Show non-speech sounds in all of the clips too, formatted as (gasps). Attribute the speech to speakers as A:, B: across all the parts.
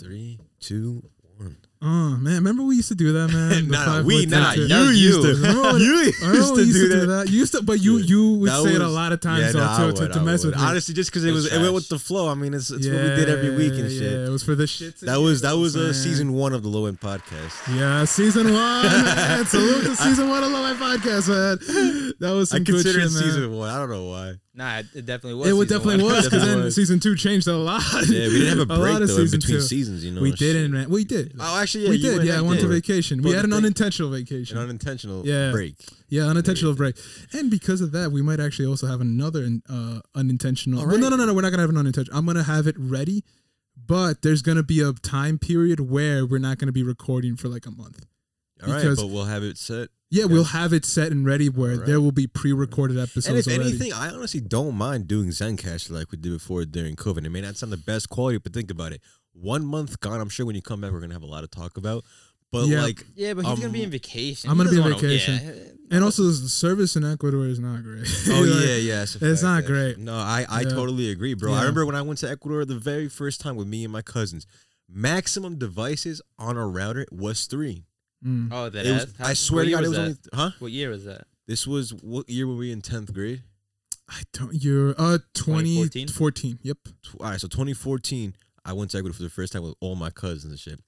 A: Three, two, one.
B: Oh man, remember we used to do that,
A: (laughs)
B: man. The
A: Nah,
B: five,
A: we
B: four,
A: not.
B: three, two.
A: You used to.
B: Remember when-
A: (laughs) You used
B: remember when
A: to
B: we
A: do that.
B: You used to, but you
A: Dude,
B: you would
A: that
B: say it a
A: was-
B: lot of times
A: Yeah, nah, I
B: though, to, to,
A: would,
B: to
A: I
B: mess
A: would.
B: with me.
A: Honestly, just because it
C: It was
A: was it went
C: trash.
A: with the flow. I mean, it's, it's what we did every week and
B: yeah,
A: shit.
B: Yeah, it was for the shits. and
A: That was that
B: giggles,
A: was uh,
B: man.
A: season one of the Low End Podcast.
B: Yeah, season one. (laughs)
A: (laughs)
B: man. Salute to season one of Love My Podcast, man. That was
A: I
B: some good shit,
A: consider
B: man.
A: it season one. I don't know
B: (laughs)
A: why.
C: Nah, it it definitely was.
B: it was
C: season
B: definitely
C: one.
B: was because
A: Definitely
B: then
A: was.
B: season two changed a lot.
A: Yeah, we didn't have
B: (laughs)
A: a break
B: lot of
A: though in
B: season
A: between
B: two.
A: seasons. You know,
B: we
A: and shit.
B: didn't, man. We did.
A: Oh, actually, yeah,
B: we
A: you
B: did.
A: and
B: Yeah,
A: I
B: I went
A: did.
B: to vacation.
A: But
B: we
A: the
B: had an
A: thing-
B: unintentional
A: An
B: vacation.
A: unintentional
B: Yeah.
A: break.
B: Yeah, unintentional break. And because of that, we might actually also have another uh, unintentional.
A: All
B: Well, no, no,
A: right.
B: no, no. We're not going to have an unintentional. I'm going to have it ready, but there's going to be a time period where we're not going to be recording for like a month.
A: All right,
B: Because-
A: but we'll have it set.
B: Yeah, we'll
A: Yes.
B: have it set and ready where
A: Alright.
B: there will be pre recorded episodes
A: and if
B: already.
A: anything, I honestly don't mind doing Zencast like we did before during COVID. It may not sound the best quality, but think about it. One month gone, I'm sure when you come back, we're gonna have a lot to talk about. But
B: Yeah. (laughs)
A: like,
C: (laughs) Yeah, but he's gonna be
A: Um,
C: in vacation.
B: I'm
C: He
B: gonna be
C: doesn't
B: on
C: wanna-
B: vacation. and also, the service in Ecuador is not great. (laughs)
A: oh
B: Like,
A: yeah, yeah, it's, a
B: it's
A: fact,
B: not
A: actually.
B: great.
A: No, I I
B: Yeah.
A: totally agree, bro.
B: Yeah.
A: I remember when I went to Ecuador the very first time with me and my cousins. Maximum devices on a router was three.
B: Mm.
C: Yeah. Oh, that.
A: It was-
C: ass? How-
A: I swear
C: what
A: to
C: year
A: God, it was
C: that?
A: only huh.
C: What year was that?
A: This was what year were we in tenth grade?
B: I don't. You're uh
C: 2014?
B: 2014. Yep.
A: tw- all right, so 2014, I went to Ecuador for the first time with all my cousins and shit.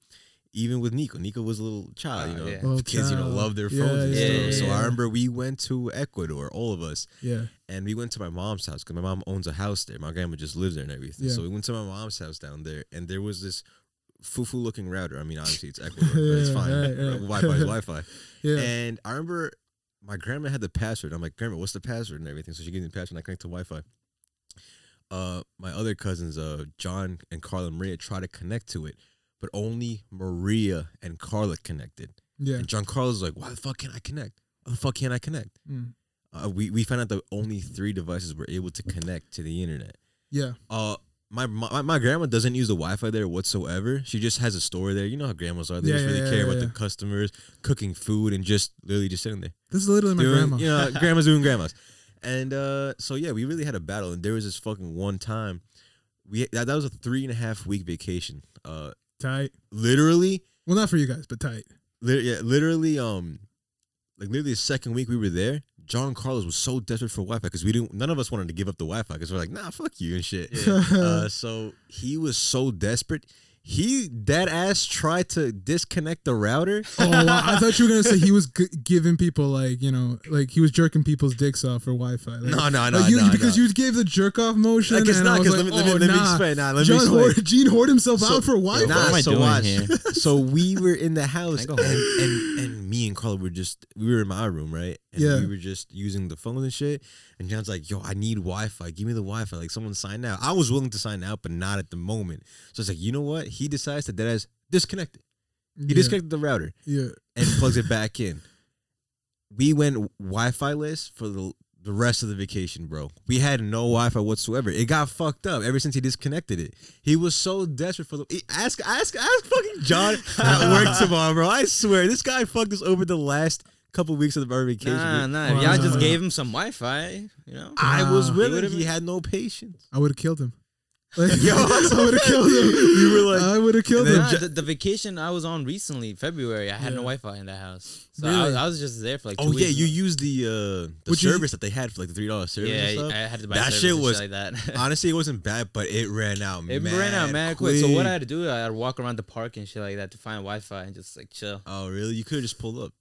A: Even with Nico, Nico was a little child, you
C: Oh,
A: know.
C: yeah.
B: Little
A: Kids, you know,
B: child.
A: love their
B: Yeah,
A: phones and
C: yeah,
A: stuff.
C: yeah,
A: so I
C: yeah.
A: remember we went to Ecuador, all of us,
B: Yeah.
A: and we went to my mom's house because my mom owns a house there. My grandma just lives there and everything.
B: Yeah.
A: So we went to my mom's house down there, and there was this fufu looking router. I mean, obviously
B: (laughs)
A: it's Ecuador, but it's
B: Yeah,
A: fine.
B: right, right.
A: Wi Fi is Wi Fi.
B: Yeah.
A: And I remember my grandma had the password. I'm like, Grandma, what's the password and everything? So she gave me the password and I connect to Wi Fi. Uh, my other cousins, uh, John and Carla Maria, try to connect to it, but only Maria and Carla connected.
B: yeah.
A: And John Carla's like, Why the fuck can't I connect? Why the fuck can't I connect?
B: Mm.
A: Uh, we, we found out that only three devices were able to connect to the internet.
B: Yeah.
A: Uh, my, my my grandma doesn't use the Wi-Fi there whatsoever. She just has a store there. You know how grandmas are; they
B: Yeah,
A: just
B: yeah,
A: really
B: yeah,
A: care
B: yeah,
A: about the
B: yeah.
A: customers, cooking food, and just literally just sitting there
B: This is literally my
A: doing,
B: grandma.
A: You know, grandma's doing (laughs) grandmas. And uh, so yeah, we really had a battle. And there was this fucking one time, we that, that was a three and a half week vacation. Uh,
B: Tight.
A: literally,
B: Well, not for you guys, but tight.
A: lit yeah, literally, um, like literally the second week we were there, John Carlos was so desperate for Wi-Fi because we didn't. None of us wanted to give up the Wi-Fi because we're like, nah, fuck you and shit. (laughs)
B: (laughs)
A: Uh, so he was so desperate. He that ass tried to disconnect the router.
B: Oh, wow. I thought you were gonna say he was g- giving people like you know, like he was jerking people's dicks off for Wi-Fi. Like,
A: (laughs) No, no,
B: like,
A: no,
B: you,
A: no,
B: because
A: no.
B: you gave the jerk off motion.
A: I guess
B: and
A: not.
B: I was
A: Because
B: like,
A: let me
B: oh,
A: let me, let me
B: nah.
A: explain. Nah, let me
B: John
A: explain.
B: hoard, Gene hoard himself
A: So-
B: out for Wi-Fi.
A: Nah,
C: am I
A: so
C: doing
A: watch.
C: here?
A: (laughs) so we were in the house,
C: I
A: and,
C: go home.
A: and and me and Carla were just we were in my room, right? And
B: Yeah.
A: We were just using the phone and shit. And John's like, "Yo, I need Wi-Fi. Give me the Wi-Fi. Like, someone sign out." I was willing to sign out, but not at the moment. So it's like, you know what? He decides to that as disconnect it. He
B: yeah,
A: disconnected the router
B: yeah.
A: and plugs it back in. We went Wi-Fi less for the the rest of the vacation, bro. We had no Wi-Fi whatsoever. It got fucked up ever since he disconnected it. He was so desperate for the he- ask ask ask fucking John at
C: (laughs)
A: work tomorrow, bro. I swear this guy fucked us over the last couple weeks of our vacation.
C: Nah,
A: dude.
C: nah. If
B: Wow.
C: y'all just gave him some Wi-Fi, you know.
A: I was
B: Nah.
A: with
C: He
A: him.
C: would've
A: He
C: been-
A: had no patience.
B: I would have killed him.
A: (laughs)
B: Like, (laughs)
A: Yo.
B: I would have killed
A: (laughs)
B: him.
A: We were like-
B: I would have killed
A: And
B: him.
A: then
C: Nah, the, the vacation I was on recently, February, I had no
B: Yeah.
C: Wi-Fi in that house, so I,
B: Really?
C: was, I was just there for like. two
A: Oh yeah,
C: weeks.
A: you used the uh the
B: Would you-
A: service that they had for like the three dollars service. and
C: Yeah,
A: stuff.
C: I had to buy
A: That
C: service
A: shit
C: and
A: was- (laughs)
C: like that.
A: Honestly, it wasn't bad, but it ran out.
C: (laughs) It ran out mad quick. So what I had to do, I had to walk around the park and shit like that to find Wi-Fi and just like chill.
A: Oh really? You could have just pulled up.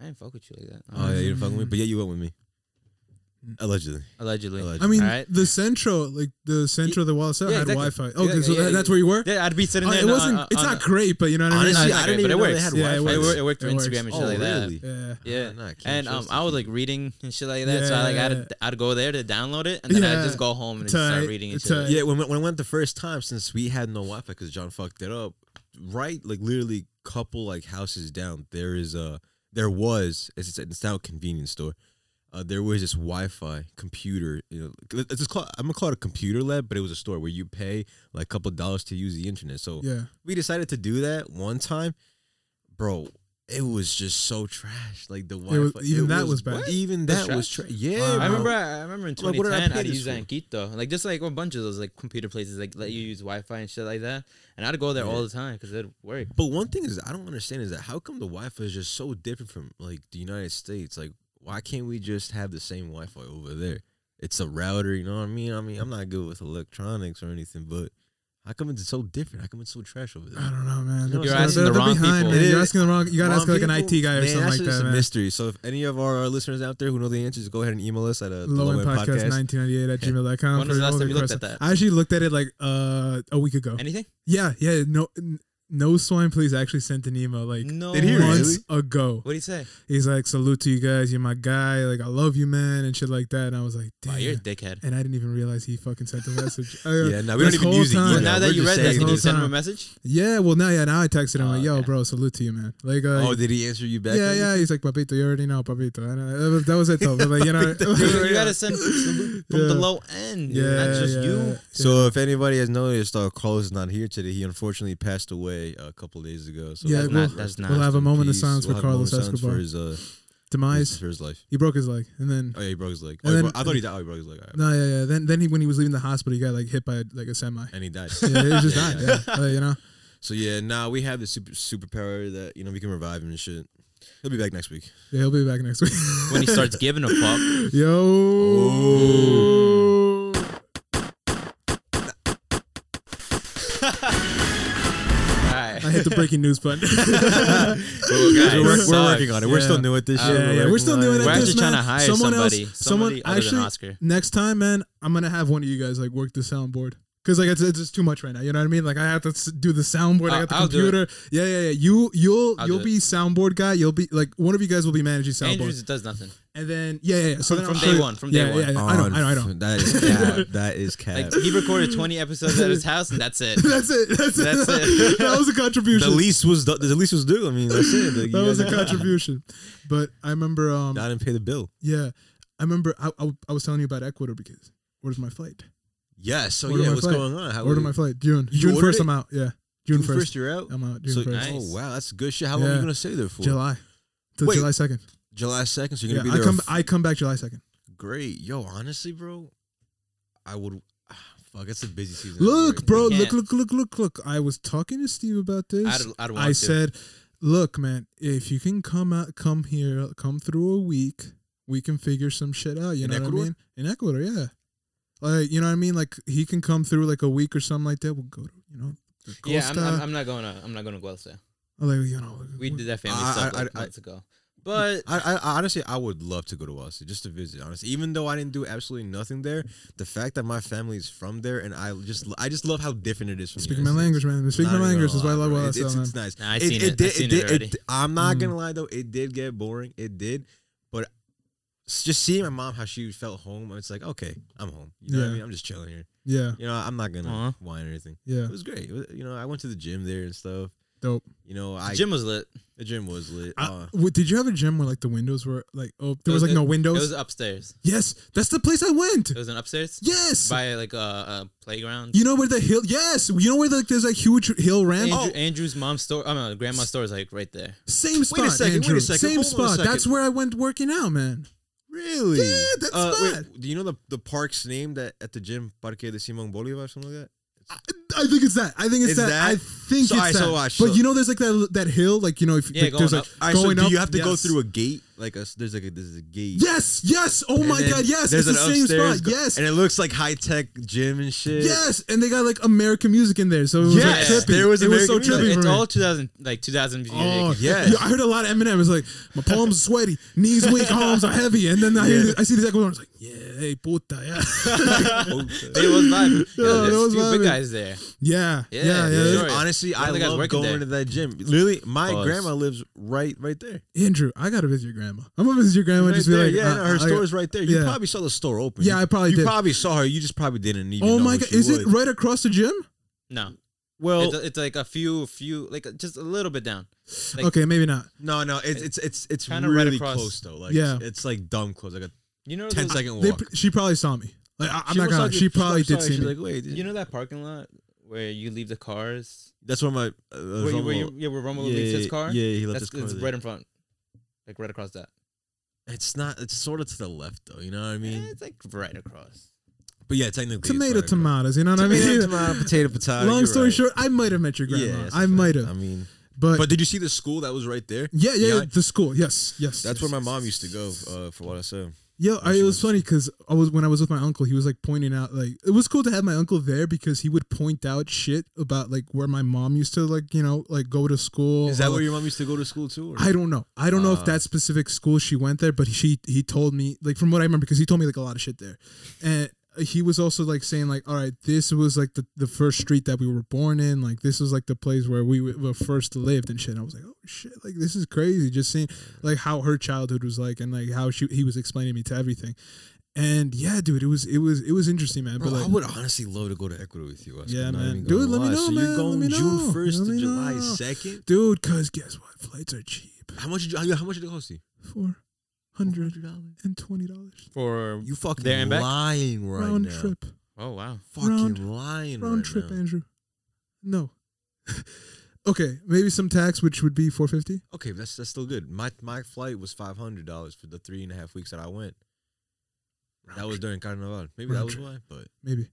C: I didn't fuck with you like that.
A: Oh yeah, you didn't fuck with me, but yeah, you went with me. Allegedly.
C: Allegedly.
A: Allegedly.
B: I mean,
C: Alright.
B: the central, like the central of the wall itself
C: Yeah,
B: had
C: exactly.
B: Wi-Fi. Okay,
C: Yeah,
B: so
C: yeah,
B: that-
C: yeah.
B: that's where you were.
C: Yeah, I'd be sitting
B: Oh,
C: there.
B: it
C: and, uh,
B: wasn't.
C: uh,
B: it's
C: on
B: not
C: the-
B: great, but you know what I mean.
A: Honestly, I
C: it's
A: didn't
C: not great,
A: even
C: but
A: know
C: it
A: they
C: works.
A: had
B: Yeah, it
A: Wi-Fi.
C: It, wor-
B: works.
C: it worked
B: It
C: for Instagram
B: works.
C: and shit
A: Oh,
C: like
A: really? Ah,
C: that.
B: Yeah.
C: Yeah.
A: Nah, can't
C: and um,
A: trust
C: I
A: these
C: was like reading and shit like that. So I like I had to, I'd go there to download it, and then
B: Yeah.
C: I'd just go home and just
B: Tight,
C: start reading and shit.
B: tight.
C: like that.
A: Yeah, when, when I went the first time, since we had no Wi-Fi because John fucked it up, right? Like literally, couple like houses down, there is a there was it's it's- it's now a convenience store. Uh, there was this Wi-Fi computer. You know, let- let's just call. I'm gonna call it a computer lab, but it was a store where you pay like a couple dollars to use the internet. So
B: Yeah.
A: we decided to do that one time, bro. it was just so trash. Like the
B: was-
A: Wi-Fi,
B: even
A: it
B: that was bad.
A: Even
C: That's
A: that was
C: trash?
A: trash. Yeah,
B: Wow.
C: I
A: bro.
C: remember. I, I remember in
A: Like, what did I
C: 2010, I
A: pay
C: would
A: this
C: use that in Quito, like just like a bunch of those like computer places, like let you use Wi-Fi and shit like that. And I'd go there all the time because it'd work.
A: But one thing is, I don't understand is that how come the Wi-Fi is just so different from like the United States? Like, why can't we just have the same Wi-Fi over there? It's a router, you know what I mean? I mean, I'm not good with electronics or anything, but how come it's so different? How come it's so trash over
B: I
A: there?
B: don't know, man.
A: You're
B: They're-
A: asking
B: they're-
A: the
B: they're
C: wrong
B: behind,
C: people.
B: man.
A: It
B: You're
A: is-
B: asking the wrong. You gotta
A: Wrong
B: ask like an
A: people?
B: IT guy or
A: Man,
B: something
A: that's
B: like
A: just
B: that,
A: a
B: man.
A: mystery. So if any of our, our listeners out there who know the answers, go ahead and email us at uh,
B: Low end podcast
A: podcast.
B: 1998 at gmail.com.
C: When was
B: for
C: the last
B: all
C: time
B: the
C: you looked at
B: questions.
C: that?
B: I actually looked at it like uh a week ago.
C: Anything?
B: Yeah, yeah. No, n- no swine. Please actually sent an email like
C: no.
A: did he
C: way.
A: really?
B: months ago.
C: What do you say?
B: He's like, "Salute to you guys. You're my guy. Like, I love you, man," and shit like that. And I was like, "Damn."
C: Wow, you're a dickhead.
B: and I didn't even realize he fucking
C: (laughs)
B: sent the message. Uh, I-
A: Yeah, no, we
B: this
A: don't even
B: whole
A: use the
B: time-
A: email.
C: Well, now
A: we're
C: that you
A: just
C: read that,
A: saying
C: did you
A: this.
C: send him a
B: time.
A: (laughs)
C: message?
B: yeah. Well, now, yeah. Now I texted him
C: Oh,
B: like, "Yo,
C: okay.
B: bro, salute to you, man." Like, uh,
A: Oh, did he answer you back?
B: yeah,
A: then?
B: yeah. He's like, "Papito, you already know, Papito." And uh, that was- that was it, though. But, like, you know,
A: (laughs)
C: Dude,
B: (laughs)
C: you gotta send salute from
B: Yeah.
C: the low end.
B: yeah,
C: Yeah, not just
B: yeah,
C: you.
A: So if anybody has noticed, our Carlos is not here today. He unfortunately passed away a couple days ago. So
B: Yeah,
A: rest
C: That's not.
A: in
C: That's
B: We'll
C: not.
B: have a moment of
A: peace.
B: silence
A: We'll
B: for
A: have a moment
B: Carlos
A: of silence
B: Escobar.
A: For his, uh,
B: Demise.
A: for his life.
B: He broke his leg, and then
A: Oh yeah, he broke his leg.
B: And
A: oh, he
B: then-
A: bro- I thought he died. Oh, he broke his leg. All right.
B: no, yeah, yeah. Then then he when he was leaving the hospital, he got like hit by like a
A: (laughs)
B: semi.
A: And he died.
B: (laughs) Yeah, he just
A: Yeah,
B: died.
A: yeah.
B: Yeah, Like, you know.
A: So yeah, now we have the super superpower that you know we can revive him and shit. He'll be back next week.
B: Yeah, he'll be back next week. (laughs)
C: When he starts giving
A: (laughs)
C: a fuck.
B: Yo.
A: Oh.
C: All right.
B: I hit the breaking news
A: (laughs)
B: button.
C: guys,
A: we're, we're
C: sucks.
A: working on it. We're
B: Yeah.
A: still new at this
B: Yeah,
A: shit.
B: yeah, we're still
A: working
B: doing
A: on
B: it.
C: We're
B: at
C: actually
B: this, man.
C: trying to hire
B: Someone
C: somebody.
B: else-
C: somebody
B: someone
C: other
B: actually-
C: than Oscar.
B: Next time, man, I'm gonna have one of you guys like work the soundboard. Cause like it's, it's just too much right now. You know what I mean? Like I have to s- do the soundboard. I
C: I'll-
B: got the
C: I'll do it.
B: computer. Yeah, yeah, yeah. You you'll
C: I'll
B: you'll
C: do it.
B: be soundboard guy. You'll be like one of you guys will be managing soundboard.
C: Andrews does nothing.
B: And then yeah, yeah. yeah. So
C: From-
B: then
C: from
B: I'll
C: day
B: show you-
C: one, from day
B: yeah,
C: one.
B: Yeah, yeah. I don't. I don't. I don't.
A: (laughs)
B: (laughs)
A: That is cap. that is cap.
C: Like he recorded 20 episodes at his house, and
B: (laughs)
C: that's it.
B: That's it. That's,
C: Oh, That's
B: it. (laughs)
C: it.
B: that was a
A: the
B: contribution.
A: lease was the, the lease was due. I mean, that's it. Like,
B: that
A: you
B: was a
A: guys-
B: contribution. But I remember. Um.
A: (laughs) I didn't pay the bill.
B: Yeah, I remember. I, I, I was telling you about Ecuador because where's my flight?
A: Yeah. So
B: Order
A: yeah,
B: my
A: what's
B: flight.
A: going on? How
B: Order my flight. June.
A: You
B: June
A: ordered
B: first.
A: it?
B: I'm out. Yeah. June
A: June first.
B: first.
A: you're out.
B: I'm out.
A: So,
B: June first.
C: Nice.
A: Oh wow, that's good shit. How long are
B: Yeah.
A: you gonna stay there for?
B: July. To
A: Wait.
B: July second.
A: July second. So you're
B: Yeah.
A: gonna
B: I
A: be there.
B: come.
A: f-
B: I come back July second.
A: great, yo. Honestly, bro, I would. (sighs) ah, Fuck, it's a busy season. at
B: Look,
A: work.
B: bro.
C: We
B: Look,
C: can't.
B: look, look, look, look. I was talking to Steve about this.
C: I'd, I'd want
B: I
C: to.
B: said, "Look, man, if you can come out, come here, come through a week, we can figure some shit out." You
A: In
B: know what I
A: Ecuador?
B: mean? In Ecuador, yeah. Like you know what I mean? Like he can come through like a week or something like that. We'll go to you know. the
C: yeah, I'm,
B: Costa.
C: I'm, I'm not going to. I'm not going to Guelph.
B: I'm like you know.
C: We did that family
A: I-
C: stuff
A: I-
C: like
A: I-
C: months ago. But
A: I, I I- honestly, I would love to go to Austin just to visit. Honestly, even though I didn't do absolutely nothing there, the fact that my family is from there and I just I just love how different it is from
B: Speaking
A: the
B: my
A: United
B: language,
A: States.
B: man. Speaking my
A: Not even
B: language
A: gonna
B: is why I
A: lie,
B: love
A: bro.
B: YSL,
A: It's, it's,
B: man.
A: it's nice.
C: Nah, I seen it. I seen it already.
A: I'm not
B: Mm.
A: gonna lie though, it did get boring. It did, but s- just seeing my mom how she felt home, it's like okay, I'm home. You know
B: Yeah.
A: what
B: Uh-huh.
A: I mean? I'm just chilling here.
B: Yeah,
A: You know, I'm not gonna
C: Aw.
A: whine or anything.
B: yeah,
A: It was great. It was- you know, I went to the gym there and stuff.
B: dope.
A: You know,
C: the
A: I
C: gym was lit.
A: the gym was lit.
B: I-
A: Uh,
B: w- did you have a gym where like the windows were like oh there
C: It
B: was like no
C: It
B: windows?
C: was upstairs.
B: yes, that's the place I went.
C: It was an upstairs
B: Yes,
C: by like a, a playground.
B: you know where the hill? Yes, you know where like there's a huge hill ramp.
C: Andrew, Andrew's mom's store. I mean, grandma's store is like right there.
B: Same spot.
A: second, wait a
B: Andrew.
A: second,
B: Same
A: hold on a
B: spot.
A: second.
B: That's where I went working out, man.
A: really?
B: Yeah, that's
A: Uh, wait,
B: bad.
A: do you know the the park's name that at the gym Parque de Simón Bolívar something like that?
B: I, I think it's that. I think it's
A: Is
B: that.
A: that-
B: I think
A: So,
B: it's
A: alright,
B: that.
A: so watch,
B: but
A: so-
B: you know, there's like that that hill, like you know, if
C: Yeah,
B: like, there's like
C: going up.
A: All right, so
B: going
A: do
B: up.
A: you have to go
B: yes.
A: through a gate? Like a s there's like a there's a gate.
B: Yes, yes. Oh
A: And
B: my
A: then
B: god, yes. It's
A: there's
B: the
A: an
B: same
A: upstairs
B: spot.
A: go-
B: yes,
A: And it looks like high tech gym and shit.
B: yes. And they got like American music in there, so it was like
A: Yes,
B: trippy.
A: there was
B: it was so
A: American
B: trippy.
A: music.
B: for
C: It's
B: me.
C: all 2000, like 2000 music.
B: Oh
A: Yes.
B: yeah! I heard a lot of Eminem. It's like my palms are sweaty, knees
A: (laughs)
B: weak, arms are heavy, and then I, hear, I see the second one. It's like, yeah, hey, puta, yeah, (laughs)
C: It was vibing.
B: Yeah,
C: Yo,
B: it
C: there's
B: was
C: two big
B: vibing.
C: guys there.
B: yeah, yeah,
C: Yeah,
B: yeah.
C: yeah.
A: Dude,
C: Sure.
A: Honestly,
C: One
A: I
C: of the guys
A: love
C: working
A: going
C: there.
A: to that gym. Literally, my
C: Pause.
A: grandma lives right right there.
B: Andrew, I gotta visit your grandma. I'm gonna visit your grandma. and
A: Right
B: just be
A: there.
B: like,
A: yeah,
B: uh,
A: no, her
B: I-
A: store's right there. You
B: yeah.
A: probably saw the store open.
B: Yeah,
A: You-
B: I probably
A: you
B: did.
A: probably saw her. You just probably didn't even.
B: oh
A: know
B: my
A: who
B: god,
A: she
B: is
A: was.
B: it right across the gym?
C: No,
A: Well,
C: it's, it's like a few, few, like just a little bit down. Like-
B: okay, maybe not.
A: no, no, it's it's it's it's
C: Kinda
A: really
C: right across.
A: close though. Like,
B: Yeah.
A: it's like dumb close. Like a
C: You know,
A: 10
C: those,
A: second
B: They,
A: walk.
B: she probably saw me. Like, I, I'm
A: She
B: not
A: must
B: gonna.
A: have-
B: She probably
A: saw
B: did
A: it.
B: see
A: She's
B: me.
A: Like, wait,
C: you know that parking lot where you leave the cars.
A: That's where my. Uh,
C: Where, you, where you, yeah, where Romulo leaves his car.
A: Yeah, he left his
C: that's
A: car.
C: it's
A: there.
C: right in front, like right across that.
A: It's not. It's sort of to the left though. You know what I
C: Yeah,
A: mean?
C: it's like right across.
A: but yeah, technically.
B: Tomato,
A: it's right,
B: tomatoes. You know what
A: (laughs) bro.
B: I mean?
A: Tomato, tomato, potato, potato.
B: Long
A: you're
B: story
A: right.
B: short, I might have met your
A: Yeah,
B: grandma.
A: that's a
B: I
A: fact.
B: might
A: I
B: have,
A: mean,
B: but,
A: but did you see the school that was right there?
B: yeah, yeah,
A: Yeah,
B: yeah,
A: I-
B: the school. Yes, yes. yes,
A: That's where my
B: yes, yes,
A: mom used to go.
B: yes, yes.
A: Uh, for what I said.
B: Yo,
A: when
B: I,
A: she
B: it
A: was-
B: was funny because I was when I was with my uncle, he was like pointing out like it was cool to have my uncle there because he would point out shit about like where my mom used to like you know like go to school.
A: Is that
B: or,
A: where your mom used to go to school too? Or?
B: I don't know. I don't know if
A: Ah.
B: that specific school she went there, but she he told me like from what I remember because he told me like a lot of shit there, and he was also like saying like all right this was like the, the first street that we were born in like this was like the place where we w- were first lived and shit and i was like oh shit like this is crazy just seeing like how her childhood was like and like how she he was explaining me to everything and yeah dude it was it was it was interesting man
A: Bro,
B: but like
A: I would honestly love to go to Ecuador with you. Oscar,
B: Yeah,
A: not
B: man.
A: even
B: Dude,
A: gonna
B: let me
A: lie.
B: know,
A: So
B: man.
A: you're going
B: Let me
A: June
B: know.
A: first
B: Let
A: to
B: me
A: July
B: know.
A: second.
B: dude cuz guess what flights are cheap
A: How much? Did you, how much did it cost you?
B: for hundred
A: dollars.
B: and twenty dollars
C: For
A: You fucking
C: There and back?
A: lying right
B: round
A: now.
B: trip
C: oh wow,
A: Fucking
B: Round-
A: lying
B: round
A: right
B: trip,
A: now.
B: Andrew. No. (laughs) okay, maybe some tax, which would be four fifty.
A: Okay, but that's that's still good. My my flight was five hundred dollars for the three and a half weeks that I went. That was during Carnival. Maybe that
B: round
A: was
B: trip.
A: why, but
B: maybe.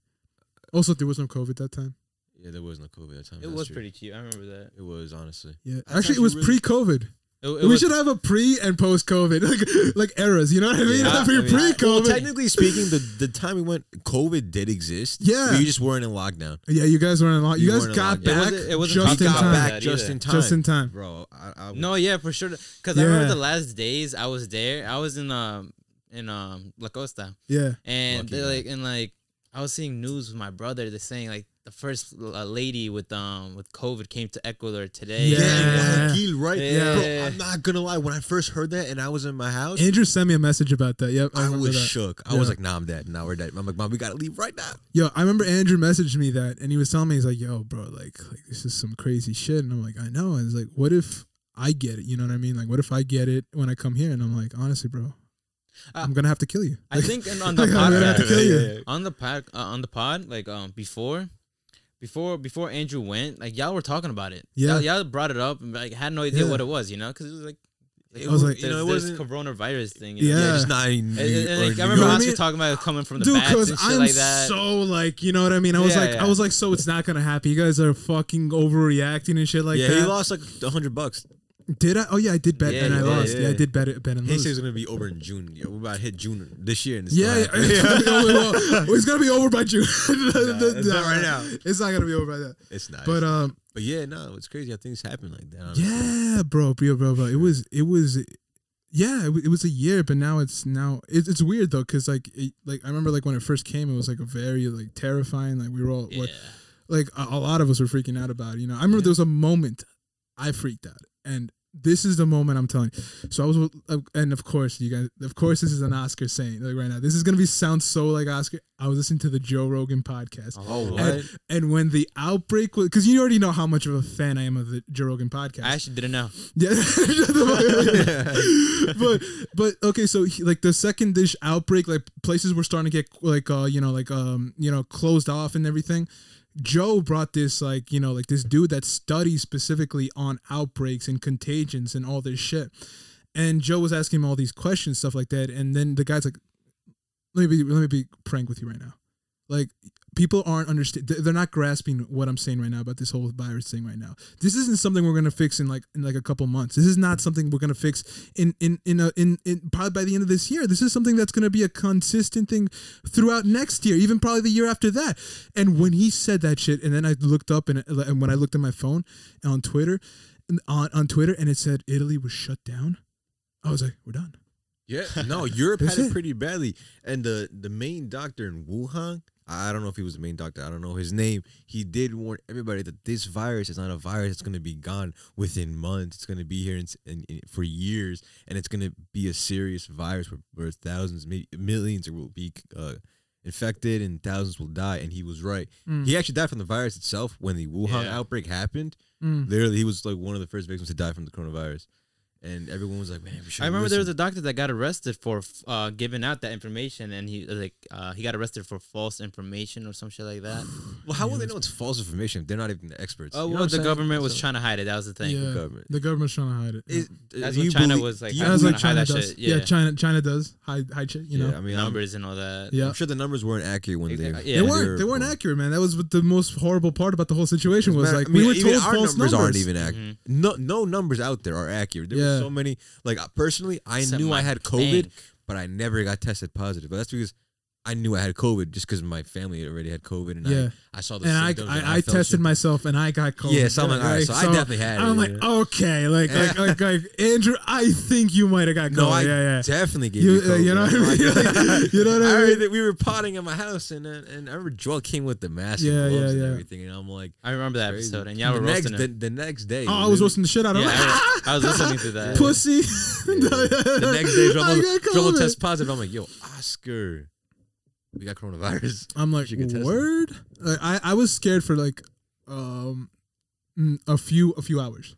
B: Also, there was no COVID that time.
A: yeah, there was no COVID at the time.
C: it
A: That's
C: was
A: true.
C: pretty cheap. I remember that.
A: It was honestly.
B: Yeah,
A: That's
B: actually, it was
A: actually really-
B: pre-COVID.
C: It, it
B: we
C: was-
B: should have a pre and post-COVID, (laughs) like like eras. You know what I mean?
A: Yeah,
B: After
C: I mean,
B: pre-COVID.
A: Well, technically speaking, the the time we went, COVID did exist.
B: Yeah.
A: but you just weren't in lockdown.
B: yeah, you guys were in a lot. You,
A: You
B: guys
A: weren't in
B: got
A: lockdown.
C: It
B: back
C: wasn't- it wasn't
B: just
A: we
B: in
A: got
B: time.
A: back
C: That
A: just
C: either.
A: in time.
B: Just in time.
A: bro. I, I
C: No, yeah, for sure. Because I
B: Yeah.
C: remember the last days I was there. I was in um in um La Costa,
B: Yeah.
C: and
A: Lucky
C: they
A: guy.
C: like and like I was seeing news with my brother. They're saying like the first uh, lady with um with COVID came to Ecuador today.
A: Yeah,
B: Yeah.
A: Guayaquil, right?
C: Yeah.
A: Bro, I'm not gonna lie. When I first heard that, and I was in my house,
B: Andrew sent me a message about that. Yep, I,
A: I
B: remember
A: was
B: that.
A: shook. I
B: Yeah.
A: was like, "Nah, I'm dead. Nah, we're dead." I'm like, "Mom, we gotta leave right now."
B: Yo, I remember Andrew messaged me that, and he was telling me he's like, "Yo, bro, like, like this is some crazy shit." And I'm like, "I know." And he's like, "What if I get it? You know what I mean? Like, what if I get it when I come here?" And I'm like, "Honestly, bro,
C: Uh,
B: I'm gonna have to kill you."
C: I think and
B: (laughs)
C: on the
B: Like, I'm gonna have to kill
C: podcast,
B: you.
C: on the pod, uh, on the pod, like um before, before before Andrew went, like y'all were talking about it.
B: Yeah.
C: y'all, y'all brought it up and like had no idea
B: Yeah.
C: what it was, you know, because it was like,
A: It
B: was like-
A: You know, it
C: there's-
A: wasn't-
C: there's coronavirus thing. You know?
A: Yeah,
B: Yeah.
A: just not in
C: And,
A: New
C: and,
A: or
C: like, I
A: New
C: remember
B: what I
A: York.
C: Oscar
B: mean?
C: talking about it coming from the
B: Dude,
C: bats and shit
B: I'm
C: like that.
B: so like, you know what I mean? I was
C: Yeah,
B: like,
C: yeah.
B: I was like, so it's not gonna happen. You guys are fucking overreacting and shit like
A: yeah,
B: that.
A: he lost like a hundred bucks.
B: Did I? Oh yeah, I did bet,
C: Yeah,
B: and
C: you
B: I
C: did,
B: lost. Yeah,
A: yeah.
B: I did bet it, bet and
A: He said
B: lose.
A: it's gonna be over in June. Yeah, we're about to hit June this year. And it's
B: Yeah,
A: still
B: yeah. (laughs)
A: happening.
B: it's gonna be over, well, it's gonna be over by June. (laughs)
A: it's not right now.
B: It's not gonna be over by that.
A: (laughs) it's
B: (laughs)
A: not.
B: But um,
A: but yeah, no, it's crazy how things happen like that. honestly.
B: Yeah, bro, bro, bro, bro. It was, it was, yeah, it, wa- it was a year, but now it's now it, it's weird though, cause like, it, like I remember like when it first came, it was like a very like terrifying. Like we were all
C: yeah.
B: like, like a, a lot of us were freaking out about it. You know, I remember
A: Yeah.
B: there was a moment I freaked out, and this is the moment I'm telling. you. So I was, with- uh, and of course you guys, of course this is an Oscar saying like right now. This is gonna be sound so like Oscar. I was listening to the Joe Rogan podcast.
A: Oh,
C: Lord.
A: what?
B: And, and when the outbreak was, because you already know how much of a fan I am of the Joe Rogan podcast.
C: I actually didn't know.
B: Yeah. (laughs) Shut the fuck up. but but okay, so he- like the second dish outbreak, like places were starting to get like uh you know like um you know closed off and everything. Joe brought this like you know like this dude that studies specifically on outbreaks and contagions and all this shit. And Joe was asking him all these questions, stuff like that. And then the guy's like, "Let me be, let me be prank with you right now. Like people aren't understand. they- They're not grasping what I'm saying right now about this whole virus thing right now. This isn't something we're gonna fix in like in like a couple months. This is not something we're gonna fix in in in a, in, in probably by the end of this year. This is something that's gonna be a consistent thing throughout next year, even probably the year after that. And when he said that shit, and then I looked up and, and when I looked at my phone on Twitter, on on Twitter, and it said Italy was shut down. I was like, we're done.
C: (laughs)
A: Yeah, no, Europe had
B: That's
A: it
B: it.
A: pretty badly, and the the main doctor in Wuhan, I don't know if he was the main doctor, I don't know his name. He did warn everybody that this virus is not a virus; it's going to be gone within months. It's going to be here in, in, in- for years, and it's going to be a serious virus where, where thousands, maybe millions, will be uh, infected and thousands will die. And he was right.
B: Mm.
A: He actually died from the virus itself when the Wuhan
C: Yeah.
A: outbreak happened.
B: Mm.
A: Literally, he was like one of the first victims to die from the coronavirus. and everyone was like, "Man, we should."
C: I remember there was a doctor that got arrested for f- uh, giving out that information, and he like uh, he got arrested for false information or some shit like that.
A: Well, how will they know it's false information? if They're not even the experts.
C: Oh
A: You know
C: well,
A: what
C: the
A: I'm saying?
C: government was
A: So-
C: trying to hide it. That was the thing.
B: yeah, the,
A: government.
B: government's trying to hide it.
A: Is-
C: That's
A: do
C: what
A: you
C: China
A: believe-
C: was, like,
A: do you
C: Yeah,
B: yeah, that's
C: we're
B: like
A: believe-
C: gonna
B: China
C: hide that
B: does.
C: shit,
B: Yeah.
C: yeah.
B: China China does hide hide shit. You know.
A: Yeah, I mean, I'm,
C: Numbers and all that.
B: Yeah.
A: I'm sure the numbers weren't accurate when they.
C: Exactly.
A: when
C: Yeah.
B: They weren't. They
A: were-
B: weren't accurate, man. That was what the most horrible part about the whole situation. Was
A: Matter-
B: like
A: I mean,
B: we were
A: even
B: told
A: our
B: false
A: numbers,
B: numbers.
A: aren't even accurate.
C: Mhm.
A: No, no numbers out there are accurate. There
B: Yeah.
A: were so many. Like I- personally, I
C: Except
A: knew
C: my
A: I had COVID,
C: bank.
A: but I never got tested positive. But that's because I knew I had COVID, just because my family already had COVID, and
B: Yeah.
A: I, I saw the
B: And I,
A: symptoms. and
B: I, I
A: felt
B: tested
A: shit.
B: myself and I got COVID.
A: Yeah, so I'm like, all right, so I definitely had it.
B: I'm like,
A: yeah.
B: okay, like, like, like, like, Andrew, I think you might have got COVID.
A: No, I
B: Oh, yeah, yeah.
A: definitely gave
B: You-
A: you.
B: uh,
A: COVID.
B: you know what I mean?
A: (laughs)
B: Like, (laughs) you know what I
A: heard
B: mean?
A: that we were potting in my house, and then- and I remember Joel came with the mask,
B: Yeah,
A: and gloves
B: yeah,
A: and
B: yeah.
A: everything, and I'm like,
C: I remember that
A: Crazy.
C: episode, and y'all
A: the
C: were
A: next
C: roasting
A: the,
C: it.
A: the next day.
B: oh, I was
A: literally-
B: roasting the shit out of
C: Yeah,
B: him.
A: (laughs)
C: I, I was listening to
B: (laughs)
C: that.
B: pussy.
A: The next day,
B: (laughs) I
A: Joel,
B: got
A: Joel
B: COVID.
A: tests positive. I'm like, yo, Oscar, we got coronavirus.
B: I'm like,
A: You can test it.
B: word. Like, I I was scared for like, um, mm, a few a few hours,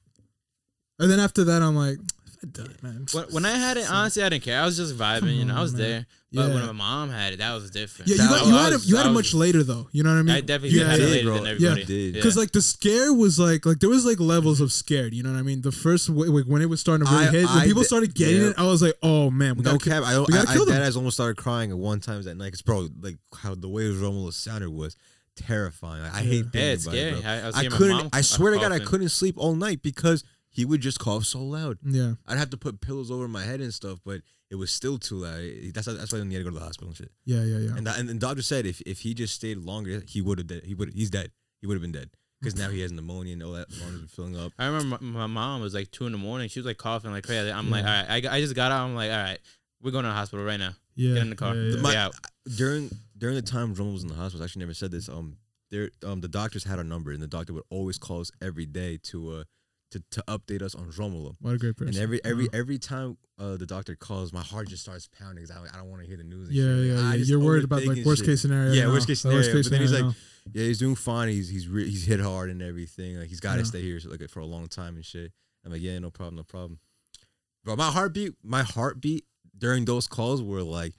B: and then after that, I'm like, I died, man.
C: When, when I had it, honestly, I didn't care. I was just vibing, you know. I
B: on,
C: was
B: man.
C: there. But
B: Yeah.
C: when my mom had it, that was different.
B: Yeah, you,
A: That
B: got, you
C: I
B: had it,
C: was-
B: you had
C: I
B: it
C: was-
B: much later though. You know what I mean?
C: I definitely
B: Yeah,
C: had it
A: yeah,
C: later
A: bro.
C: than
A: Yeah.
C: everybody.
A: Did.
C: Yeah.
B: because like the scare was like like there was like levels of scared. You know what I mean? The first w- like when it was starting to really
A: I-
B: hit, when
A: I
B: people
A: did-
B: started getting
A: yeah.
B: it, I was like, oh man, (laughs) we
A: No
B: gotta kill-
A: cap, I, I,
B: we gotta
A: I,
B: kill them.
A: that has almost started crying at one times at night. Cause bro, like how the way Romulus sounded was terrifying. Like, I hate
C: yeah, it's
A: things about
C: scary.
A: it, bro.
C: I, I, was
A: I
C: hearing my
A: couldn't.
C: mom uh,
A: I swear to God, I
C: coughing.
A: couldn't sleep all night because he would just cough so loud.
B: Yeah,
A: I'd have to put pillows over my head and stuff, but it was still too loud. It- That's that's why I need to go to the hospital and shit.
B: yeah, yeah, yeah.
A: And the, and, and doctor said if, if he just stayed longer, he would have dead. He would he's dead. He would have been dead because now he has pneumonia and all that lungs are filling up.
C: I remember my, my mom was like two in the morning. She was like coughing like crazy. I'm like, all right. I, got- I just got out. I'm like, all right. We're going to the hospital right now.
B: yeah,
C: Get in the car.
B: yeah, yeah.
C: We
A: My-
C: out.
A: during during the time Roman was in the hospital, I actually never said this. Um, there um the doctors had our number, and the doctor would always call us every day to uh to, to update us on Romulo.
B: What a great person. Uh-huh.
A: And every every
B: Wow.
A: every time uh the doctor calls, my heart just starts pounding because I, don't- I don't want to hear the news. And
B: yeah,
A: shit.
B: yeah,
A: Like, I
B: yeah.
A: just
B: You're worried about
A: overthinking
B: like worst
A: shit.
B: case scenario.
A: Yeah,
B: now.
A: worst case
B: The
A: scenario. but then he's like,
B: scenario
A: yeah, he's doing fine. He's he's re- he's hit hard and everything. Like he's got to
B: Yeah.
A: stay here so, like for a long time and shit. I'm like, yeah, no problem, no problem. But my heartbeat, my heartbeat during those calls were like.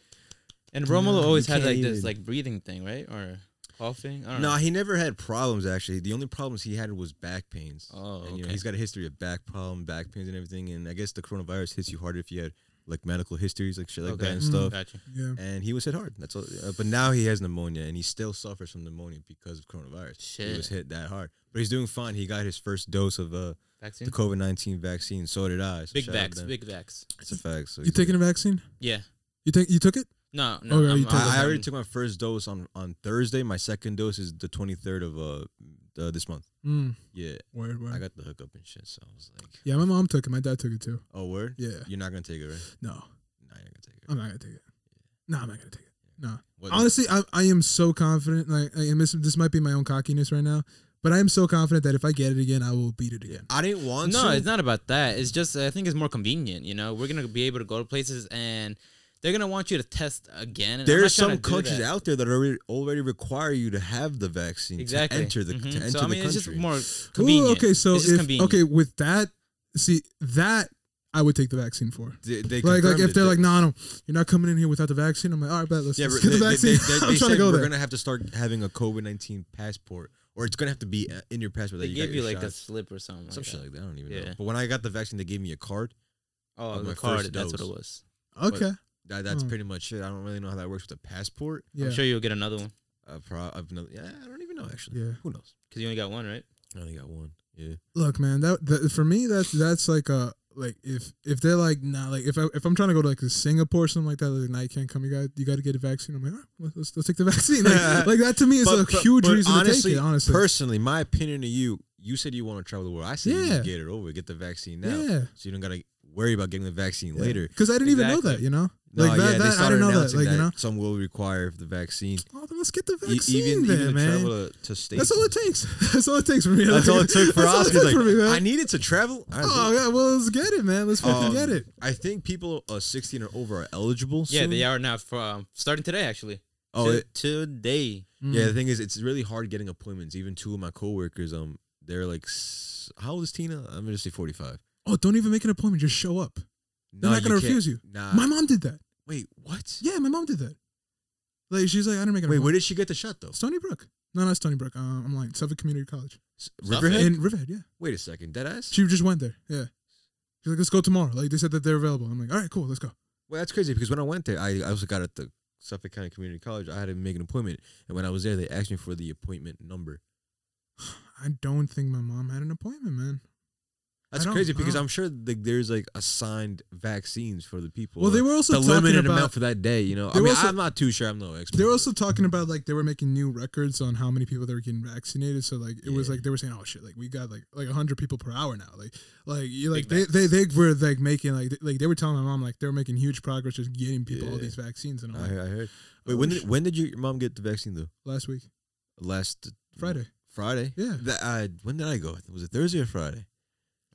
C: And Romulo always
A: you
C: had
A: can't
C: like this
A: even-
C: like breathing thing, right? Or coughing? I don't
A: No,
C: know.
A: he never had problems actually. The only problems he had was back pains.
C: Oh,
A: and, you know,
C: okay.
A: he's got a history of back problem, back pains, and everything. And I guess the coronavirus hits you harder if you had like medical histories, like shit like
C: Okay. Mm-hmm.
A: that and
B: Mm.
A: stuff.
C: Gotcha.
B: no. Yeah.
A: And he was hit hard. That's all. Uh, but now he has pneumonia, and he still suffers from pneumonia because of coronavirus. He was
C: Shit.
A: hit that hard, but he's doing fine. He got his first dose of uh,
C: Vaccine?
A: the COVID nineteen vaccine. So did I. So
C: Big
A: shout out to
C: vax.
A: them.
C: Big vax.
A: It's a fact. So
B: You taking a vaccine?
C: Yeah.
B: You think you took it?
C: No,
A: Oh,
C: no.
B: Okay,
C: I'm-
B: you took
C: I'm-
A: I, I already
C: I'm-
A: took my first dose on on Thursday. My second dose is the twenty third of uh, uh this month.
B: Mm.
A: Yeah.
B: Word,
A: I
B: word.
A: got the hookup and shit, so I was like,
B: Yeah, my mom took it. My dad took it too.
A: "Oh, word?
B: Yeah.
A: You're not gonna take it, right?
B: No,
A: Nah, you're not gonna take it.
B: I'm not gonna take it. No, I'm not gonna take it. No.
A: What-
B: Honestly, I, I am so confident. Like, I am, this, this might be my own cockiness right now, but I am so confident that if I get it again, I will beat it again.
A: I didn't want
C: No,
A: to.
C: it's not about that. It's just I think it's more convenient. You know, we're gonna be able to go to places and they're gonna want you to test again. and I'm
A: There's
C: not trying
A: some
C: to do
A: countries
C: that.
A: out there that already already require you to have the vaccine
C: exactly
A: to enter the
C: Mhm.
A: to enter
C: so, I mean,
A: the
C: it's
A: country.
C: just more
B: Ooh,
C: convenient.
B: okay, so
C: it's just
B: if,
C: convenient.
B: okay with that, see that I would take the vaccine for.
A: they, they
B: Like, like
A: confirmed
B: if
A: it.
B: they're like, no, no, you're not coming in here without the vaccine. I'm like, all right, bet let's
A: yeah,
B: just
A: they,
B: get the
A: they- they-
B: vaccine. (laughs)
A: they-
B: I'm trying
A: they
B: to
A: said
B: go
A: we're
B: there.
A: gonna have to start having a COVID nineteen passport, or it's gonna have to be uh, in your passport.
C: they
A: that
C: give
A: got
C: you
A: your
C: like a
A: shots.
C: slip or something.
A: some
C: like
A: shit
C: that.
A: like that. I don't even know.
C: Yeah.
A: But when I got the vaccine, they gave me a card.
C: Oh,
A: Of
C: the
A: my
C: card.
A: first
C: That's what it
A: dose.
C: was.
B: okay,
A: That, that's
B: Hmm.
A: pretty much it. I don't really know how that works with a passport.
B: yeah,
C: I'm sure you'll get another one
A: Uh, pro- I've no, yeah, I don't even know actually.
B: yeah.
A: Who knows?
C: because you only got one, right?
A: I only got one. Yeah.
B: Look, man, that, that for me, that's that's like a like if if they're like nah, like if I if I'm trying to go to like Singapore or something like that, like nah, you can't come, you got you got to get a vaccine. I'm like, all right, let's let's take the (laughs) vaccine.
A: (laughs)
B: Like, like that to me is a huge reason
A: honestly,
B: to take it. Honestly,
A: personally, my opinion to you, you said you want to travel the world. I said you
B: Yeah.
A: just get it over, get the vaccine now,
B: yeah.
A: so you don't gotta worry about getting the vaccine later.
B: Because I didn't even know
C: Exactly.
B: that, you know?
A: No,
B: like that,
A: yeah, they
B: that I
A: started
B: didn't know that.
A: announcing
B: Like, you know?
A: some will require the vaccine.
B: Oh, then let's get the
A: E-
B: vaccine
A: even
B: then,
A: even to
B: man.
A: travel to, to states.
B: That's all it takes. (laughs) That's all it takes for me.
A: That's all it
B: (laughs)
A: took for
B: That's all
A: us.
B: it
A: He's
B: took for
A: like,
B: me, man.
A: I needed to travel. I
B: oh, yeah, well, let's get it, man. Let's fucking
A: Um,
B: get it.
A: I think people uh, 16 or over are eligible.
C: Yeah,
A: soon.
C: they are now for um, starting today actually.
A: Oh,
C: To-
A: it-
C: today.
B: Mm.
A: Yeah, the thing is, it's really hard getting appointments. Even two of my coworkers, um, they're like, s- how old is Tina? I'm gonna say 45.
B: oh, don't even make an appointment. Just show up. They're not gonna refuse you.
A: Nah.
B: my mom did that.
A: Wait, what?
B: Yeah, my mom did that. Like she's like, I didn't make an
A: Wait, where
B: appointment.
A: did she get the shot though?
B: Stony Brook. No, not Stony Brook. Uh, I'm lying. Suffolk Community College
A: S-
C: Suffolk?
A: Riverhead.
B: in Riverhead. Yeah,
A: Wait a second, dead ass.
B: she just went there. Yeah, she's like, let's go tomorrow. Like they said that they're available. I'm like, all right, cool, let's go. (sighs)
A: Well, that's crazy because when I went there, I, I also got at the Suffolk County Community College. I had to make an appointment, and when I was there, they asked me for the appointment number.
B: I don't think my mom had an appointment, man. I
A: That's
B: don't-
A: crazy
B: I
A: because
B: don't-
A: I'm sure like there's like assigned vaccines for the people.
B: Well, they
A: like,
B: were also
A: the
B: talking
A: limited
B: about-
A: amount for that day. You know, I
B: They were
A: mean,
B: also-
A: I'm not too sure. I'm no expert.
B: They were also talking about like they were making new records on how many people they were getting vaccinated. So like it was
A: Yeah.
B: like they were saying, oh shit, like we got like like hundred people per hour now. Like like you like they,
C: Big
B: they they were like making like th- like they were telling my mom like they were making huge progress just getting people all
A: Yeah.
B: these vaccines and all
A: I,
B: that
A: heard- I heard.
B: Oh,
A: Wait, when
B: sh-
A: did, when did your your mom get the vaccine though?
B: last week
A: Last
B: Friday.
A: Friday.
B: Yeah.
A: That, I, when did I go? Was it Thursday or Friday?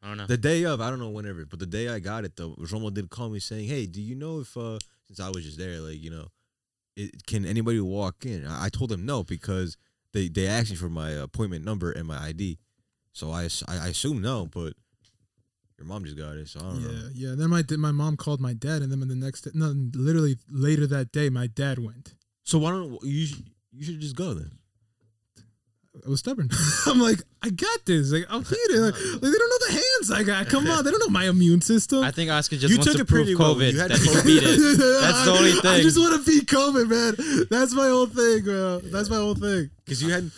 C: I don't know.
A: The day of, I don't know whenever, but the day I got it though, Romo did call me saying, "Hey, do you know if uh since I was just there, like you know, it, can anybody walk in?" I, I told him no because they they asked me for my appointment number and my ID, so I ass- I, I assume no, but your mom just got it, so I
C: Oh,
A: don't
B: Yeah,
A: know.
B: yeah. Then my my mom called my dad, and then the next day, no, literally later that day, my dad went.
A: So why don't you sh- you should just go then?
B: I was stubborn. (laughs) I'm like, I got this. Like,
C: (laughs)
B: I'll beat it. Like, like, they don't know the hands I got. Come on, they don't know my immune system.
C: I think Oscar just
A: You
C: wants
A: took
C: to
A: it pretty
C: prove
A: well.
C: COVID
A: You had
C: that he
A: COVID.
C: can beat
B: (laughs)
C: it. That's the only
B: I
C: thing.
B: just want to beat COVID, man. That's my whole thing, bro. That's my whole thing.
A: Because you (laughs) had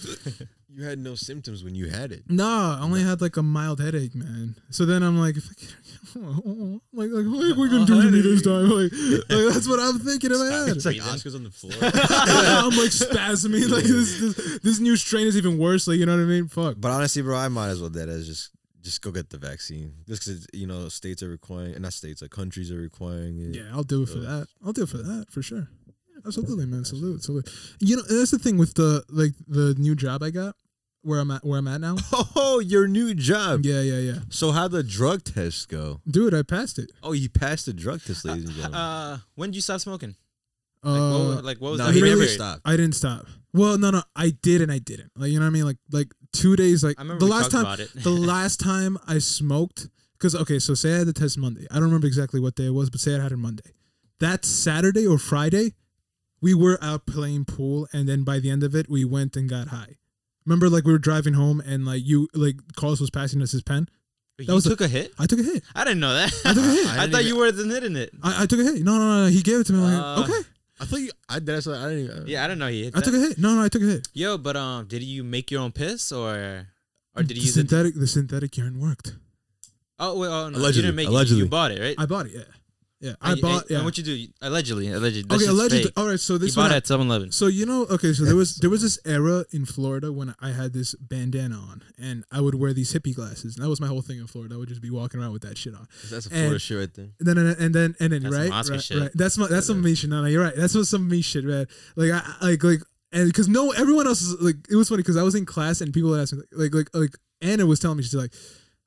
A: you had no symptoms when you had it.
B: Nah, I only had like a mild headache, man. So then I'm like, (laughs) if I get, like, like, what are we gonna do to me this time? Like, like, that's what I'm thinking in my head.
A: It's like
C: Breathing.
A: Oscar's on the floor.
B: (laughs) I'm like spasming. Like this, this, this new strain is even worse. Like you know what I mean? Fuck.
A: But honestly, bro, I might as well dead as just just go get the vaccine. Just because you know states are requiring, not states, like countries are requiring it.
B: Yeah, I'll do it for that. I'll do it for that for sure. Absolutely, man. Salute, salute. You know, that's the thing with the like the new job I got, where I'm at, where I'm at now.
A: (laughs) Oh, your new job.
B: Yeah, yeah, yeah.
A: So how the drug tests go?
B: Dude, I passed it.
A: Oh, you passed the drug test, ladies and gentlemen.
C: Uh, when did you stop smoking? Like,
B: Uh,
C: what, like, what was
A: no,
C: that?
A: he
B: I
A: never
B: really-
A: stopped.
B: I didn't stop. Well, no, no, I did and I didn't. Like you know what I mean? Like like two days. Like
C: I remember
B: the
C: we
B: last
C: talked
B: time,
C: about it.
B: the
C: (laughs)
B: last time I smoked, because okay, so say I had the test Monday. I don't remember exactly what day it was, but say I had it Monday. That Saturday or Friday, we were out playing pool, and then by the end of it, we went and got high. Remember, like we were driving home, and like you, like Carlos was passing us his pen.
C: you
B: was a-
C: took a hit?
B: I took a hit.
C: I didn't know that.
B: I took a hit.
C: (laughs) I,
A: I didn't
C: thought
A: even-
C: you were the hitting it.
B: I, I took a hit. No, no, no. He gave it to me. I'm like,
C: Uh,
B: okay,
A: I thought you. I that's what I didn't. Even,
C: Yeah, I don't know. He hit
B: I
C: that.
B: took a hit. No, no, I took a hit.
C: Yo, but um, did you make your own piss or or did
B: the
C: you use it?
B: synthetic? The synthetic urine worked.
C: Oh wait, oh no,
A: Allegedly,
C: you didn't make it.
A: allegedly.
C: You bought it, right?
B: I bought it. Yeah, yeah. I
C: And you-
B: bought.
C: And,
B: Yeah.
C: and what you do? you- Allegedly, allegedly. That
B: okay,
C: shit's
B: allegedly.
C: fake.
B: All right. So
C: You
B: this
C: bought
B: one.
C: it at 7-Eleven.
B: So you know, okay. So there was there was this era in Florida when I had this bandana on, and I would wear these hippie glasses, and that was my whole thing in Florida. I would just be walking around with that shit on.
A: uh, that's a
B: And-
A: Florida shit right there.
B: And then and then and then
C: That's
B: right,
C: some Oscar
B: right,
C: shit.
B: right. That's my that's some me shit. No, no, you're right. That's what some me shit, man. Like I I- like like and because no everyone else is like it was funny because I was in class and people would ask me like like like Anna was telling me she's like.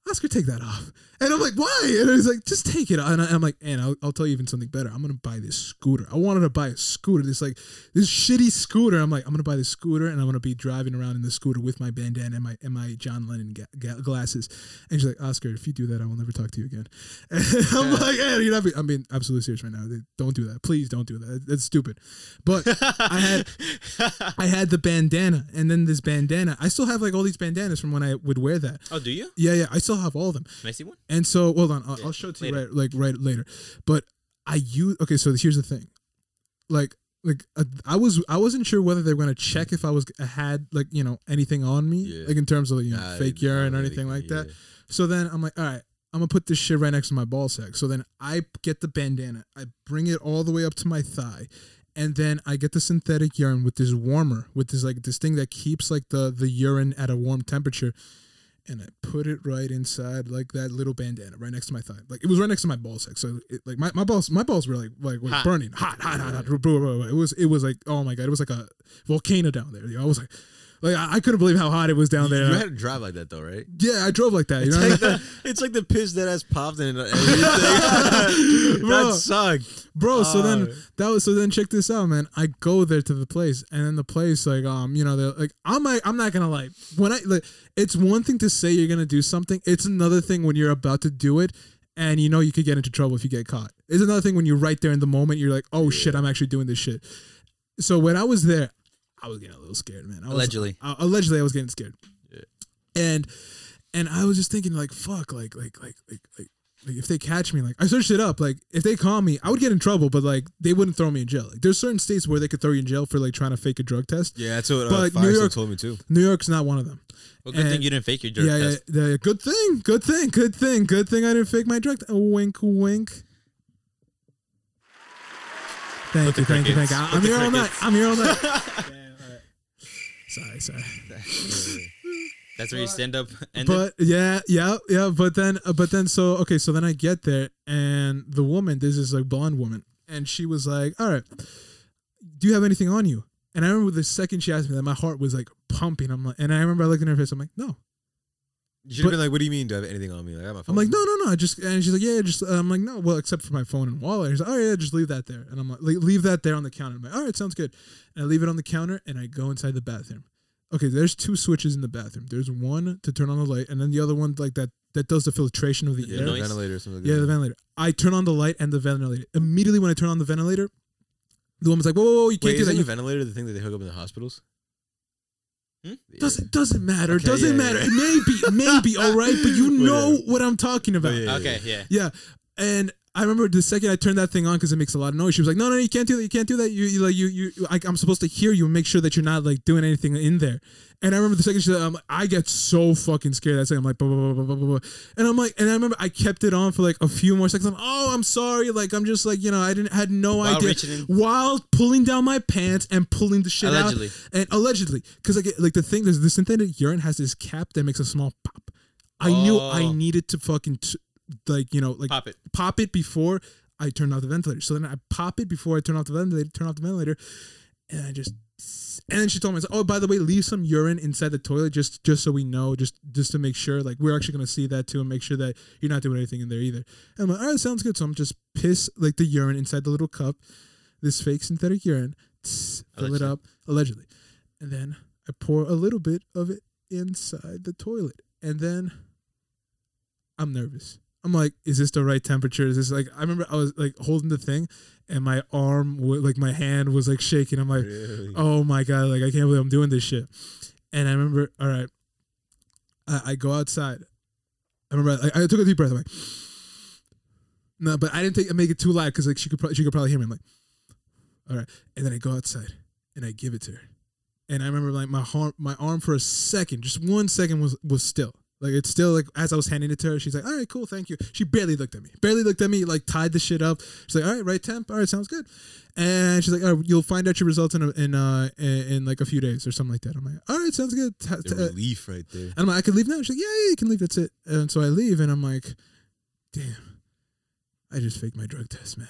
B: Oscar, take that off, and I'm like, why? And he's like, just take it. off." And I, I'm like, Anna, I'll, I'll tell you even something better. I'm gonna buy this scooter. I wanted to buy a scooter. This like this shitty scooter. I'm like, I'm gonna buy this scooter, and I'm gonna be driving around in the scooter with my bandana and my and my John Lennon ga- ga- glasses. And she's like, Oscar, if you do that, I will never talk to you again. (laughs) And I'm like, Anna, you're not. Be- I'm being absolutely serious right now. Don't do that. Please don't do that. That's stupid. But I had I had the bandana, and then this bandana. I still have like all these bandanas from when I would wear that.
C: oh, do you?
B: Yeah, yeah. I still have all of them.
C: Can I see one?
B: And so, hold on, I'll, I'll show it to you
C: later.
B: right, like right later. But I use okay. So here's the thing, like like uh, I was I wasn't sure whether they were gonna check if I was I had like you know anything on me
A: Yeah.
B: like in terms of you know
A: Nah,
B: fake
A: I- I
B: urine or
A: don't
B: anything
A: really-
B: like that.
A: yeah.
B: So then I'm like, all right, I'm gonna put this shit right next to my ball sack. So then I get the bandana, I bring it all the way up to my thigh, and then I get the synthetic urine with this warmer, with this like this thing that keeps like the the urine at a warm temperature. And I put it right inside, like that little bandana, right next to my thigh. Like it was right next to my ball sack. So, it, like my, my balls, my balls were like like were
C: Hot.
B: burning, hot, hot, hot, hot. It was it was like oh my god, it was like a volcano down there. You know, I was like, Like I, I couldn't believe how hot it was down there.
A: You had to drive like that though, right?
B: yeah, I drove like
A: (laughs)
B: that. You know
A: It's
B: what I mean?
A: like, the, it's like the piss that has popped (laughs) in and everything. that
B: Bro.
A: sucked.
B: bro so
A: Oh.
B: then that was so then check this out man i go there to the place and then the place like um you know they're like i'm like i'm not gonna lie when i like it's one thing to say you're gonna do something it's another thing when you're about to do it and you know you could get into trouble if you get caught it's another thing when you're right there in the moment you're like oh shit i'm actually doing this shit so when i was there i was getting a little scared man I was,
C: Allegedly.
B: I, Uh, allegedly i was getting scared and and I was just thinking like fuck like like like like like like if they catch me like I searched it up like if they call me I would get in trouble but like they wouldn't throw me in jail like there's certain states where they could throw you in jail for like trying to fake a drug test
A: Yeah, that's what uh,
B: But New
A: Firestone
B: York-
A: told me too.
B: New York's not one of them
C: Well, good thing
B: And-
C: you didn't fake your drug
B: yeah, yeah
C: test.
B: yeah good thing good thing good thing good thing I didn't fake my drug t- oh, wink wink thank
C: the
B: you thank you thank
C: crickets.
B: you I-
C: With
B: I'm
C: the
B: here all night
C: crickets.
B: I'm here all
C: (laughs)
B: night sorry sorry
C: That's where you stand up (laughs) and
B: but yeah, yeah, yeah. But then, uh, but then, so okay, so then I get there, and the woman, this is like blonde woman, and she was like, "All right, do you have anything on you?" And I remember the second she asked me that, my heart was like pumping. I'm like, and I remember I looked in her face. I'm like, "No."
A: You should have
B: But-
A: been like, "What do you mean? Do I have anything on me?" Like, I have my phone.
B: I'm like, "No, no, no." I just and she's like, "Yeah, just." uh, I'm like, "No, well, except for my phone and wallet." She's like, "Oh yeah, just leave that there." And I'm like, "Le- "Leave that there on the counter." I'm like, "All right, sounds good." And I leave it on the counter, and I go inside the bathroom. okay, there's two switches in the bathroom. There's one to turn on the light, and then the other one like that that does the filtration of the
A: yeah,
B: air.
A: the
C: noise.
A: ventilator or something. Like
B: Yeah, the
A: that.
B: ventilator. I turn on the light and the ventilator. Immediately when I turn on the ventilator, the woman's like, "Whoa, whoa, whoa you can't
A: Wait,
B: do that."
A: isn't
B: You
A: the ventilator the thing that they hook up in the hospitals?
C: Hmm?
A: Yeah.
B: doesn't doesn't matter.
A: Okay,
B: doesn't
A: yeah,
B: matter.
A: yeah.
B: Maybe, maybe, all right. But
A: (laughs)
B: you know
A: Whatever.
B: what I'm talking about.
A: yeah, yeah.
C: okay, yeah.
B: Yeah. And I remember the second I turned that thing on because it makes a lot of noise. She was like, "No, no, you can't do that. You can't do that. You, you like, you, you. I, I'm supposed to hear you and make sure that you're not like doing anything in there." And I remember the second she, said, I'm like, I get so fucking scared. That's like, I'm like, blah, blah, blah, blah, blah, blah, blah. and I'm like, and I remember I kept it on for like a few more seconds. I'm, oh, I'm sorry. Like, I'm just like, you know, I didn't had no
C: While
B: idea
C: reaching in-
B: while pulling down my pants and pulling the shit
C: Allegedly.
B: out and allegedly because like it- like the thing is the synthetic urine has this cap that makes a small pop. I knew I
C: Oh.
B: needed to fucking t- like you know like
C: Pop it.
B: pop it before I turn off the ventilator. So then I pop it before I turn off the ventilator, turn off the ventilator, and I just and then she told me, it's like, "Oh, by the way, leave some urine inside the toilet just just so we know, just just to make sure. Like we're actually gonna see that too, and make sure that you're not doing anything in there either." And I'm like, "All right, sounds good." So I'm just piss like the urine inside the little cup, this fake synthetic urine, tss, fill it
C: Allegedly.
B: up allegedly, and then I pour a little bit of it inside the toilet, and then I'm nervous. I'm like, is this the right temperature? Is this like? I remember I was like holding the thing, and my arm, wa- like my hand, was like shaking. I'm like
A: Really?
B: oh my god like i can't believe i'm doing this shit and i remember all right i, I go outside i remember I, I took a deep breath i'm like no but i didn't take, make it too loud because like she could, pro- she could probably hear me i'm like all right and then i go outside and i give it to her and i remember like my arm my arm for a second just one second was was still like it's still like as I was handing it to her, she's like, "All right, cool, thank you." She barely looked at me, barely looked at me, like tied the shit up. She's like, "All right, right temp, all right, sounds good." And she's like, all right, "You'll find out your results in a, in uh in, in like a few days or something like that." I'm like, "All right, sounds good." Ta-
A: the
B: ta- uh,
A: relief right there.
B: and I'm like, I could leave now. She's like, yeah, yeah, you can leave. That's it. And so I leave, and I'm like, damn, I just faked my drug test, man.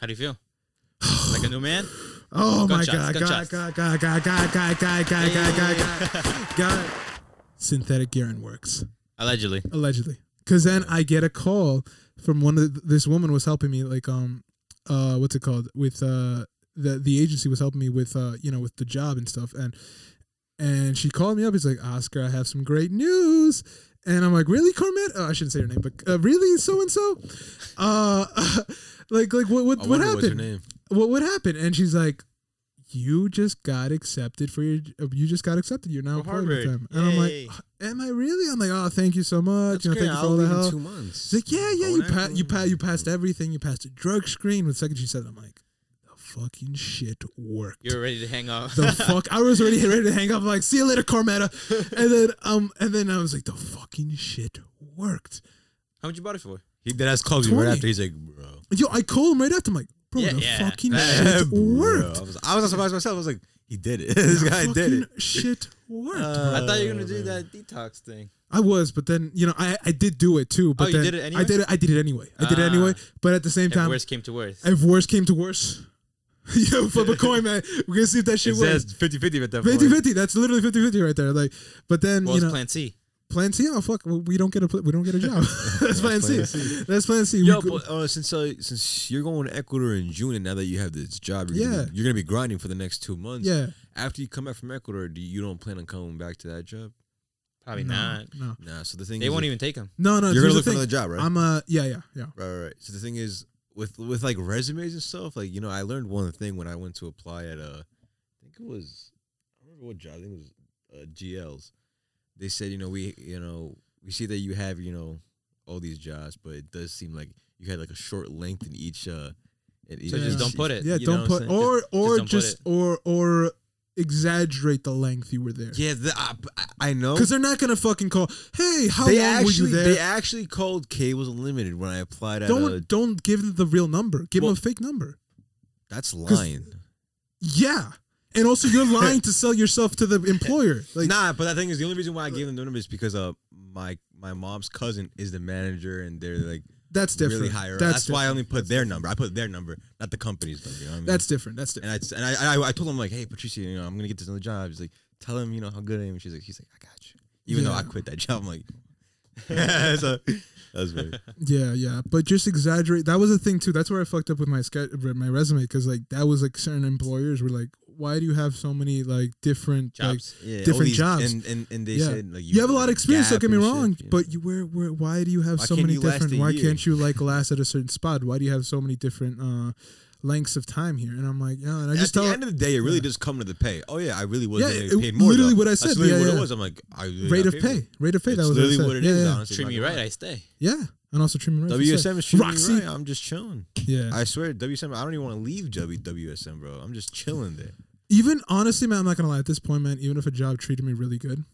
C: How do
B: (sighs)
C: you feel? like a new man?
B: Oh my
C: Gunshots,
B: god, god,
C: gunshots.
B: god, god, god, god, god, god, god, god, god,
C: Hey.
B: god, god. Synthetic urine works
C: (laughs) Allegedly.
B: allegedly. Because then I get a call from one of the, this woman was helping me, like um, uh, what's it called with uh the the agency was helping me with uh you know with the job and stuff and and she called me up. It's like, Oscar, I have some great news. And I'm like, really, Carmen? Oh, I shouldn't say her name, but uh, really, so and so. Uh, (laughs) like, like what,
A: Oh, I
B: what, what
A: wonder What's her
B: happened?
A: name?
B: What, what happened? And she's like, you just got accepted for your, uh, you just got accepted. You're now
C: For
B: employed with them.
C: Harvard.
B: And I'm
C: Yay.
B: like, am I really? I'm like, oh, thank you so much. you know, thank you for all the help.
A: Two months.
B: She's like, yeah, yeah, you pa- you pa- you passed everything. You passed a drug screen. The second she said, it, I'm like, the fucking shit worked
C: You're ready to hang out.
B: (laughs) the fuck I was already ready to hang up. I'm like, see you later, Carmetta. And then um and then I was like, the fucking shit worked.
C: (laughs) How much you bought it for?
A: He that ass calls me right
B: 20.
A: after. He's like, bro.
B: Yo, I called him right after. I'm like, bro,
C: Yeah,
B: the
C: yeah.
B: fucking
A: Yeah,
C: (laughs)
B: shit
A: (laughs) bro.
B: worked.
A: I was, I was not surprised myself. I was like, he did it. (laughs) this
B: The
A: guy did
B: fucking
A: it.
B: Shit worked.
A: Uh,
C: I thought you were gonna do that detox thing.
B: I was, but then you know, I I did do it too. But
C: you
B: then
C: did it anyway?
B: I did it. I did it anyway. I did it
C: Ah.
B: anyway. But at the same
C: If
B: time,
C: worse came to worse.
B: if worse (laughs) came to worse, Yo, flip a coin, man. We're gonna see if that shit
A: It
B: works.
A: says 50 50 at that
B: 50
A: point.
B: 50 that's literally 50 50 right there like but then
C: Well,
B: you
C: it's
B: know plan,
C: Plan C.
B: c oh fuck we we don't get a pl- we don't get a job (laughs) that's plan, c.
A: Plan
B: that's plan c
A: Yo,
B: We go-
A: but uh, since uh, since you're going to Ecuador in June, and now that you have this job, you're,
B: Yeah.
A: gonna, be, you're gonna be grinding for the next two months.
B: yeah
A: After you come back from Ecuador, do you, you don't plan on coming back to that job?
C: Probably
B: no,
C: not.
B: no
A: Nah. So the thing
C: They
A: is,
C: won't
A: if-
C: even take him.
B: no no here's
A: you're gonna
B: the
A: look for
B: thing.
A: another job, right?
B: i'm uh yeah yeah yeah
A: Right, right, right. So the thing is, with with like resumes and stuff, like you know, I learned one thing when I went to apply at uh, I think it was, I don't remember what job. I think it was uh, GLs. They said, you know, we, you know, we see that you have, you know, all these jobs, but it does seem like you had like a short length in each. uh in
C: So
A: each-
B: just
C: don't put it.
B: yeah
C: You know
B: don't
C: what
B: put
C: I'm saying?
B: or or
C: don't put
B: just,
C: it.
B: or or exaggerate the length you were there
A: Yeah, the, I, I know.
B: because they're not gonna fucking call hey how
A: Oh. they
B: long
A: actually
B: were you
A: they
B: there
A: actually called Cables Unlimited when I applied at.
B: don't
A: uh,
B: don't give them the real number give
A: Well-
B: them a fake number
A: that's lying.
B: yeah and also
A: (laughs)
B: you're lying to sell yourself to the employer like
A: nah, but that thing is the only reason why I gave them the number is because uh my my mom's cousin is the manager and they're like
B: that's different
A: really higher. up.
B: that's
A: That's, why I
B: different.
A: only put their number. I put their number, not the company's number. You know what I mean?
B: that's different that's different
A: and I s- and I, I I told him like, hey Patricia, you know I'm gonna get this other job. He's like, tell him you know how good I am. She's like, he's like, I got you. Even though
B: Yeah.
A: I quit that job, I'm like, (laughs) so that was weird.
B: Yeah, yeah, but just exaggerate. That was the thing too. That's where I fucked up with my ske- my resume because like that was like certain employers were like, "Why do you have so many like different
C: Jobs.
A: Yeah, all
B: Different
A: these-
B: jobs.
A: And and, and they
B: Like, yeah,
A: said like
B: you, have a lot of experience. Don't get
A: gap
B: me
A: and
B: wrong,
A: shit, you know?
B: but you where where why do you have
A: Why
B: so
A: can't
B: many
A: you last
B: different?
A: a
B: Why
A: year?
B: can't you
A: (laughs)
B: like last at a certain spot? Why do you have so many different uh lengths of time here? And I'm like, yeah, and I
A: at
B: just
A: the
B: tell
A: end of the day, it really
B: yeah.
A: does come to the pay. Oh yeah, I really was
B: Yeah,
A: getting
B: it-
A: paid more.
B: literally
A: though.
B: what I said,
A: That's literally
B: yeah,
A: what
B: yeah.
A: it was. I'm like, I really
B: rate
A: got
B: of
A: paid more.
B: pay, rate of pay. That
A: It's
B: was I
A: literally
B: said.
A: what it
B: yeah,
A: is.
B: yeah,
A: Honestly,
C: Treat
A: not
C: me
A: gonna
C: right,
A: lie.
C: I stay.
B: yeah, and also treat me right. that's what I said.
A: WSM is treating
B: Roxy,
A: me right. I'm just chilling.
B: yeah,
A: I swear, WSM. I don't even want to leave W WSM, bro. I'm just chilling there.
B: even honestly, man, I'm not gonna lie. At this point, man, even if a job treated me really good.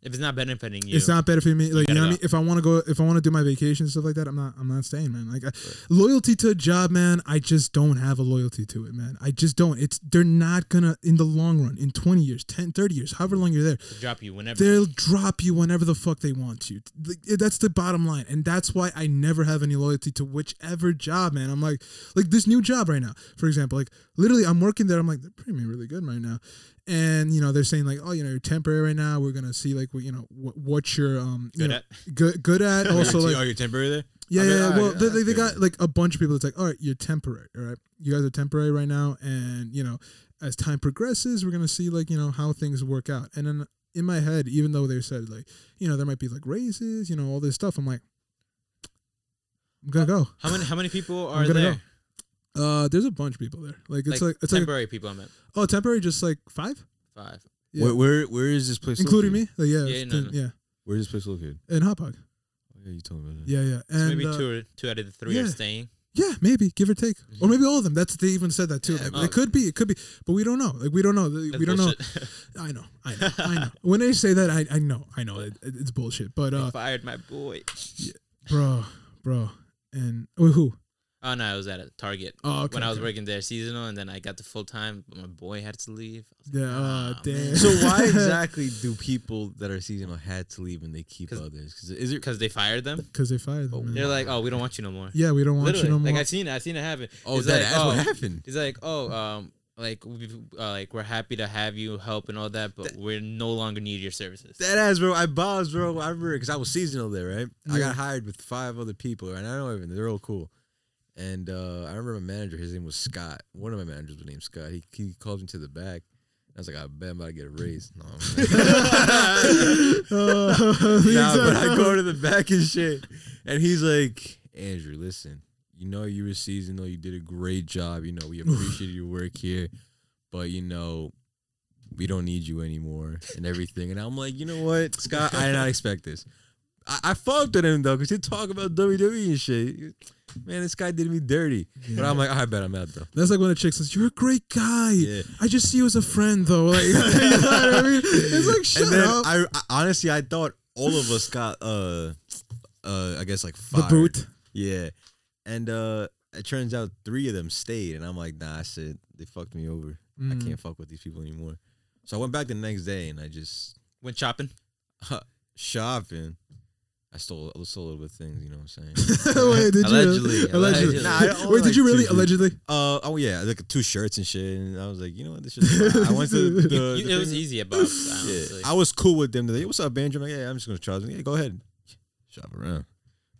C: If it's not benefiting you,
B: It's not better for me. Like you,
C: gotta
B: know what I
C: go.
B: mean? If I want to go, if I want to do my vacation and stuff like that, I'm not. I'm not staying, man. Like I, loyalty to a job, man. I just don't have a loyalty to it, man. I just don't. It's they're not gonna in the long run, in 20 years, 10, 30 years, however long you're there,
C: to drop you whenever.
B: they'll drop you whenever the fuck they want you. Like, That's the bottom line, and that's why I never have any loyalty to whichever job, man. I'm like, like this new job right now, for example. Like literally, I'm working there. I'm like, they're paying me really good right now, and you know they're saying like, oh, you know, you're temporary right now. We're gonna see like what you know what, what you're um you
C: Good
B: know,
C: at.
B: good good at (laughs)
A: (laughs)
B: also like
A: are you oh, temporary there?
B: yeah,
A: I mean,
B: yeah, yeah.
A: alright,
B: Well, they,
A: yeah, that's
B: they, they
A: good.
B: got like a bunch of people that's like, all right, you're temporary. All right. You guys are temporary right now. And, you know, as time progresses, we're going to see like, you know, how things work out. And then in my head, even though they said like, you know, there might be like raises, you know, all this stuff, I'm like, I'm going to go.
C: How many? How many people
B: I'm
C: are
B: gonna
C: there?
B: Uh, there's a bunch of people there. Like, it's like, it's like,
C: temporary people. I meant
B: oh, temporary, just like five,
C: five.
B: Yeah.
A: Where, where where is this place?
B: including
A: located?
B: me. Like, yeah.
C: Yeah,
B: it's
C: no,
B: been- yeah.
A: Where is this place located?
B: And Hot Pog.
A: Oh, yeah, you told me about that.
B: Yeah, yeah. And
C: So maybe
B: uh,
C: two, or, two out of the three are
B: yeah.
C: staying.
B: Yeah, maybe give or take, or maybe all of them. That's they even said that too.
A: Yeah,
B: Like,
C: oh.
B: it could be, it could be, but we don't know. Like we don't know. Like,
C: That's
B: we don't (laughs)
C: bullshit.
B: know. I know, I know, I know. When they say that, I, I know, I know. It, it- it's bullshit. But
C: They
B: uh,
C: (laughs) fired my boy.
B: bro, bro, and oh, who?
C: Oh no, I was at a Target
B: Oh, okay.
C: when I was
B: okay.
C: working there seasonal, and then I got the full time. But my boy had to leave. I was
B: Yeah, uh,
A: Ah,
C: "Nah,
B: damn.
C: man."
A: So
B: (laughs)
A: why exactly do people that are seasonal had to leave and they keep
C: 'Cause-
A: others? 'Cause is it?
C: because they fired them.
B: Because they fired them.
A: Oh,
B: man.
C: They're like, oh, we don't want you no more.
B: yeah, we don't want
C: Literally,
B: Mm. you no more. (laughs)
C: like I seen, it, I seen it happen.
A: Oh,
C: It's
A: that,
C: like,
A: that's
C: oh,
A: what happened.
C: He's like, oh, um, like we, uh, like we're happy to have you help and all that, but we're no longer need your services.
A: That ass, bro. I buzzed, bro. I remember because I was seasonal there, right? I
B: Yeah.
A: got hired with five other people, and I know everyone. They're all cool. And uh, I remember my manager. His name was Scott. One of my managers was named Scott. He, he called me to the back. I was like, I bet I'm about to get a raise. (laughs) No,
B: (laughs) Uh, (laughs)
A: nah, but I go to the back and shit. And he's like, Andrew, listen, you know you were seasonal. You did a great job. You know,
B: (laughs)
A: we appreciate your work here. But, you know, we don't need you anymore and everything. And I'm like, you know what, Scott, I did not expect this. I, I fucked with him, though, because he talk about WWE and shit. Man, this guy did me dirty. But I'm like, I bet I'm out, though.
B: That's like when a chick says, "You're a great guy."
A: Yeah.
B: I just see (laughs) you as a friend, though. (laughs) Like, you know what I mean? It's like shut
A: (laughs) and then
B: up.
A: I, I- honestly I thought all of us got uh uh I guess like
B: the
A: fired.
B: boot.
A: Yeah. And uh it turns out three of them stayed and I'm like, nah, I said they fucked me over.
C: Hmm.
B: Mm.
A: I can't fuck with these people anymore. So I went back the next day and I just
C: Went shopping.
A: shopping. I I stole I stole a little bit of things. You know what
C: (laughs)
A: I'm saying?
B: (laughs) Wait, did
C: Allegedly,
B: you? (laughs) Allegedly.
C: allegedly.
A: Nah, I own,
B: Wait,
A: like,
B: did you really
A: two-
B: allegedly?
A: uh oh yeah, like two shirts and shit. And I was like, you know what, this shit's fine. I went to
C: (laughs)
A: the.
B: You-
C: You-
A: Oh, the
C: it was
A: thing-
C: easy at Bob's.
A: Yeah,
C: honestly.
A: I was cool with them today. What's up, Benjamin? Like, yeah, I'm just gonna try. them. Yeah, go ahead. Shop around.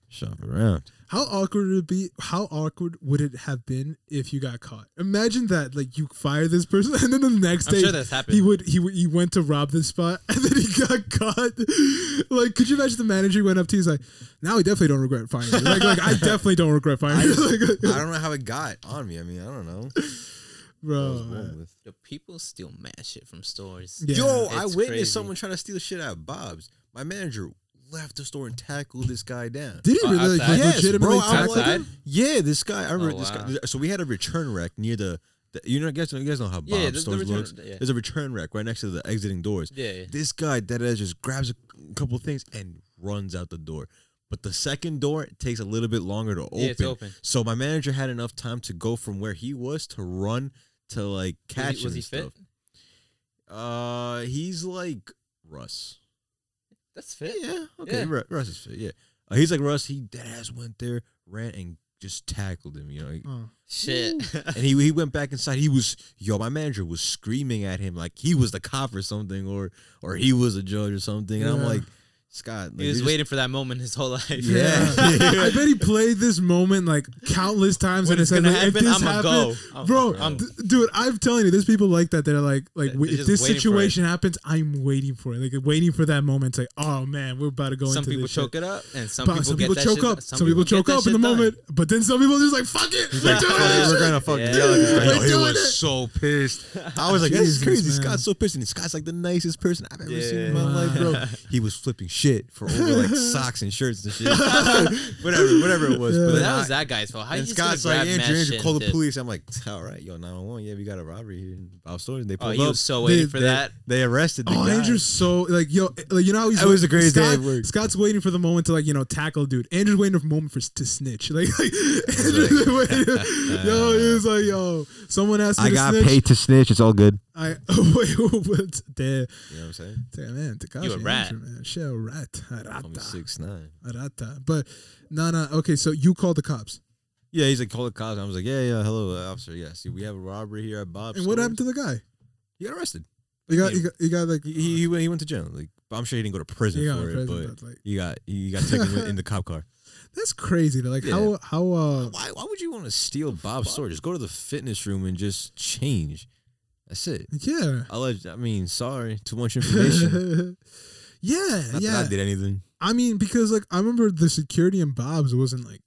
A: Shop around.
C: (laughs)
B: How awkward would it be? How awkward would it have been if you got caught? Imagine that, like you fire this person, (laughs) and then the next
C: I'm
B: day
C: sure that's happened.
B: he would he would- he went to rob this spot, (laughs) and then he got caught. Like, could you imagine the manager went up to? you, He's like, now I definitely don't regret firing you. Like,
C: (laughs)
B: like I definitely don't regret firing you. (laughs) Like,
A: I don't know how it got on me. I mean, I don't know. I was
C: Oh,
B: bro.
A: born with.
C: Yo, people steal mad shit from stores.
B: Yeah.
A: Yo, I
C: It's
A: witnessed
C: crazy.
A: someone trying to steal shit out of Bob's. My manager left the store and tackled this guy down.
B: Did he
C: Oh,
B: really? Like,
C: outside?
A: Yes,
B: legitimately
A: bro, I
B: tackle
A: was-
B: him?
A: Yeah, this guy. I remember this
C: Oh, wow.
A: guy. So we had a return rack near the. the you know, you guys know, you guys know how Bob's
C: Yeah, the- the
A: stores
C: return-
A: looks.
C: yeah.
A: There's a return rack right next to the exiting doors.
C: Yeah, yeah.
A: This guy that just grabs a couple things and runs out the door. But the second door takes a little bit longer to open.
C: Yeah, it's open.
A: So my manager had enough time to go from where he was to run to like catch
C: was he,
A: him
C: was he
A: and
C: fit?
A: stuff. Uh, he's like Russ.
C: That's fit.
A: Yeah, okay,
C: Yeah.
A: Ru- Russ is fit. Yeah, Uh, he's like Russ. He dead ass went there, ran and just tackled him. You know,
C: (laughs)
A: He-
B: Oh.
C: Shit.
A: and he he went back inside. He was yo, my manager was screaming at him like he was the cop or something, or or he was a judge or something. And I'm
B: Yeah.
A: like, Scott, like,
C: he was
A: you're just-
C: waiting for that moment his whole life.
A: Yeah.
B: (laughs) I bet he played this moment like countless times,
C: When
B: and
C: it's
B: said,
C: gonna
B: like, if
C: happen,
B: this
C: I'ma
B: happens-
C: go. I'm-
B: bro,
C: I'm-
B: d- dude, I'm telling you, there's people like that that are like, like,
C: They're
B: wait, if
C: just
B: this
C: waiting for it.
B: situation happens, I'm waiting for it, like, waiting for that moment. It's like, oh man, we're about to go
C: Some
B: into
C: people
B: this
C: choke
B: shit.
C: it up, and some
B: But
C: people,
B: some
C: get
B: people
C: that
B: choke
C: shit-
B: up. Some, people,
C: get
B: choke
C: that
B: up in the
C: shit done.
B: moment, but then some people just like, fuck it, we're doing
A: We're
B: this.
A: gonna fucking
C: Yeah.
A: yell at this guy.
B: We're
A: Yo, he
B: doing
A: was
B: it.
A: so (laughs) pissed. I was like, "This is
B: Jesus,
A: crazy."
B: man.
A: Scott's so pissed, and Scott's like the nicest person I've ever seen in my
B: Yeah.
A: life, (laughs) bro. He was flipping shit for over (laughs) like socks and shirts and shit, (laughs) whatever, whatever it was.
B: Yeah.
A: But
C: But
A: then
C: that
A: I-
C: was that guy's fault. How you
A: and
C: just gonna
A: Scott's like,
C: grab
A: "Yeah,
C: mad
A: James,
C: shit
A: call
C: and
A: the
C: dip?"
A: police." I'm like, "All right, yo, 911. Yeah, we got a robbery here in Bob Store." And they
C: Oh,
A: pulled
C: he
A: up.
C: was so
B: They-
C: waiting for
A: They-
C: that.
A: they arrested the
B: Oh,
A: guy.
B: Andrew's so like yo, like you know how he's.
A: That was a great day
B: Scott-
A: at work.
B: Scott's waiting for the moment to like you know tackle dude. Andrew's waiting for the moment for to snitch. (laughs) Like, like Andrew's waiting.
C: (laughs)
B: yo, he was like yo, someone asked me
A: I
B: to
A: got
B: snitch.
A: paid to snitch. It's all good.
B: I (laughs) wait, what? Damn,
A: You know what I'm saying?
B: damn man, Takashi.
C: You a rat.
B: Andrew, man. Shit, a rat, a
A: Call me
B: rata,
A: six nine.
B: a rata. But no, no. Okay, so you called the cops,
A: Yeah, he's like, "Call the cops." I was like, "Yeah, yeah, hello, uh, officer. Yeah, see, we have a robbery here at Bob's."
B: and what
A: Stores."
B: happened to the guy?
A: He got arrested.
B: You got, you got, you got like
A: He, he, he went, he went to jail. Like I'm sure he didn't go to prison
B: you got
A: for
B: in
A: it,
B: prison,
A: but
B: but, like,
A: he got he got taken in- in the
B: (laughs)
A: cop car.
B: that's crazy. though. Like how how uh
A: Why why would you want to steal Bob's store? Just go to the fitness room and just change. That's it.
B: yeah.
A: Alleged. I mean, sorry, too
B: (laughs)
A: much information.
B: yeah,
A: Not
B: yeah.
A: that I did anything.
B: I mean, because like I remember the security in Bob's wasn't like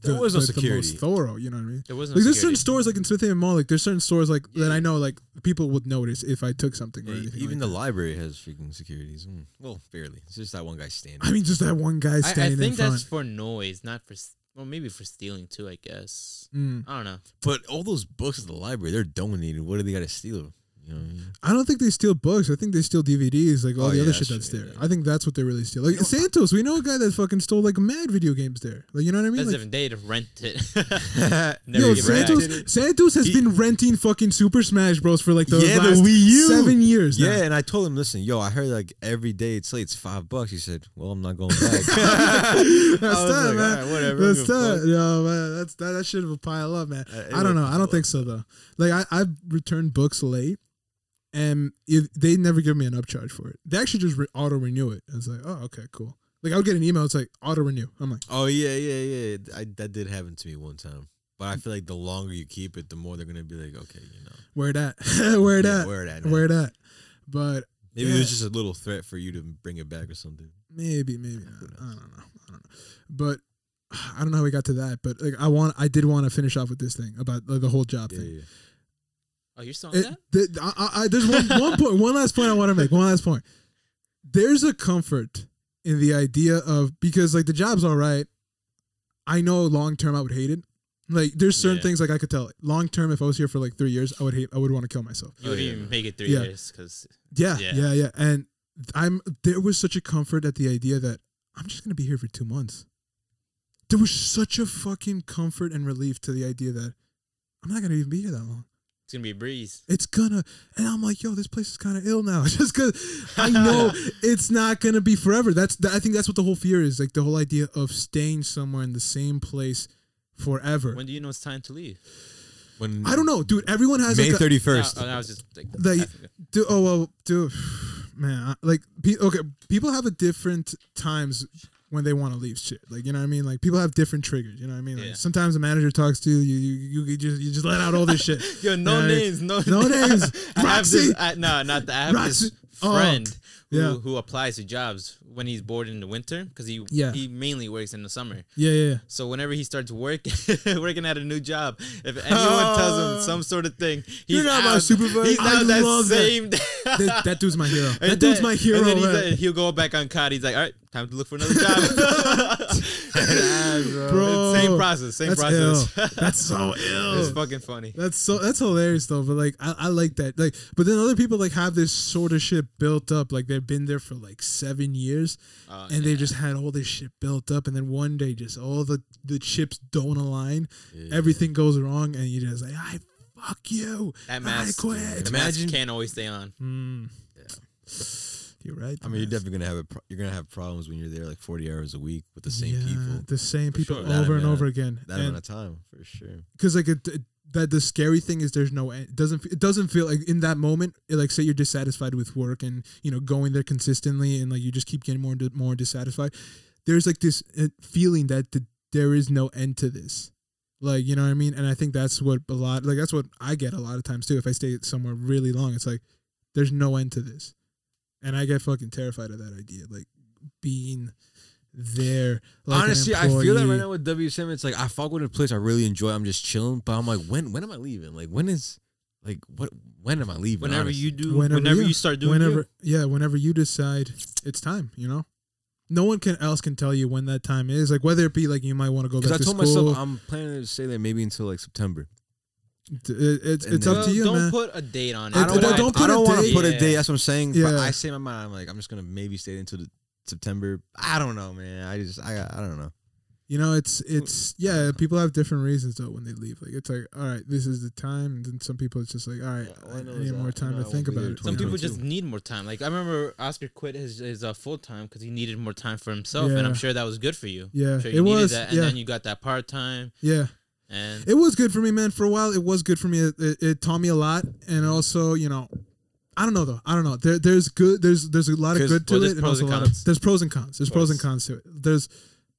B: the,
A: There was no
B: like, the most
A: security.
B: thorough. You know what I mean?
C: There was no
B: Like there's certain
C: security.
B: stores like in Smith and Mall, like there's certain stores like that
A: Yeah.
B: I know like people would notice if I took something or
A: Yeah,
B: anything.
A: E, even
B: like
A: the library has freaking securities. Mm. Well, barely. It's just that one guy standing.
B: that. I mean, just that one guy
C: I, I
B: standing in
C: think
B: front.
C: that's for noise, not for. s- Well, maybe for stealing too. I guess.
B: Mm.
C: I don't know.
A: but all those books at the library, they're donated. What do they got to steal? You know. What I mean?
B: I don't think they steal books. I think they steal DVDs, like all
A: Oh,
B: the
A: yeah,
B: other shit that's
A: that's true,
B: there.
A: yeah.
B: I think that's what they really steal. Like
A: You know-
B: Santos, we know a guy that fucking stole like mad video games there. Like you know what I mean?
C: That's
B: Like,
C: different. They had to rent it. Never
B: Yo,
C: give it back.
A: Santos-
B: Santos, Santos has
A: He-
B: been renting fucking Super Smash Bros for like the
A: Yeah, the
B: last
A: Wii U.
B: seven years. now.
A: Yeah, and I told him, listen, yo, I heard like every day it's late, it's five bucks. He said, well, I'm
B: (laughs)
A: not going back. (laughs)
B: That's
A: I was
B: that,
A: like,
B: man.
A: "Alright, whatever, I
B: That's
A: don't give a
B: that. Yo, man. That's that. That shit will pile up, man.
A: Uh, it
B: I don't know.
A: will
B: I don't think so though. Like I, I've returned books late, and if they never give me an upcharge for it. They actually just re- auto renew it. It's like, oh, okay, cool. Like I would get an email. It's like auto renew. I'm like,
A: oh yeah, yeah, yeah. I, that did happen to me one time. But I feel like the longer you keep it, the more they're gonna be like, okay, you know,
B: where that? (laughs) where
A: yeah,
B: that?
A: where that,
B: Where that? But
A: Maybe
B: yeah.
A: there's just a little threat for you to bring it back or something.
B: maybe, maybe
A: Who
B: not. I
A: knows?
B: don't know. I don't know. But (sighs) I don't know how we got to that. But like, I want. I did want to finish off with this thing about like, the whole job
A: Yeah,
B: thing.
A: yeah.
C: Oh, you're still on
B: It,
C: that?
B: th- I, I- I- there's one, one point, one last point I want to make. One last point. There's a comfort in the idea of because like the job's all right. I know long term I would hate it. Like there's certain
C: Yeah.
B: things like I could tell. Long term, if I was here for like three years, I would hate. I would want to kill myself.
C: You wouldn't
A: yeah,
C: even
A: no.
C: make it three
B: Yeah.
C: years because
B: Yeah, yeah,
C: Yeah.
B: yeah, And I'm there was such a comfort at the idea that I'm just gonna be here for two months. There was such a fucking comfort and relief to the idea that I'm not gonna even be here that long.
C: It's gonna be a breeze.
B: it's gonna and i'm like yo this place is kind of ill now (laughs) just because i know it's not gonna be forever that's th- i think that's what the whole fear is like the whole idea of staying somewhere in the same place forever
C: When do you know it's time to leave?
A: When
B: i don't know dude everyone has
A: May
B: like a-
A: thirty
C: No,
A: first.
C: oh, no, I was just like,
B: They- dude, oh well dude man I- like pe- okay people have a different times when they want to leave shit like you know what i mean like people have different triggers you know what i mean like
C: Yeah.
B: sometimes a manager talks to you you you, you just you just let out all this shit
C: (laughs) yo, no
B: Yeah,
C: names, no,
B: no names
C: (laughs) I have this,
B: Roxy!
C: I, no, not that. I have this
B: Roxy. Oh,
C: friend who,
B: yeah.
C: who applies to jobs when he's bored in the winter because he
B: Yeah.
C: he mainly works in the summer.
B: yeah yeah yeah
C: So whenever he starts work (laughs) working at a new job, if anyone tells
B: Oh.
C: him some sort of thing, he's
A: You're not my
C: out.
A: supervisor.
C: He's
B: I
C: out that
B: love that.
C: same. (laughs)
B: that, that dude's my hero that
C: And
B: dude's
C: then-
B: my hero
C: And then he's
B: man.
C: like, he'll go back on COD. He's like, all right, time to look for another
B: (laughs)
C: (laughs) job.
B: Bro,
C: (laughs) same process, same
B: that's
C: process.
B: ill. That's so
C: (laughs) it's
B: ill.
C: fucking funny.
B: That's so that's hilarious though. But like I, I like that. Like but then other people like have this sort of shit built up. Like they've been there for like seven years
C: Oh,
B: and they just had all this shit built up and then one day just all the, the chips don't align. Everything goes wrong and you just like I fuck you.
C: That
B: I
C: mask,
B: quit.
C: the
A: Imagine-
C: mask can't always stay on.
B: Mm. You're right.
A: I mean,
B: man.
A: you're definitely gonna have a pro- you're gonna have problems when you're there like forty hours a week with the same
B: Yeah,
A: people.
B: The same people
C: sure.
A: That
B: over and
A: amount-
B: over again.
A: That
B: And-
A: amount of time for sure.
B: because like it, it- that the scary thing is there's no end. It doesn't it doesn't feel like in that moment it, like say you're dissatisfied with work and you know going there consistently and like you just keep getting more and di- more dissatisfied. There's like this uh, feeling that the, there is no end to this. Like you know what I mean, and I think that's what a lot like that's what I get a lot of times too. If I stay somewhere really long, it's like there's no end to this, and I get fucking terrified of that idea. Like being there. Like an
A: Honestly, I feel that
B: employee.
A: right now with WSM. It's like I fuck with a place I really enjoy. I'm just chilling, but I'm like, when when am I leaving? Like when is like what when am I leaving?
C: Whenever
A: honestly?
C: you do,
B: Whenever,
C: whenever,
B: yeah.
C: you start doing,
B: whenever
C: you.
B: yeah whenever you decide it's time you know no one can else can tell you when that time is like whether it be like you might want to go
A: Because
B: back to
A: I told
B: school
A: myself I'm planning to stay there maybe until like September.
B: t- it- it's,
A: and
B: it's
A: then-
B: up to you
C: uh, don't
B: man
C: put a date on it.
B: I
A: I don't
B: don't-
A: want
B: don't
A: I
B: put
A: don't
B: a
A: want to
B: date.
A: put a
C: Yeah.
A: date. That's what I'm saying. But
B: Yeah.
A: I say in my mind, I'm like, I'm just gonna maybe stay until the September. I don't know, man. I just I I don't know.
B: you know it's it's yeah people have different reasons though when they leave like it's like all right this is the time and then some people it's just like all right
A: Yeah, all I
B: I,
A: know is
B: need
A: that
B: more
A: I
B: time
A: know I
B: to
A: won't
B: think
A: be
B: about
A: there
B: it
C: Some
A: Yeah.
C: people
A: Me
C: just
A: too.
C: need more time. Like I remember Oscar quit his his uh, full time because he needed more time for himself, and I'm
B: Yeah.
C: sure that was good for you.
B: yeah
C: Sure, you
B: it
C: needed
B: was
C: that, and
B: yeah
C: then you got that part time,
B: yeah
C: and
B: it was good for me, man. For a while, it was good for me. It, it, it taught me a lot, and also, you know, I don't know though. I don't know. There, there's good. There's there's a lot of
A: 'Cause-
B: good to
C: well,
B: it,
C: there's
B: and
C: pros
B: also a
C: and
B: lot of
C: cons.
B: there's pros and cons. There's pros and cons
A: course.
B: to it. There's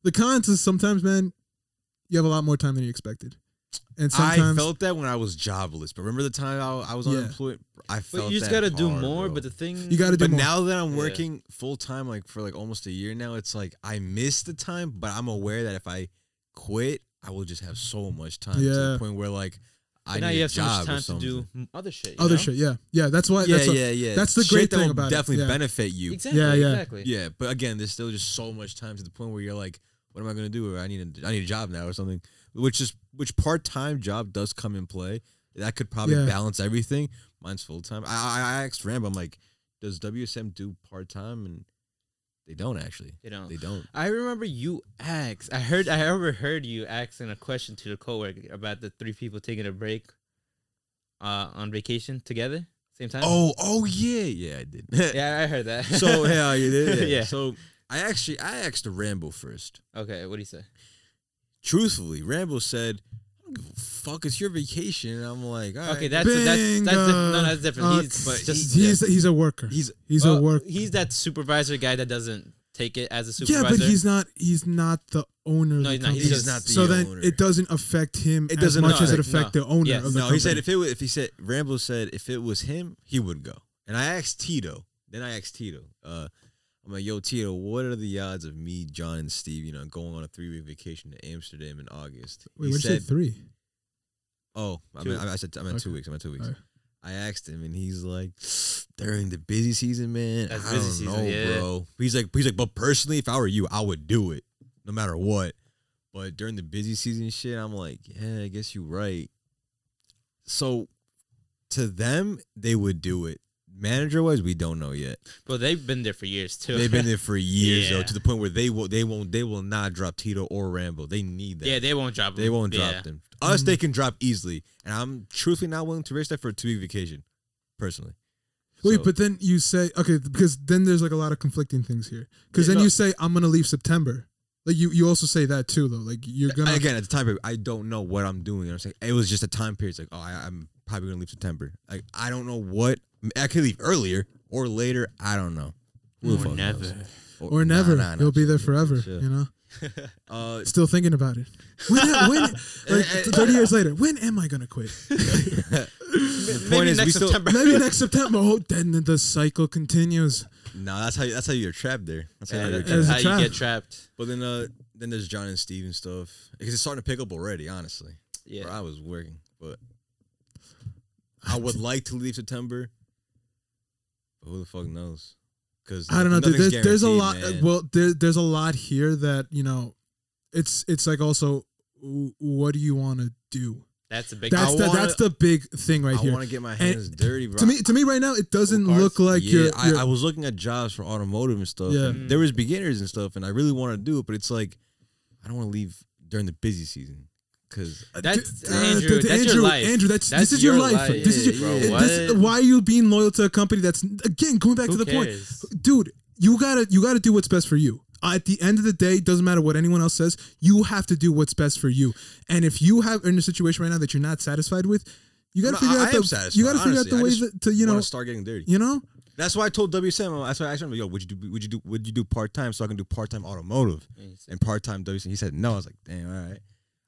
B: the cons is sometimes, man, you have a lot more time than you expected, and
A: I
B: sometimes
A: felt that when I was jobless. But remember the time I, I was
B: Yeah.
A: unemployed? I felt
C: but you just
A: that
C: gotta do
A: hard,
C: more.
A: bro.
C: But the thing
B: you got to do
A: but
B: more.
A: now that I'm
C: Yeah.
A: working full time, like for like almost a year now, it's like I miss the time, but I'm aware that if I quit, I will just have so much time to the
B: Yeah.
A: point where like I
C: but now
A: need
C: you
A: a
C: have so
A: job
C: much time
A: or
C: to
A: something.
C: do m- other shit. you
B: Other
C: know?
B: shit, yeah, yeah. That's why.
A: yeah,
B: that's what,
A: yeah, yeah.
B: that's the
A: Shit
B: great
A: that
B: thing
A: will
B: about it,
A: definitely
B: yeah.
A: benefit you.
C: Exactly.
B: Yeah, yeah.
C: Exactly.
A: Yeah, but again, there's still just so much time to the point where you're like, what am I gonna do? Or I need a I need a job now or something. Which is which part time job does come in play. That could probably
B: Yeah.
A: balance everything. Mine's full time. I, I I asked Rambo, I'm like, does WSM do part time? And they don't actually.
C: You know.
A: They don't.
C: I remember you asked. I heard. I overheard you asking a question to the coworker about the three people taking a break, uh, on vacation together, same time.
A: Oh, oh yeah, yeah, I did. (laughs)
C: yeah, I heard that.
A: So hell you
C: (laughs)
A: did. Yeah.
C: Yeah.
A: So I actually I asked Rambo first.
C: okay, what do you say?
A: Truthfully, Rambo said, I don't give a fuck, it's your vacation. And I'm like, all right.
C: Okay, that's that's that's diff- no,
B: Bingo.
C: that's different.
B: Uh,
C: he's
A: but
C: just
B: he's he's a worker. He's
A: he's
B: he's
C: well,
B: a worker.
C: He's that supervisor guy that doesn't take it as a
B: Yeah,
C: supervisor.
B: but he's not. He's not the owner. of
C: No,
B: the
C: he's not. He's
B: company.
C: just- not
A: the
B: so then
A: owner.
B: it doesn't affect him
A: It
B: it
A: doesn't
B: doesn't as much as it
A: affect-
B: affect
C: no.
B: the owner.
C: Yes.
B: Of the
A: No, he said
B: company.
A: if it wa- if he said Rambo said if it was him, he would go. And I asked Tito. Then I asked Tito. Uh, I'm like, yo, Tito, what are the odds of me, John, and Steve, you know, going on a three week vacation to Amsterdam in August?
B: Wait,
A: he
B: what
A: said,
B: said three?
A: oh, I
C: Two
A: mean, I I said, I meant two
B: Okay.
A: weeks. I meant two weeks.
B: Alright.
A: I asked him, and he's like, during the busy season, man,
C: That's
A: I
C: busy
A: don't
C: season,
A: know,
C: yeah.
A: bro. He's like, he's like, but personally, if I were you, I would do it, no matter what. But during the busy season, shit, I'm like, yeah, I guess you're right. So, to them, they would do it. manager was, we don't know yet.
C: But they've been there for years too.
A: They've
C: (laughs)
A: been there for years though,
C: Yeah.
A: to the point where they will they won't they will not drop Tito or Rambo. They need that.
C: yeah, they won't drop.
A: they won't drop
C: Yeah.
A: them. Us,
B: Mm.
A: they can drop easily, and I'm truthfully not willing to risk that for a two week vacation, personally.
B: Wait,
A: So-
B: but then you say okay because then there's like a lot of conflicting things here. Because
A: Yeah,
B: then
A: no.
B: you say I'm gonna leave September. Like you, you also say that too though. Like you're gonna
A: again at the time period, I don't know what I'm doing. I'm saying it was just a time period. It's like, oh, I, I'm probably gonna leave September. Like I don't know what I could leave earlier or later. I don't know. Who the
C: Or
A: fuck knows?
C: never.
B: or never.
A: Nah, nah, nah,
B: You'll be
A: chill,
B: there
A: chill,
B: forever.
A: chill.
B: You know, (laughs)
A: Uh,
B: still thinking about it.
A: (laughs)
B: When, when like
A: Eh, eh,
B: thirty years later, when am I gonna
A: (laughs)
B: quit?
A: the
C: Maybe
A: point is, we
C: next
A: still. (laughs)
C: September. (laughs)
B: Maybe next September. Oh, then the cycle continues.
A: No, that's how you, that's how you're trapped there. That's how
C: Yeah,
A: you're
C: that's
A: trapped.
B: As a
C: how you
B: child.
C: get trapped.
A: But then, uh, then there's John and Steve and stuff. Because it's starting to pick up already. Honestly,
C: Yeah.
A: where I was working, but I
B: (laughs)
A: would like to leave September. But who the fuck knows? Because
B: I don't know, dude. There's, there's a lot. Well, there, there's a lot here that you know. It's it's like also, w- what do you want to do?
C: That's a big.
B: That's
A: I
B: the
A: wanna-
B: that's the big thing right
A: I
B: here.
A: want to get my hands dirty, bro.
B: to me, to me, right now, it doesn't
C: Go-karts?
B: look like
A: yeah,
B: you're. you're- uh,
A: I, I was looking at jobs for automotive and stuff.
B: Yeah.
A: and there was beginners and stuff, and I really want to do it, but it's like I don't want to leave during the busy season because
C: That's
B: D- uh,
C: Andrew.
B: d- d-
C: That's your
B: Andrew,
C: life.
B: Andrew, that's,
C: That's
B: this is your,
C: your
B: life.
C: life.
B: This is your.
A: Bro,
B: it- this,
C: what?
B: why are you being loyal to a company that's again going back
C: Who
B: to the point?
C: cares?
B: dude you gotta you gotta do what's best for you Uh, at the end of the day doesn't matter what anyone else says you have to do what's best for you and if you have in a situation right now that you're not satisfied with you gotta
A: No,
B: figure
A: I- I
B: out
A: am
B: the,
A: satisfied,
B: you gotta figure out
A: honestly.
B: the
A: I
B: way
A: just
B: that, to you know
A: want to start getting dirty.
B: you know
A: That's why I told WCM. That's why I asked him, "Yo, would you do? Would you do? Would you do part time so I can do part time automotive and part time WCM?" He said no. I was like, "Damn, all right."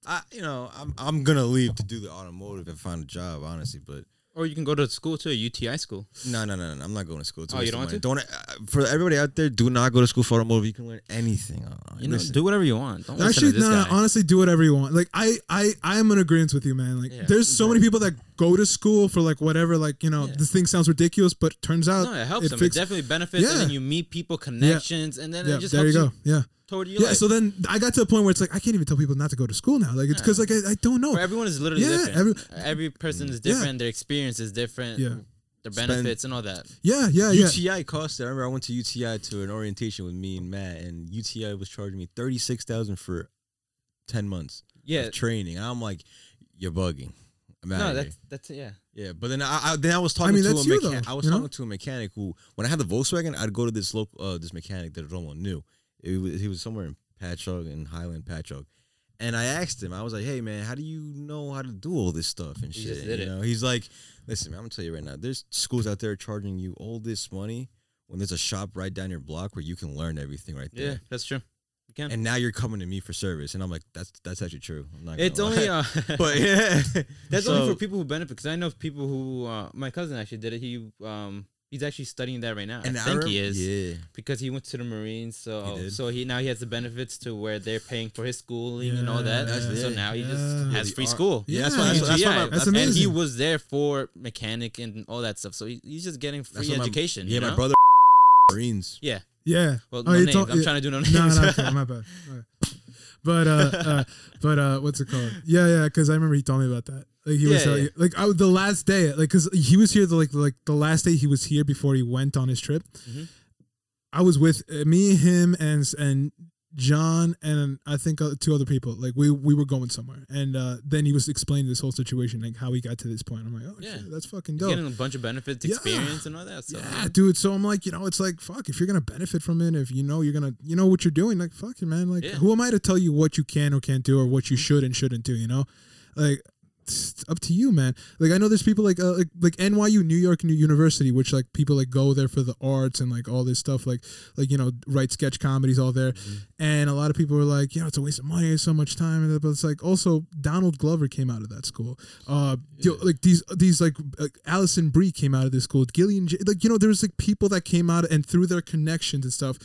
A: I, you know, I'm I'm gonna leave to do the automotive and find a job, honestly. But
C: Or you can go to school too, UTI school.
A: no, no, no, no. I'm not going to school. It's a
C: Oh, you
A: waste
C: don't
A: of money.
C: want
A: Don't uh, for everybody out there. Do not go to school for automotive. You can learn anything. online.
C: You know,
A: Listen.
C: do whatever you want. Don't
B: actually
C: listen to
B: no,
C: this
B: no,
C: guy.
B: honestly do whatever you want like i i i am in agreement with you man like
C: Yeah.
B: there's so many people that go to school for like whatever like you know
C: Yeah.
B: this thing sounds ridiculous but turns out
C: no, it helps them.
B: fix-
C: it definitely benefits,
B: Yeah.
C: and then you meet people, connections, and then
B: yeah
C: it just
B: there you
C: helps
B: go yeah
C: toward your
B: yeah
C: life.
B: so then i got to a point where it's like i can't even tell people not to go to school now like it's because like I, I don't know
C: Where everyone is literally
B: Yeah,
C: different.
B: every-
C: Every, person is different. Their experience is different.
B: Yeah.
C: Their
A: Spend-
C: benefits and all that.
B: yeah yeah yeah
A: UTI cost it. I remember I went to UTI to an orientation with me and Matt, and UTI was charging me thirty six thousand for ten months
C: Yeah.
A: of training. And I'm like, you're bugging. I'm outta
C: No,
A: here."
C: that's that's yeah.
A: yeah. But then I, I then I was talking
B: mean,
A: to a
B: that's you,
A: mechanic.
B: though,
A: I was
B: you know?
A: talking to a mecanic who, when I had the Volkswagen, I'd go to this local uh, this mechanic that Romo knew. It was, he was somewhere in Patchogue in Highland Patchogue. And I asked him, I was like, "Hey man, how do you know how to do all this stuff and
C: He
A: shit?"
C: just did
A: you
C: it.
A: know, he's like, "Listen, man, I'm gonna tell you right now. There's schools out there charging you all this money when there's a shop right down your block where you can learn everything right
C: Yeah,
A: there.
C: that's true. You can.
A: And now you're coming to me for service, and I'm like, that's that's actually true. I'm not.
C: it's
A: gonna
C: only
A: lie.
C: uh,
A: (laughs) but yeah,
C: (laughs) that's
A: So-
C: only for people who benefit. Because I know people who uh, my cousin actually did it. He um he's actually studying that right now. I think
A: rem-
C: he is
A: Yeah.
C: because he went to the Marines. So
A: He did.
C: so he now he has the benefits to where they're paying for his schooling and all that.
B: Yeah,
A: that's
C: so
A: it.
C: now he
B: Yeah.
C: just has
A: The
C: free
A: ar-
C: school.
A: Yeah, that's
B: Yeah.
A: why. That's, that's, why
C: Yeah,
A: my, that's,
B: That's amazing.
C: and he was there for mechanic and all that stuff. So he, he's just getting free
A: that's why my-
C: education.
A: Yeah,
C: you
A: my
C: know?
A: brother Marines.
C: Yeah.
B: Yeah.
C: Well,
B: Oh,
C: no
B: you're
C: names.
B: talk-
C: I'm
B: yeah. (laughs)
C: trying to do no names.
B: No, no,
C: (laughs)
B: okay, my bad. All right. But uh, uh, but uh, what's it called? Yeah, yeah. Because I remember he told me about that. Like he was
C: Yeah,
B: uh,
C: yeah.
B: like I, was- the last day, like because he was here the like like the last day he was here before he went on his trip.
C: Mhm.
B: I was with uh, me, him, and and John, and I think uh, two other people. Like we we were going somewhere, and uh, then he was explaining this whole situation, like how he got to this point. I'm like, oh
C: Yeah.
B: shit, that's fucking
C: He's
B: dope.
C: getting a bunch of benefits,
B: Yeah.
C: experience, and all that. So
B: Yeah, dude. So I'm like, you know, it's like, fuck, if you're gonna benefit from it, if you know you're gonna, you know what you're doing, like, fuck it, man. Like,
C: Yeah.
B: who am I to tell you what you can or can't do, or what you should and shouldn't do? You know, like, it's up to you, man. Like, I know there's people like, uh, like, like NYU, New York New University, which like people like go there for the arts and like all this stuff, like, like you know, write sketch comedies all there, and a lot of people were like, you know, it's a waste of money, so much time, and but it's like also Donald Glover came out of that school. Uh, yo, like these these like, like Allison Brie came out of this school. Gillian, J- like you know, there was like people that came out and through their connections and stuff,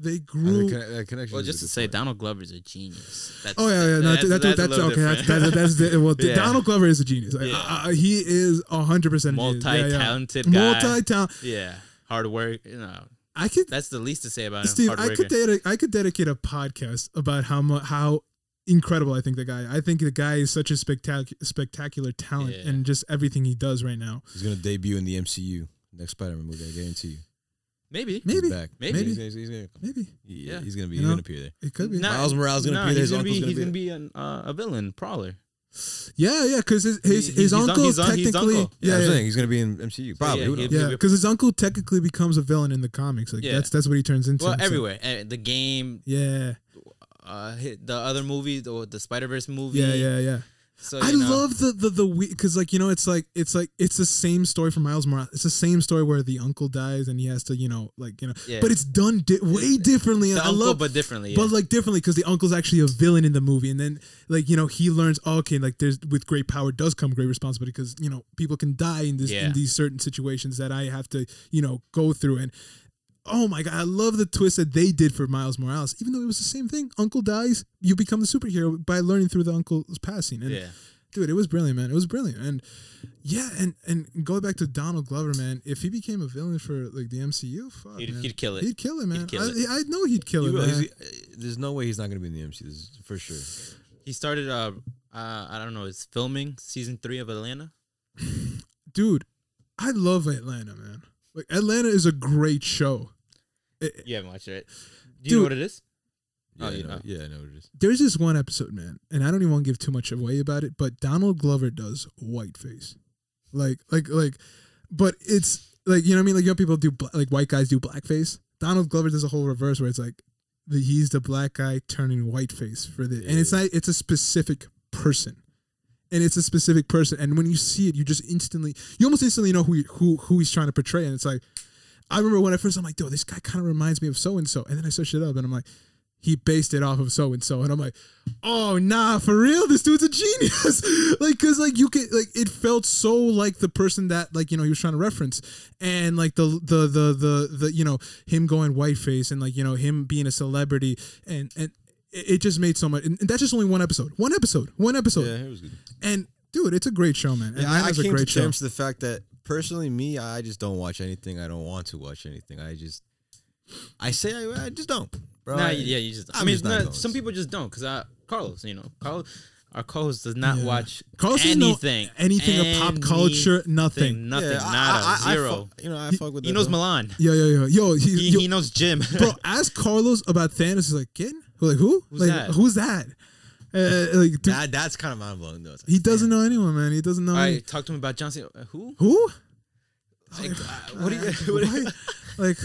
B: they grew.
A: connection.
C: well, just to say, Donald Glover's a genius. That's,
B: Oh yeah, yeah, no, that's, that's,
C: a little
B: okay. That's,
C: different.
B: that's, that's the, well,
C: (laughs) Yeah.
B: Donald Glover is a genius. Like,
C: Yeah.
B: I- I- he is hundred percent
C: Multi-talented guy.
B: multi talented.
C: yeah, hard work. You know,
B: I could
C: that's the least to say about him.
B: Steve,
C: hard
B: I could
C: worker.
B: dedicate I could dedicate a podcast about how mu- how incredible I think the guy. I think the guy is such a spectacular spectacular talent
C: Yeah.
B: and just everything he does right now.
A: he's gonna debut in the MCU Next Spider-Man movie, I guarantee you.
C: Maybe.
A: He's
B: Maybe.
A: back.
C: Maybe.
A: He's, he's, he's gonna,
B: Maybe
A: yeah,
C: Yeah.
A: he's gonna be.
B: You
A: He's
B: know?
A: gonna appear there.
B: it could be.
C: Nah,
A: Miles Morales gonna
C: nah,
A: be there,
C: He's
A: his
C: gonna be,
A: uncle's gonna
C: he's
A: be
C: gonna be an, uh, a villain prowler.
B: Yeah, yeah, because his his,
C: He-
B: his
C: he's un-
B: uncle
C: he's un- he's
B: technically
C: uncle.
A: Yeah,
B: yeah
A: I'm
B: yeah
A: saying he's gonna be in MCU. Probably.
C: yeah,
A: who
C: he'll
A: knows?
C: be-
B: yeah because his uncle technically becomes a villain in the comics. Like
C: Yeah.
B: that's that's what he turns into.
C: Well,
B: and stuff.
C: everywhere, Eh, the game,
B: Yeah,
C: uh, hi- the other movie, the, the Spider Verse movie.
B: yeah, yeah, yeah.
C: So
B: I
C: you know,
B: love the the the because like you know it's like it's like it's the same story for Miles Morales. It's the same story where the uncle dies and he has to you know like you know,
C: Yeah.
B: but it's done di- way differently.
C: the
B: and I
C: uncle,
B: love
C: but differently. Yeah.
B: but like differently because the uncle's actually a villain in the movie and then like you know he learns oh, okay like there's with great power does come great responsibility because you know people can die in this
C: Yeah.
B: in these certain situations that i have to you know go through and oh my god i love the twist that they did for miles morales even though it was the same thing uncle dies you become the superhero by learning through the uncle's passing and
C: yeah,
B: dude it was brilliant man it was brilliant and yeah and and going back to donald glover man if he became a villain for like the mcu fuck,
C: he'd,
B: man.
C: he'd kill it.
B: He'd kill it, man.
C: kill
B: I,
C: it.
B: I know he'd kill
A: He
B: it,
A: will.
B: man.
A: He's- uh, there's no way he's not gonna be in the MCU. This is for sure.
C: He started. Uh, uh, I don't know. It's filming season three of Atlanta.
B: dude, I love Atlanta, man. Like Atlanta is a great show. It- it-
C: You haven't watched it. Do you know
B: Dude.
C: what it is?
A: Yeah,
C: Oh,
A: I
C: you
A: know.
C: know.
A: Yeah, I know what it is.
B: there's this one episode, man, and I don't even want to give too much away about it, but Donald Glover does whiteface, like, like, like, but it's like you know what I mean. Like, you know, people do bla- like white guys do blackface. Donald Glover does a whole reverse where it's like the, he's the black guy turning whiteface for the, and it's
A: Yeah.
B: not. It's a specific person. And it's a specific person, and when you see it, you just instantly, you almost instantly know who who who he's trying to portray. And it's like, I remember when I first, I'm like, dude, this guy kind of reminds me of so and so, and then I searched it up, and I'm like, he based it off of so and so, and I'm like, oh nah, for real, this dude's a genius, (laughs) like, cause like you can like it felt so like the person that like you know he was trying to reference, and like the the the the the you know him going whiteface and like you know him being a celebrity, and and it it just made so much, and and that's just only one episode, one episode, one episode,
A: Yeah, it was good.
B: and dude, it's a great show, man.
A: Yeah,
B: Yeah,
A: I, I
B: Atlanta's
A: came
B: a great
A: to
B: show.
A: terms to the fact that personally, me, I just don't watch anything. I don't want to watch anything. I just, I say, I, I just don't. Bro,
C: Nah,
A: I-
C: yeah, you just. I
A: I'm
C: mean,
A: just not
C: nah,
A: going.
C: some people just don't because uh, Carlos, you know, Carlos, our co-host does not
B: Yeah.
C: watch
B: Carlos doesn't know
C: anything,
B: anything of pop culture, nothing.
C: nothing, nothing,
A: Yeah, I-
C: nada,
A: I- I- I
C: zero.
A: fuck- you know, I fuck with.
C: he
A: that,
C: knows
A: bro.
C: Milan.
B: Yo, yo, yo, yo, he,
C: He,
B: yo
C: he knows Jim. (laughs)
B: bro,
A: um,
B: ask Carlos about Thanos. He's like, kid, We're like who?
C: Who's
B: like
C: that?
B: who's that? Uh, like, dude,
A: That, that's kind of mind blowing though. It's like,
B: he doesn't know anyone, man. He doesn't know.
C: I
B: any-
C: talked to him about Johnson. Uh, Who?
B: who?
A: Oh,
C: Like, uh, (laughs) what do you? What do you
B: Why? like,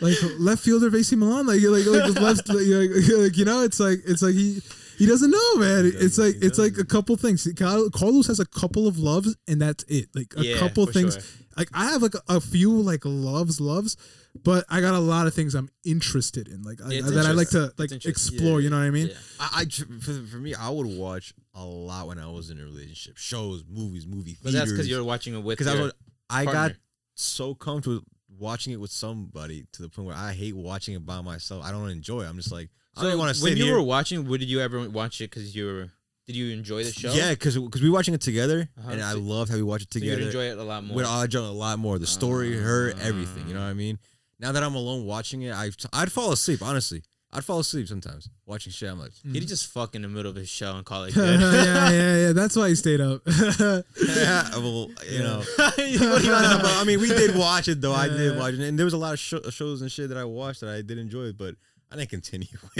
B: like left fielder of AC Milan. Like, like, like left. Like, like, you know, it's like, it's like he. He doesn't know, man.
A: doesn't-
B: It's like
A: he
B: it's like a
A: doesn't.
B: couple things. Car- Carlos has a couple of loves, and that's it. Like a
C: Yeah,
B: couple
C: for
B: things.
C: sure.
B: Like I have like a, a few like loves, loves, but I got a lot of things I'm interested in. Like I,
C: Yeah, it's
B: that I like to
C: interest.
B: like
C: It's interest.
B: explore.
A: Yeah,
B: you know what I mean? (laughs)
C: yeah.
A: I, I tr- for, for me, I would watch a lot when I was in a relationship. Shows, movies, movie
C: But
A: theaters.
C: that's because you're watching it with.
A: because I
C: your-
A: was, I got
C: partner.
A: so comfortable watching it with somebody to the point where I hate watching it by myself. I don't enjoy. it. I'm just like I don't want to
C: when
A: sit
C: you
A: here.
C: were watching, would you ever watch it? Because you were, did you enjoy the show?
A: Yeah, because we were watching it together,
C: Uh-huh.
A: and I
C: So-
A: loved how we watched it
C: so you'd
A: together.
C: enjoy it a lot more.
A: With Audra a lot more. The story, her, everything. You know
C: Ah.
A: what I mean? Now that I'm alone watching it, I I'd fall asleep. Honestly, I'd fall asleep sometimes watching shit. I'm like, (laughs)
C: Did he just fuck in the middle of his show and call it
B: yeah,
C: good?
B: yeah, yeah. That's why he stayed up. (laughs)
A: yeah, well, you know.
C: What do you want
A: No, no,
C: to-
A: (laughs) but, I mean, we did watch it though. I did
B: Yeah.
A: watch it, and there was a lot of sho- shows and shit that I watched that I did enjoy, but I didn't continue (laughs)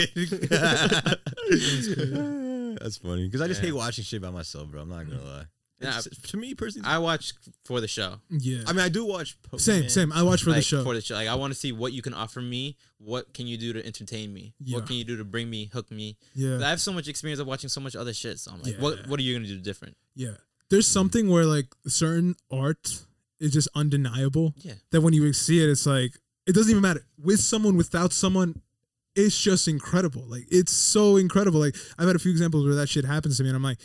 A: it. (laughs) That's funny because I just
C: Yeah.
A: hate watching shit by myself, bro. I'm not gonna lie.
C: Nah,
A: It's- to me personally, I,
C: I watched for the show.
B: yeah.
A: mean, I do watch. Pokemon.
B: same, same. I watch for the
C: Like,
B: show.
C: For the show. Like I want to see what you can offer me. What can you do to entertain me?
B: Yeah.
C: What can you do to bring me, hook me? I
B: yeah,
C: have so much experience of watching so much other shit. So I'm like,
B: Yeah.
C: what what are you gonna do different?
B: yeah. There's something where like certain art is just undeniable.
C: Yeah.
B: That when you see it, it's like it doesn't even matter with someone, without someone. It's just incredible. Like it's so incredible. Like I've had a few examples where that shit happens to me, and I'm like,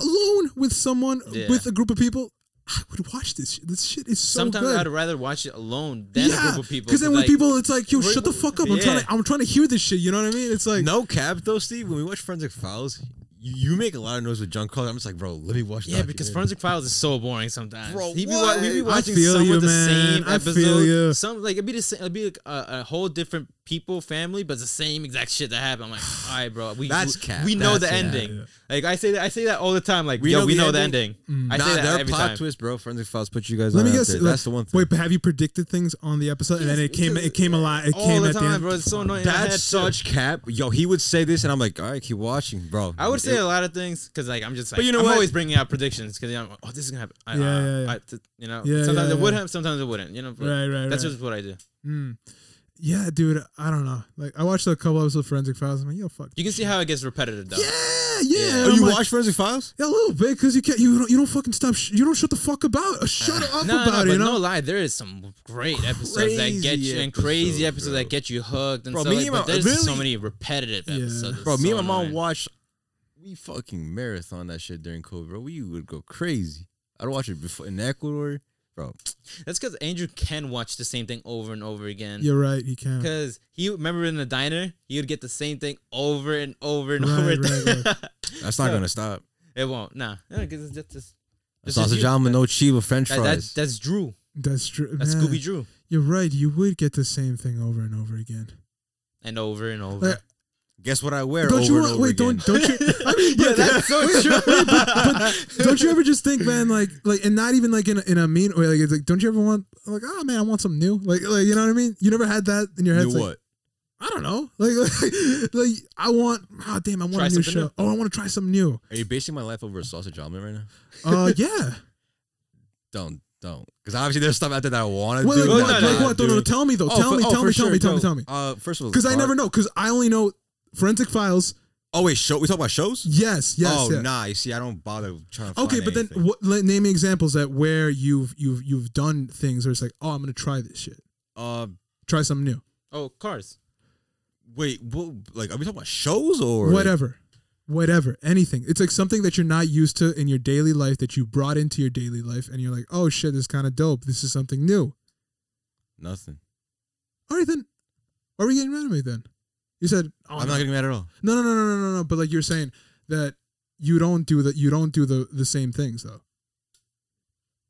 B: alone with someone,
C: Yeah.
B: with a group of people, I would watch this. Shit. This shit is so
C: Sometimes
B: good.
C: I'd rather watch it alone than a group of people.
B: Because then when
C: like,
B: people, it's like, yo,
C: we're-
B: shut the fuck up. I'm
C: yeah.
B: trying to, I'm trying to hear this shit. You know what I mean? It's like,
A: No cap though, Steve. When we watch Forensic Files, you, you make a lot of noise with junk color. I'm just like, bro, let me watch. the
C: Yeah, because
A: documentary.
C: Forensic Files is so boring sometimes.
A: Bro,
C: he be,
A: what?
C: wa- we be
A: I
C: watching
B: feel
C: some
B: you,
C: of the
B: man.
C: same
B: I
C: episode.
B: feel you.
C: Some like it'd be the same. It'd be like a, a whole different people, family, but it's the same exact shit that happened. I'm like,
B: (sighs)
C: all right, bro, we
A: That's
C: we,
A: cap.
C: we know
A: That's
C: the
A: cap.
C: ending. Like I say that I say that all the time. Like
A: We
C: yo,
A: know
C: we
A: the
C: know the
A: ending.
C: ending.
B: Mm.
C: I
A: Nah,
C: say
A: their
C: that every
A: plot
C: time.
A: twist, bro. Forensic Files put you guys
B: Let
A: on
B: me
A: out
B: guess.
A: there.
B: like,
A: That's the one thing.
B: Wait, but have you predicted things on the episode and then it came? It came alive. It
C: all
B: came
C: the
B: at the
C: time,
B: end.
C: bro. It's so annoying. I had
A: That's such cap. Yo, he would say this, and I'm like, all right, keep watching, bro.
C: I would
A: It-
C: say a lot of things because, like, I'm just like,
A: But you know
C: I'm
A: what?
C: always bringing out predictions because I'm, oh, this is gonna happen. I,
B: Yeah,
C: uh,
B: yeah, yeah.
C: I- th- you know,
B: Yeah,
C: sometimes
B: yeah,
C: it would
B: yeah.
C: happen, sometimes it wouldn't. You know, but
B: Right, right,
C: that's
B: right.
C: just what I do.
B: Mm. Yeah, dude. I don't know. Like I watched a couple episodes of Forensic Files. I'm like, yo, fuck.
C: You can see how it gets repetitive, though.
B: yeah, yeah.
C: Yeah.
A: Oh,
B: I'm
A: you
B: like,
A: watch Forensic Files?
B: Yeah, a little bit because you can't. You don't. You don't fucking stop. Sh- you don't shut the fuck about. uh, Shut up
C: No, no,
B: about
C: but
B: it. You
C: no
B: know.
C: lie, there is some great episodes that get
A: Crazy
C: you and
A: episodes,
C: crazy episodes
A: bro.
C: that get you hooked and
A: Bro,
C: stuff.
A: me
C: like-
A: and
C: but
A: my-
C: there's so
A: really?
C: many repetitive
B: Yeah.
C: episodes. It's
A: Bro, me
C: so
A: and my mom
C: annoying.
A: watched. We fucking marathon that shit during COVID, bro. We would go crazy. I'd watch it before in Ecuador, bro.
C: That's because Andrew can watch the same thing over and over again.
B: You're right. He can.
C: Because he remember in the diner, he would get the same thing over and over and
B: Right,
C: over.
B: right,
C: (laughs)
A: That's not
C: Yeah.
A: gonna stop.
C: it won't. Nah, because it's just, just This is
A: Sausage
C: you.
A: omelet, no cheese with French
C: that, that,
A: fries.
C: that's Drew.
B: That's true.
C: That's
B: man.
C: Scooby Drew.
B: You're right. You would get the same thing over and over again.
C: And over and over.
B: Like,
A: (laughs) Guess what I wear
B: don't
A: over
B: you
A: and
B: want?
A: over
B: Wait,
A: again.
B: don't don't you?
C: (laughs)
B: I mean,
C: yeah,
B: but-
A: (laughs)
C: that's so true.
B: don't you ever just think, man, like, like, and not even like in a, in a mean way, like, it's like, don't you ever want, like, oh man, I want something new, like, like, you know what I mean? You never had that in your head. It's
A: Do
B: like,
A: what?
B: I don't know, like, (laughs) like, like, I want, oh damn, I want
C: Try
B: a new
C: something
B: show.
C: new.
B: Oh, I want to try something new.
A: Are you basing my life over a sausage omelet right now? (laughs)
B: Uh, yeah.
A: Don't, don't, because obviously there's stuff out there that I want to
B: Well,
A: do.
B: like,
A: but
C: Well,
B: what,
A: I'm
C: no,
B: like,
A: not
C: no,
B: what? No, no,
A: doing.
B: tell me though.
A: Oh,
B: tell
A: for-
B: me,
A: oh,
B: tell
A: for
B: me,
A: sure,
B: tell me,
A: bro.
B: tell me, tell me.
A: Uh, first of all,
B: Because I
A: Clark-
B: never know. Because I only know Forensic Files.
A: Oh wait, show. We talk about shows.
B: Yes, yes.
A: oh
B: yes.
A: nah, you see, I don't bother trying to.
B: Okay,
A: find
B: but then
A: anything.
B: what, let, name me examples at where you've you've you've done things where it's like, oh, I'm gonna try this shit,
A: uh,
B: try something new,
C: (laughs) oh, cars.
A: wait, what, like, are we talking about shows or
B: whatever, whatever, anything. It's like something that you're not used to in your daily life that you brought into your daily life, and you're like, oh shit, this is kind of dope. This is something new.
A: Nothing.
B: All right, then, are we getting rid of me then? You said, oh,
A: I'm
B: no.
A: not getting mad at all.
B: no, no, no, no, no, no, no. But like you're saying that you don't do that. You don't do the the same things though.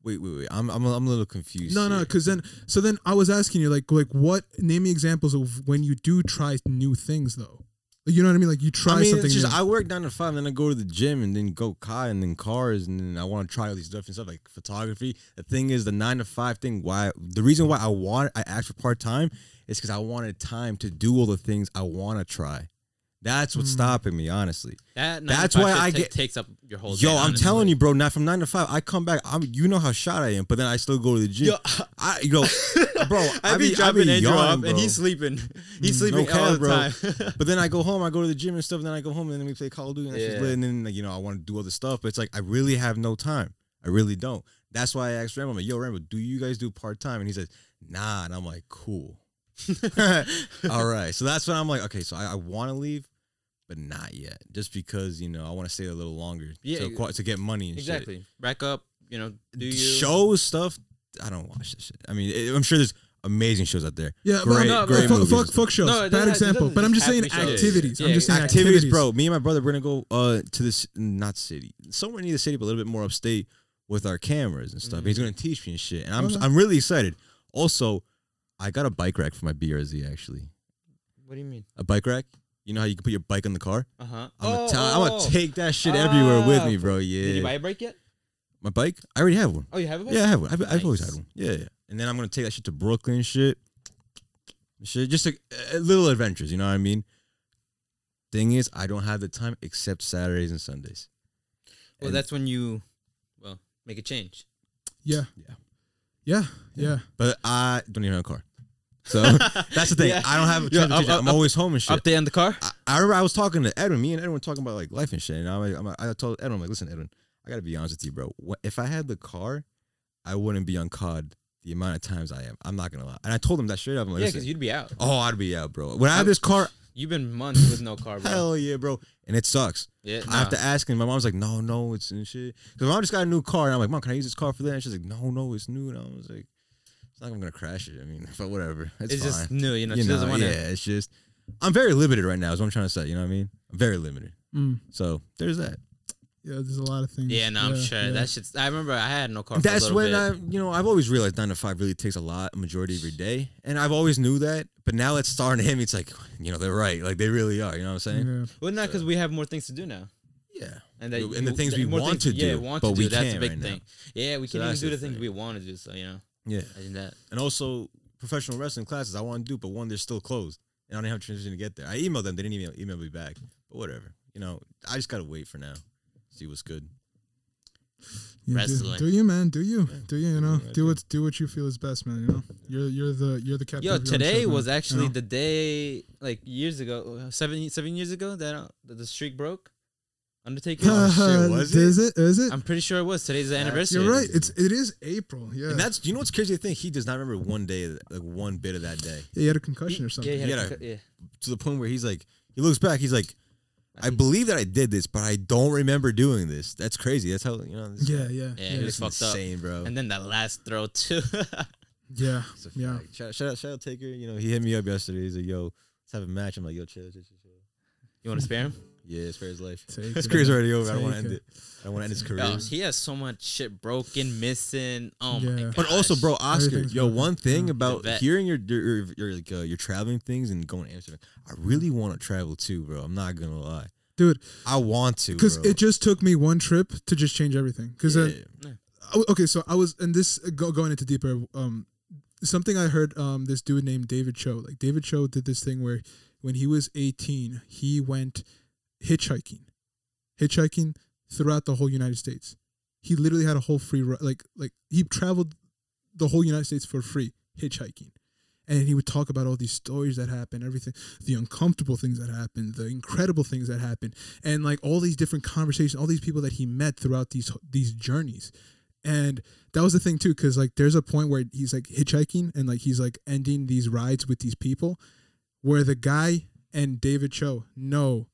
A: Wait, wait, wait. I'm, I'm, I'm a little confused.
B: No, no,
A: here.
B: because then, so then I was asking you, like, like what? Name me examples of when you do try new things, though. You know what I mean? Like you try
A: I mean,
B: something.
A: it's just
B: new.
A: I work nine to five, and then I go to the gym, and then go kai, and then cars, and then I want to try all these different stuff like photography. The thing is, the nine to five thing. Why the reason why I want I asked for part time is because I wanted time to do all the things I want to try. That's what's
B: Mm.
A: stopping me, honestly.
C: That
A: That's
C: 95
A: why
C: shit
A: I
C: ta-
A: get-
C: takes up your whole.
A: Yo,
C: day,
A: I'm
C: honestly.
A: telling you, bro. Now from nine to five, I come back. I'm, you know how shot I am, but then I still go to the gym.
C: Yo,
A: I,
C: (laughs)
A: yo, bro,
C: I be, dropping Andrew off and he's sleeping. He's
A: Mm, no
C: sleeping all
A: cap,
C: the
A: bro.
C: time.
A: But then I go home, I go to the gym and stuff, and then I go home and then we play Call of Duty and that's just
C: Yeah.
A: lit. And then like, you know I want to do other stuff, but it's like I really have no time. I really don't. That's why I asked Rambo, I'm like, "Yo, Rambo, do you guys do part time?" And he says, "Nah," and I'm like, "Cool, (laughs) all right." So that's when I'm like, "Okay, so I, I want to leave, but not yet, just because you know I want to stay a little longer
C: Yeah,
A: to, acqui- to get money and shit."
C: (laughs) exactly. Rack up. You know, do you
A: shows stuff. I don't watch this shit. I mean, it, I'm sure there's amazing shows out there.
B: yeah,
A: great,
B: but,
A: great
B: fuck,
A: movies.
B: fuck, fuck shows.
C: No, it
B: Bad
C: doesn't- it
B: example.
C: doesn't
B: But I'm just
C: have
B: saying
C: to be shows.
B: activities.
C: Yeah,
B: I'm just saying
A: activities, bro. Me and my brother, we're gonna go uh to this not city, somewhere near the city, but a little bit more upstate with our cameras and stuff. He's
C: Mm-hmm.
A: gonna teach me and shit, and I'm
B: Okay.
A: I'm really excited. Also, I got a bike rack for my BRZ actually.
C: What do you mean?
A: A bike rack. You know how you can put your bike in the car?
C: Uh huh.
A: I'm, gonna, ta- I'm gonna take that shit everywhere with
C: oh, Ah,
A: me, bro. Yeah.
C: Did you buy a break yet?
A: my bike? I already have one.
C: Oh, you have a bike?
A: Yeah, I have one. I've, I've always
C: Nice.
A: had one. Yeah, yeah. And then I'm gonna take that shit to Brooklyn, and shit, shit. Just like uh, little adventures, you know what I mean? Thing is, I don't have the time except Saturdays and Sundays.
C: Well,
A: And-
C: that's when you, well, make a change.
B: Yeah.
A: Yeah.
B: Yeah. Yeah.
A: but I don't even have a car. So
C: (laughs)
A: (laughs) that's the thing.
C: Yeah.
A: I don't have a
C: Yo, up-
A: transportation.
C: up-
A: I'm always home and shit.
C: Update on the car.
A: I, I remember I was talking to Edwin. Me and Edwin were talking about like life and shit. And I'm like, I'm like, I told Edwin, I'm like, listen, Edwin, I gotta be honest with you, bro. Wh- If I had the car, I wouldn't be on COD the amount of times I am. I'm not gonna lie. And I told him that straight up. I'm like,
C: Yeah,
A: Ah, listen,
C: because you'd be out.
A: oh, I'd be out, bro. When I have
C: I'm-
A: this car,
C: You've been months with no car, bro.
A: hell yeah, bro. And it sucks.
C: Yeah,
A: I have to
C: nah.
A: ask him. My mom's like, no, no, it's and shit. Because my mom just got a new car, and I'm like, mom, can I use this car for that? And she's like, no, no, it's new. And I was like, it's not like I'm gonna crash it. I mean, (laughs) but whatever. It's,
C: It's,
A: fine.
C: just new, you know.
A: you
C: she
A: know,
C: doesn't want
A: yeah,
C: to.
A: it's just I'm very limited right now. Is what I'm trying to say. You know what I mean? I'm very limited.
B: Mm.
A: So there's that.
B: Yeah, there's a lot of things.
C: Yeah, no, I'm sure
B: yeah.
C: that shit's. I remember I had no car. for a
A: That's
C: little
A: when
C: bit.
A: I, you know, I've always realized nine to five really takes a lot, majority of your day, and I've always knew that. But now it's starting to hit me. It's like, you know, they're right. Like they really are. You know what I'm saying?
B: Yeah.
C: Well, not because we have more things to do now,
A: Yeah.
C: and that
A: And
C: you-
A: the things
C: that-
A: we
C: more
A: want to
C: things- yeah,
A: do,
C: want
A: but
C: to do.
A: we
C: that's a
A: can't
C: big
A: right now.
C: thing. Yeah, we
A: So
C: can't even
A: that's
C: do
A: the
C: the things
A: thing.
C: we want to do. So you know,
A: Yeah.
C: imagine that.
A: And also professional wrestling classes I want to do, but one they're still closed, and I don't have transition to get there. I emailed them. They didn't email email me back. But whatever. You know, I just gotta wait for now. See what's good.
B: You do-
C: Wrestling.
B: Do, you, man? Do you? Do you? You know,
A: Yeah,
B: do,
A: I do.
B: what do what you feel is best, man. You know, you're you're the you're the captain.
C: Yo,
B: of your own
C: today
B: ship, man,
C: was
B: you
C: actually
B: (laughs) know?
C: the day, like years ago, uh, seven seven years ago that uh, that the streak broke.
A: (laughs)
C: Undertaker.
A: Oh, shit, was
B: is it? Is it?
C: I'm pretty sure it was. Today's the
A: That's-
C: anniversary.
B: You're right. It's it is April. Yeah.
A: And that's you know what's crazy to think he does not remember one day, like one bit of that day,
B: yeah, you had a
C: He-
B: concussion or something.
C: Yeah, he had
A: Yeah,
C: a co- yeah.
A: to the point where he's like, he looks back, he's like, I
C: think-
A: believe that I did this, but I don't remember doing this. That's crazy. That's how you know. This
B: Yeah, yeah,
C: Yeah,
B: yeah,
C: he
A: it's
C: was fucked up.
A: insane, bro.
C: And then that last throw too. (laughs)
B: yeah.
A: It's a
B: yeah.
A: fact. Shout, shout out, shout out, Taker. You know, he hit me up yesterday. He's like, "Yo, let's have a match." I'm like, "Yo, chill, chill, chill." chill.
C: you want to spare him?
A: Yeah, it's for his life.
B: Take
A: His
B: it,
A: career's
B: man.
A: already over. I don't
B: Take
A: want to end it.
B: it.
A: I don't want to end his career.
C: Yo, he has so much shit broken, missing. Oh my
B: Yeah.
C: god.
A: But also, bro, Oscar,
B: Everything's
A: yo,
B: broken.
A: one thing
B: Yeah.
A: about
C: The vet.
A: hearing your your, your, your, like, uh, your traveling things and going to Amsterdam, I really want to travel too, bro. I'm not gonna lie,
B: Dude,
A: I want to,
B: because
A: bro.
B: it just took me one trip to just change everything. uh, Because
A: Yeah. (laughs)
B: okay, so I was and this uh, go, going into deeper. Um, something I heard. Um, this dude named David Cho. Like David Cho did this thing where when he was 18, he went hitchhiking, hitchhiking throughout the whole United States. He literally had a whole free ri- like like he traveled the whole United States for free hitchhiking. And he would talk about all these stories that happened, everything, the uncomfortable things that happened, the incredible things that happened, and like all these different conversations, all these people that he met throughout these these journeys. And that was the thing too, because like there's a point where he's like hitchhiking and like he's like ending these rides with these people, where the guy and David Cho know,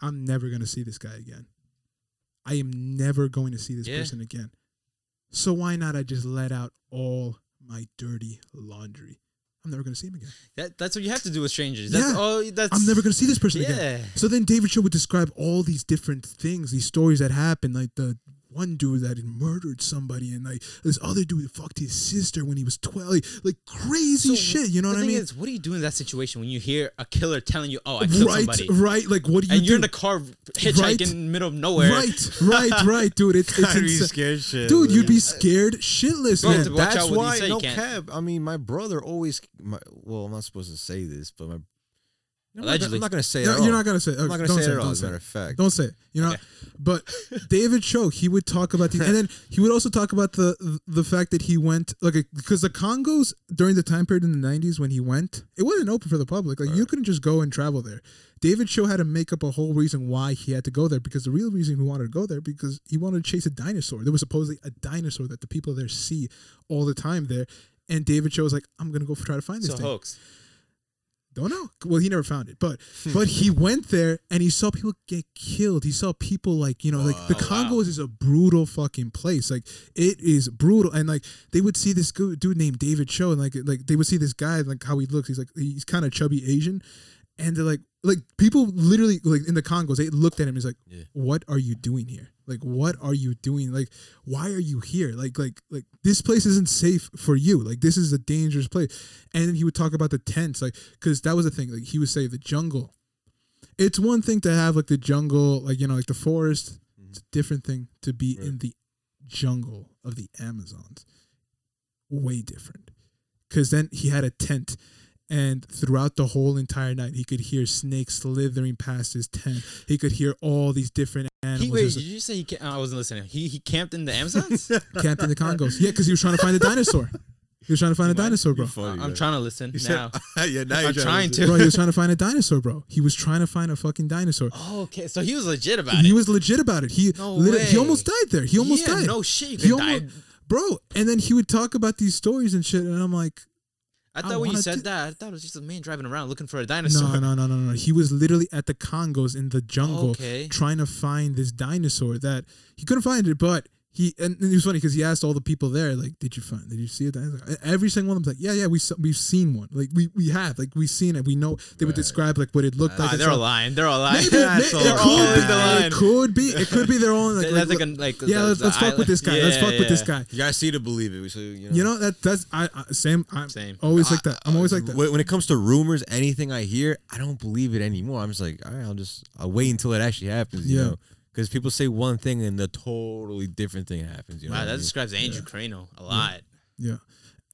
B: I'm never gonna see this guy again. I am never going to see this
C: Yeah.
B: person again. So why not I just let out all my dirty laundry? I'm never gonna see him again.
C: That, that's what you have to do with strangers. That's
B: Yeah.
C: all. That's
B: I'm never gonna see this person
C: Yeah.
B: again. So then David Cho would describe all these different things, these stories that happened, like the one dude that had murdered somebody, and like this other dude that fucked his sister when he was twelve, like, like crazy
C: So
B: shit. You know
C: the
B: what I
C: thing
B: mean?
C: Is, what do you do in that situation when you hear a killer telling you, "Oh, I killed
B: right,
C: somebody,"
B: right. Like what do you
C: and you're in
B: do?
C: the car hitchhiking
B: Right.
C: in the middle of nowhere?
B: right,
C: (laughs)
B: right, right, dude. It's, it's insa-
A: scared shit,
B: dude. You'd be scared shitless,
C: Bro,
B: man.
C: it's a- Watch
A: That's
C: out what you
A: why
C: say,
A: no
C: Ken.
A: cab. I mean, my brother always. My, well, I'm not supposed to say this, but my. I'm not, gonna-
C: Allegedly.
A: I'm not gonna say it.
B: No,
A: at
B: you're
A: all.
B: not gonna say. Okay,
A: I'm not gonna
B: don't
A: say it at
B: it,
A: all.
B: don't
A: As a
B: say it.
A: matter of fact,
B: Don't say it. You know,
C: Okay.
B: but David Cho, he would talk about the, and then he would also talk about the the fact that he went like because the Congos during the time period in the '90s when he went, it wasn't open for the public. Like you couldn't just go and travel there. David Cho had to make up a whole reason why he had to go there because the real reason he wanted to go there because he wanted to chase a dinosaur. There was supposedly a dinosaur that the people there see all the time there. And David Cho was like, I'm gonna go try to find this
C: So
B: thing.
C: hoax.
B: Don't know. Well, he never found it, but
A: Hmm.
B: but he went there and he saw people get killed. He saw people like you know like the
A: Wow.
B: Congos is a brutal fucking place. Like it is brutal, and like they would see this go- dude named David Cho, and like like they would see this guy like how he looks. He's like he's kind of chubby Asian, and they're like like people literally like in the Congos they looked at him. He's like,
A: Yeah.
B: what are you doing here? Like what are you doing? Like why are you here? Like like like this place isn't safe for you. Like this is a dangerous place. And then he would talk about the tents, like because that was the thing. Like he would say the jungle. It's one thing to have like the jungle, like you know, like the forest. It's a different thing to be
A: Right.
B: in the jungle of the Amazons. Way different. Cause then he had a tent. And throughout the whole entire night, he could hear snakes slithering past his tent. He could hear all these different animals.
C: He, wait,
B: There's
C: did you say he? Ca- I wasn't listening. He he camped in
B: (laughs)
C: the Amazons. I-
B: camped in the Congos. Yeah, because he was trying to find a dinosaur. He was trying to find a dinosaur, bro.
C: I'm trying to listen
A: You said-
C: now.
A: (laughs) yeah, now you're
C: I'm trying
B: (laughs)
C: to.
B: Bro, he was trying to find a dinosaur, bro. He was trying to find a fucking dinosaur.
C: Oh, okay. So he was legit about
B: He
C: it.
B: was legit about it. He
C: No
B: lit- he
C: way.
B: almost died there. He almost
C: yeah,
B: died.
C: No shit. You
B: he
C: could
B: almost,
C: die.
B: bro. And then he would talk about these stories and shit, and I'm like,
C: I
B: I
C: thought when you
B: wanna
C: said
B: do-
C: that, I thought it was just a man driving around looking for a dinosaur.
B: no, no, no, no, no. He was literally at the Congos in the jungle,
C: Okay.
B: trying to find this dinosaur that he couldn't find it, but he and, and it was funny because he asked all the people there, like, "Did you find? Did you see it?" And Every single one of them's like, "Yeah, yeah, we s- we've seen one. Like we we have. Like we've seen it. We know." They would
A: Right.
B: describe like what it looked
A: Ah,
B: like.
C: Ah,
B: and
C: they're all
B: stuff.
C: lying. They're all lying.
B: Maybe, may-
A: That's all
B: it could be
A: lying.
B: the It could be. It could be their own. Like,
C: That's
B: like,
C: like a like.
B: yeah, let's,
C: the
B: let's fuck with
C: island-
B: this guy. let's
C: Yeah,
B: fuck with this
C: yeah.
B: guy.
A: You gotta see to believe it. So you know,
B: You know that that's I, I same. I'm
C: Same.
B: always like
A: I- uh,
B: that. I'm always like that.
A: When when it comes to rumors, anything I hear, I don't believe it anymore. I'm just like, all right, I'll just I'll wait until it actually happens. You
B: Yeah.
A: know, because people say one thing and a totally different thing happens. You know,
C: Wow,
A: what I
C: that
A: mean?
C: describes Andrew Crano a lot.
B: Yeah,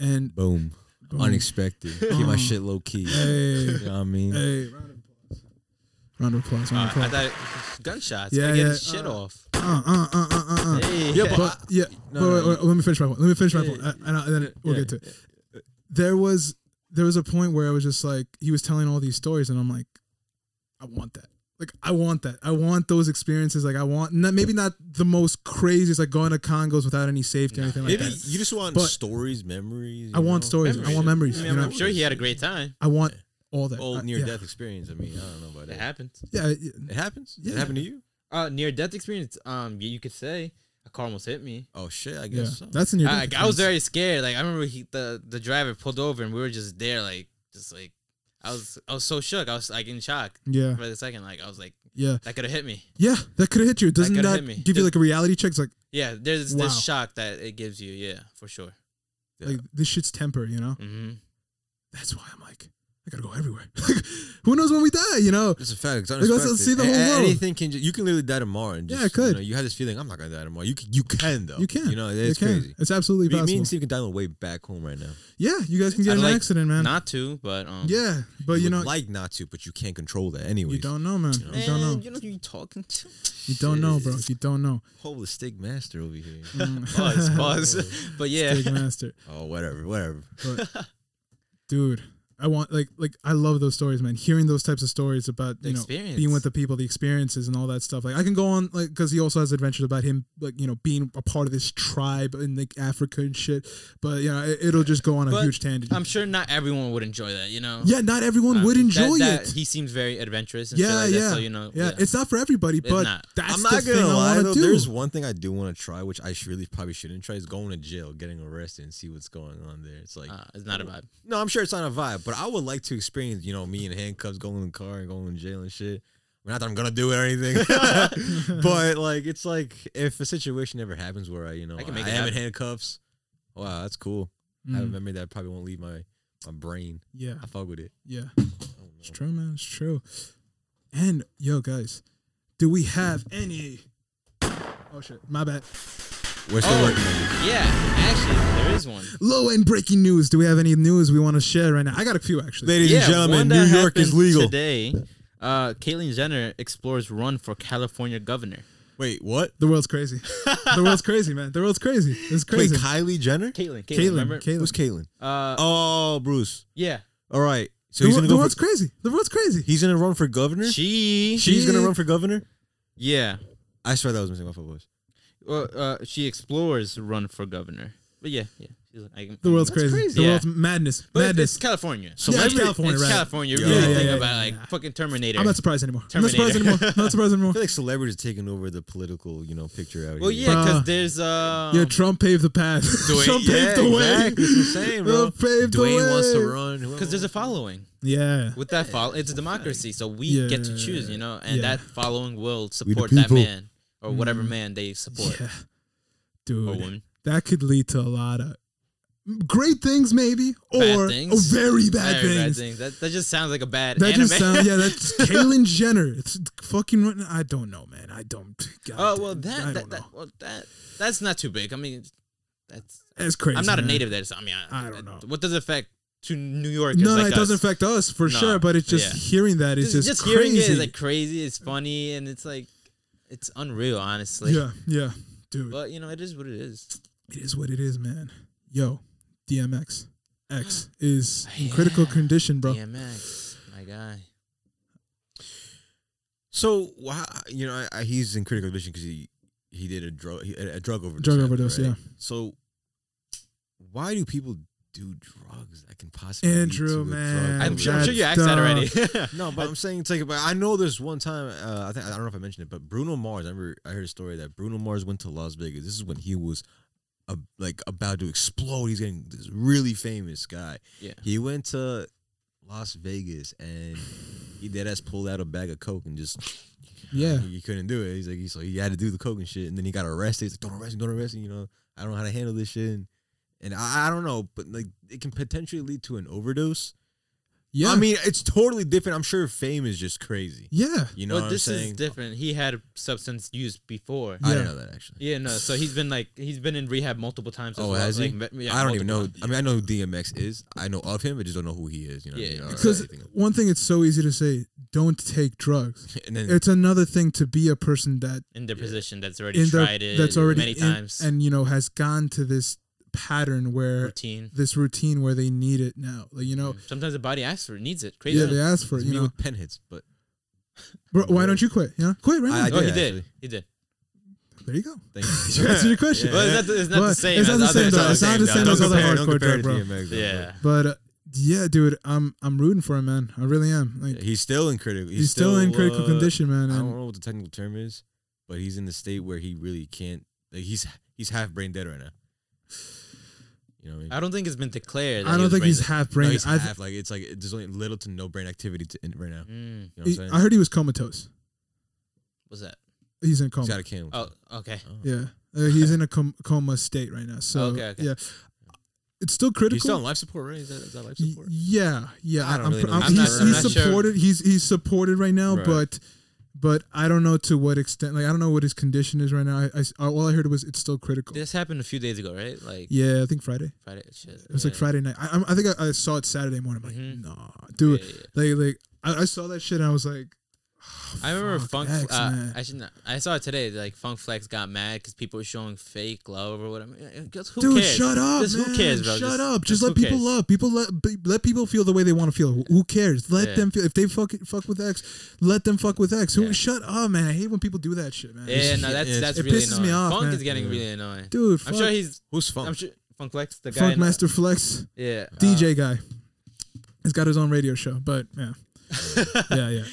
B: and
A: boom, unexpected.
B: (laughs)
A: Keep my shit low key.
B: hey,
A: You know what I mean?
B: hey, round of applause. Round of applause. Round
C: Uh,
B: of
C: I
B: applause.
C: thought it- gunshots.
B: Yeah,
C: Yeah, get
B: yeah,
C: the shit
B: uh,
C: off.
B: Uh, uh, uh, uh, uh, uh.
C: Hey.
A: Yeah, but-
B: But yeah,
A: No,
B: wait,
A: no,
B: wait,
A: you-
B: wait, let me finish my point. Let me finish my
A: Yeah,
B: point, uh, and, I, and then we'll
A: yeah,
B: get to it. There was there was a point where I was just like, he was telling all these stories, and I'm like, I want that. Like I want that. I want those experiences. Like I want not, maybe not the most craziest, like going to Congos without any safety or anything like
A: Maybe
B: that.
A: you just want
B: But-
A: stories, memories.
B: I
A: you
B: want
A: know?
B: stories. I want memories.
C: I
B: you
C: mean,
B: know?
C: I'm sure he had a great time.
B: I want all that.
A: Oh,
B: I-
A: near
B: yeah.
A: death experience. I mean, I don't know about
C: It
A: that.
C: happens.
B: Yeah, yeah.
A: It happens.
B: Yeah.
A: It happened to you.
C: Uh, near death experience. Um, y- you could say a car almost hit me.
A: Oh shit! I
B: yeah.
A: guess so.
B: That's in your.
C: I, I was very scared. Like I remember he, the the driver pulled over and we were just there, like just like I was I was so shook. I was like in shock
B: Yeah,
C: for the second. Like I was like
B: yeah,
C: that could have hit me.
B: yeah. That could have hit you. Doesn't
C: could've
B: that
C: hit me.
B: give you
C: Does-
B: like a reality check? It's like,
C: Yeah, there's
B: Wow.
C: this shock that it gives you. Yeah, for sure.
A: Yeah.
B: like this shit's temper. You know.
C: hmm
B: That's why I'm like, I gotta go everywhere. (laughs) Who knows when we die? You know.
A: It's a fact. It's
B: let's
A: unexpected.
B: see the
A: A-
B: whole
A: a-
B: world.
A: Anything can ju- you can literally die tomorrow. And
B: Yeah,
A: just,
B: it could.
A: You, know, you have this feeling I'm not gonna die tomorrow. You can, you can though.
B: You can.
A: You know
B: You
A: it's
B: can.
A: crazy.
B: It's absolutely
A: Me, me
B: possible.
A: and Steve can die on the way back home right now.
B: yeah, you guys can get
C: I'd
B: in an
C: like
B: accident, man.
C: Not to, but um.
B: yeah, but you,
A: would
B: know,
A: like not to, but you can't control that anyways.
B: you don't know, man. You don't know.
C: You know who you talking to?
B: You don't know, bro. You don't know.
A: Hold stick master over here.
B: Mm. (laughs)
C: (laughs) Pause, pause. (laughs) but yeah,
B: Big master,
A: oh, whatever, whatever.
B: dude. I want like like I love those stories, man. Hearing those types of stories about
C: the
B: you know
C: experience.
B: being with the people, the experiences, and all that stuff. Like I can go on, like because he also has adventures about him, like you know, being a part of this tribe in like Africa and shit. But you know, it, it'll just go on a
C: But
B: huge tangent.
C: I'm sure not everyone would enjoy that. You know.
B: yeah, not everyone
C: Um,
B: would
C: that-
B: enjoy
C: that-
B: it.
C: He seems very adventurous. And
B: yeah,
C: shit like
B: yeah,
C: That, so you know.
B: yeah, It's not for everybody,
C: It's
B: but
C: not. Mm.
B: that's
A: I'm
B: the
A: not
B: thing
A: gonna
B: I
A: lie
B: want
A: though.
B: to do.
A: There's one thing I do want to try, which I sh- really probably shouldn't try, is going to jail, getting arrested, and see what's going on there. It's like,
C: Uh, it's not a vibe.
A: no, I'm sure it's not a vibe, but I would like to experience, you know, me in handcuffs, going in the car, and going in jail and shit. I mean, not that I'm gonna do it or
C: (laughs)
A: anything, (laughs) but like, it's like if a situation ever happens where I, you know, I,
C: I can make
A: I
C: it
A: am in
C: happen.
A: handcuffs. Wow, that's cool. I have a
B: Mm,
A: memory that probably won't leave my my brain.
B: yeah,
A: I fuck with it.
B: yeah,
A: I don't know.
B: it's true, man. It's true. And yo, guys, do we have any? Oh shit, my bad.
A: We're still
C: Oh.
A: working on it.
C: Yeah, actually, there is one.
B: Low end breaking news. Do we have any news we want to share right now? I got a few actually.
A: Ladies
C: yeah,
A: and gentlemen,
C: one
A: New
C: that
A: York is
C: happened
A: legal.
C: Today, uh, Caitlyn Jenner explores run for California governor.
A: Wait, what?
B: The world's crazy. the world's crazy, man. The world's crazy. It's crazy.
A: Wait, Kylie Jenner?
C: Caitlyn, Caitlyn,
B: Caitlyn,
C: remember?
A: Who's
B: Caitlyn.
A: Caitlyn?
C: uh,
A: Oh, Bruce.
C: yeah,
A: All right. So
B: The,
A: he's
B: wor-
A: gonna
B: the
A: go.
B: world's
A: For,
B: crazy. The world's crazy.
A: he's gonna run for governor.
C: she,
A: She's gonna
B: she-
A: run for governor.
C: yeah,
A: I swear that was missing my voice.
C: well, uh, she explores run for governor. But yeah, yeah, she's like, I-
B: The world's
A: That's
B: crazy.
A: crazy.
B: The
C: Yeah.
B: world's madness.
C: But it's-
B: madness.
C: it's California.
B: So
C: Like,
B: it's California,
C: It's
B: right?
C: California.
A: Yeah,
C: You really
A: yeah,
C: think
B: yeah,
C: about
B: yeah.
C: like fucking Terminator.
B: I'm not surprised anymore. I'm not surprised anymore.
C: Terminator.
B: Not surprised
C: (laughs)
B: anymore.
A: I feel like celebrities are taking over the political, you know, picture out
C: well,
A: here.
B: (laughs)
C: yeah,
B: Uh,
C: because there's uh,
B: yeah, Trump paved the
C: (laughs)
B: path.
C: Dwayne-
B: Trump paved
A: yeah,
B: the way.
A: exactly. That's what I'm saying, bro.
B: Trump paved the
A: Dwayne
B: way.
A: wants to run. whoever
C: because there's a
A: wants to.
C: following.
B: (laughs) Yeah.
C: With that follow, it's a democracy, so we
B: Yeah,
C: get to choose, you know, and
B: yeah.
C: that following will
A: the
C: support that
A: people.
C: man or whatever
B: Mm.
C: man they support
B: Yeah.
C: or
B: Dude,
C: woman.
B: that could lead to a lot of great things, maybe, or
C: Bad things.
B: or very bad
C: Very
B: things.
C: things. That, that just sounds like a bad
B: That
C: anime.
B: just
C: (laughs)
B: sounds yeah. That's Caitlyn Jenner. It's fucking. I don't know, man. I don't. God
C: oh well,
B: damn,
C: that
B: I
C: that,
B: don't know.
C: that well that that's not too big. I mean, that's
B: That's crazy.
C: I'm not a
B: man.
C: native there, so I mean,
B: I don't know.
C: What does it affect to New York? is
B: No,
C: like
B: it doesn't
C: us.
B: affect us for
C: No,
B: sure. But it's just
C: yeah.
B: hearing that is
C: just,
B: just,
C: just
B: crazy.
C: hearing it is like crazy. It's funny and it's like it's unreal, honestly.
B: yeah, yeah, dude.
C: But you know, it is what it is.
B: It is what it is, man. Yo, DMX
C: (gasps)
B: X is in critical condition, bro.
C: DMX, my guy.
A: So why you know I, I, he's in critical condition because he he did a drug he, a, a drug overdose.
B: Drug
A: happened,
B: overdose, yeah.
A: So why do people do drugs that can possibly lead
B: Andrew,
A: to a drug
B: man,
C: I'm, sure, I'm
A: overdose?
C: sure you
B: That's
C: asked that already. (laughs)
A: No, but I'm saying it's like, but I know there's one time. Uh, I think I don't know if I mentioned it, but Bruno Mars. I remember I heard a story that Bruno Mars went to Las Vegas. This is when he was, uh like about to explode. He's getting this really famous guy.
C: Yeah.
A: He went to Las Vegas and he dead ass pulled out a bag of coke and just
B: Yeah.
A: he, he couldn't do it. He's like, he's like, he had to do the coke and shit, and then he got arrested. He's like, don't arrest me, don't arrest me. You know, I don't know how to handle this shit. And, and I, I don't know, but like it can potentially lead to an overdose.
B: Yeah.
A: I mean, it's totally different. I'm sure fame is just crazy.
B: yeah.
A: You know
C: But
A: what
C: this
A: I'm
C: is
A: saying?
C: different. He had substance use before.
A: I
B: Yeah.
A: didn't know that actually.
C: Yeah, no. So he's been like he's been in rehab multiple times. As
A: Oh,
C: well.
A: has he?
C: Like, me- yeah,
A: I don't even know.
C: multiple times.
A: I mean, I know who DMX is. I know of him. I just don't know who he is. You know, what uh, I
C: Yeah,
A: mean? Or
B: Because
A: anything.
B: one thing it's so easy to say, don't take
A: (laughs)
B: drugs.
A: and then
B: It's another thing to be a person that
C: In their
A: Yeah.
C: position, that's already
B: in
C: tried
B: their,
C: it.
B: that's already
C: many
B: in-
C: times.
B: and you know has gone to this pattern where
C: routine.
B: this routine where they need it now. Like you know, sometimes
C: Sometimes the body asks for it, needs it. Crazy.
B: yeah, they ask for
A: it's
B: it.
A: me
B: You know,
A: with pen hits, but
B: Bro, why don't you quit? Yeah, quit right
A: I- I
B: now.
C: oh,
A: did,
C: he did.
A: actually.
C: He did.
B: There you go. (laughs)
A: thank you.
B: Answer your question.
C: Well, it's not, the- it's not
B: Well,
C: the same.
B: it's not
C: as
B: the
C: other-
B: same, though.
C: other
B: It's not
C: thing,
B: the
C: though.
B: same
A: Don't
B: as other
A: compare- don't
B: hardcore
A: compare
B: drug,
A: it to
B: bro.
A: DMX, though,
C: Yeah.
B: But uh, yeah, dude, I'm I'm rooting for him, man. I really am. Like
A: but- He's still in critical. He's,
B: he's, still, in critical
A: uh,
B: condition, man.
A: I don't
B: And
A: know what the technical term is, but he's in the state where he really can't. Like he's he's half brain dead right now. You know what I mean?
C: I don't think it's been declared. that
B: I
C: he
B: don't
C: was
B: think he's
C: racist.
B: half
A: No,
B: brain.
A: he's
B: I, th-
A: half. Like it's like there's only little to no brain activity to, in, right now.
C: Mm,
A: You know what I'm saying?
B: I heard he was comatose.
C: what's that?
B: He's in
A: he's
B: coma.
A: out of can.
C: Oh, okay.
B: Yeah, Uh, he's in a
A: (laughs)
B: com- coma state right now. So
C: Okay, okay.
B: yeah, it's still critical.
A: He's still on life support, right? Is that, is that life
B: Y-
A: support?
B: Yeah, yeah.
A: I don't
B: am
A: really know
C: the
B: he's,
C: term.
B: he's
C: I'm not sure.
B: supported. He's he's supported right now,
A: Right.
B: but but I don't know to what extent. Like I don't know what his condition is right now. I, I s- all I heard was it's still critical.
C: This happened a few days ago, right? Like
B: yeah, I think Friday.
C: Friday. Shit. It
B: It was like Friday night. I, I'm- I think I, I saw it Saturday morning. I'm like,
C: Mhm.
A: Mm-hmm.
B: nah, dude. Like like I, I saw that shit and I was like,
C: I remember Funk.
B: X,
C: uh,
B: man.
C: I should not, I saw it today. Like Funk Flex got mad because people were showing fake love or whatever. Uh, Just, who
B: dude,
C: cares?
B: shut up,
C: Just
B: man.
C: who cares, bro?
B: Shut
C: Just-
B: up. Just,
C: just
B: let
C: who
B: people
C: cares?
B: love. People let be- let people feel the way they want to feel. Who cares? Let
C: Yeah.
B: them feel. If they fuck fuck with X, let them fuck with X. Who?
C: Yeah.
B: Shut up, man. I hate when people do that shit, man.
C: Yeah, no, that's
A: It
C: that's
B: pisses
C: really
B: me
C: annoying.
B: off,
C: Funk
B: man.
C: is getting
A: Yeah.
C: really annoying.
B: dude. Fuck.
C: I'm sure he's.
A: Who's funk?
C: I'm sure Funk Flex, the guy.
B: Funk
C: in, uh,
B: Master Flex,
C: Yeah. Uh,
B: DJ guy. He's got his own radio show, but
C: (laughs)
B: yeah, yeah, yeah.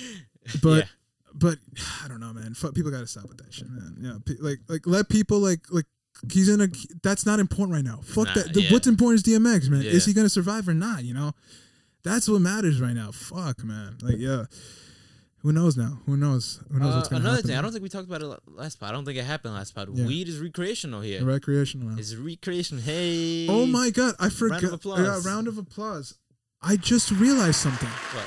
B: But
C: Yeah.
B: but (sighs) I don't know, man. Fuck, people got to stop with that shit, man. Yeah, pe- like like let people like like he's in a. That's not important right now. Fuck
C: Nah,
B: that. The-
C: yeah.
B: What's important is DMX, man. Is
C: Yeah.
B: he gonna survive or not? You know, that's what matters right now. Fuck, man. Like yeah. Who knows now? Who knows? Who knows
C: Uh,
B: what's gonna
C: another
B: happen?
C: thing, I don't think we talked about it la- last pod. I don't think it happened last pod.
B: Yeah.
C: Weed is recreational here.
B: recreational. now.
C: It's recreation. Hey.
B: Oh my god! I forgot.
C: applause.
B: Yeah, round of applause. I just realized something.
C: What?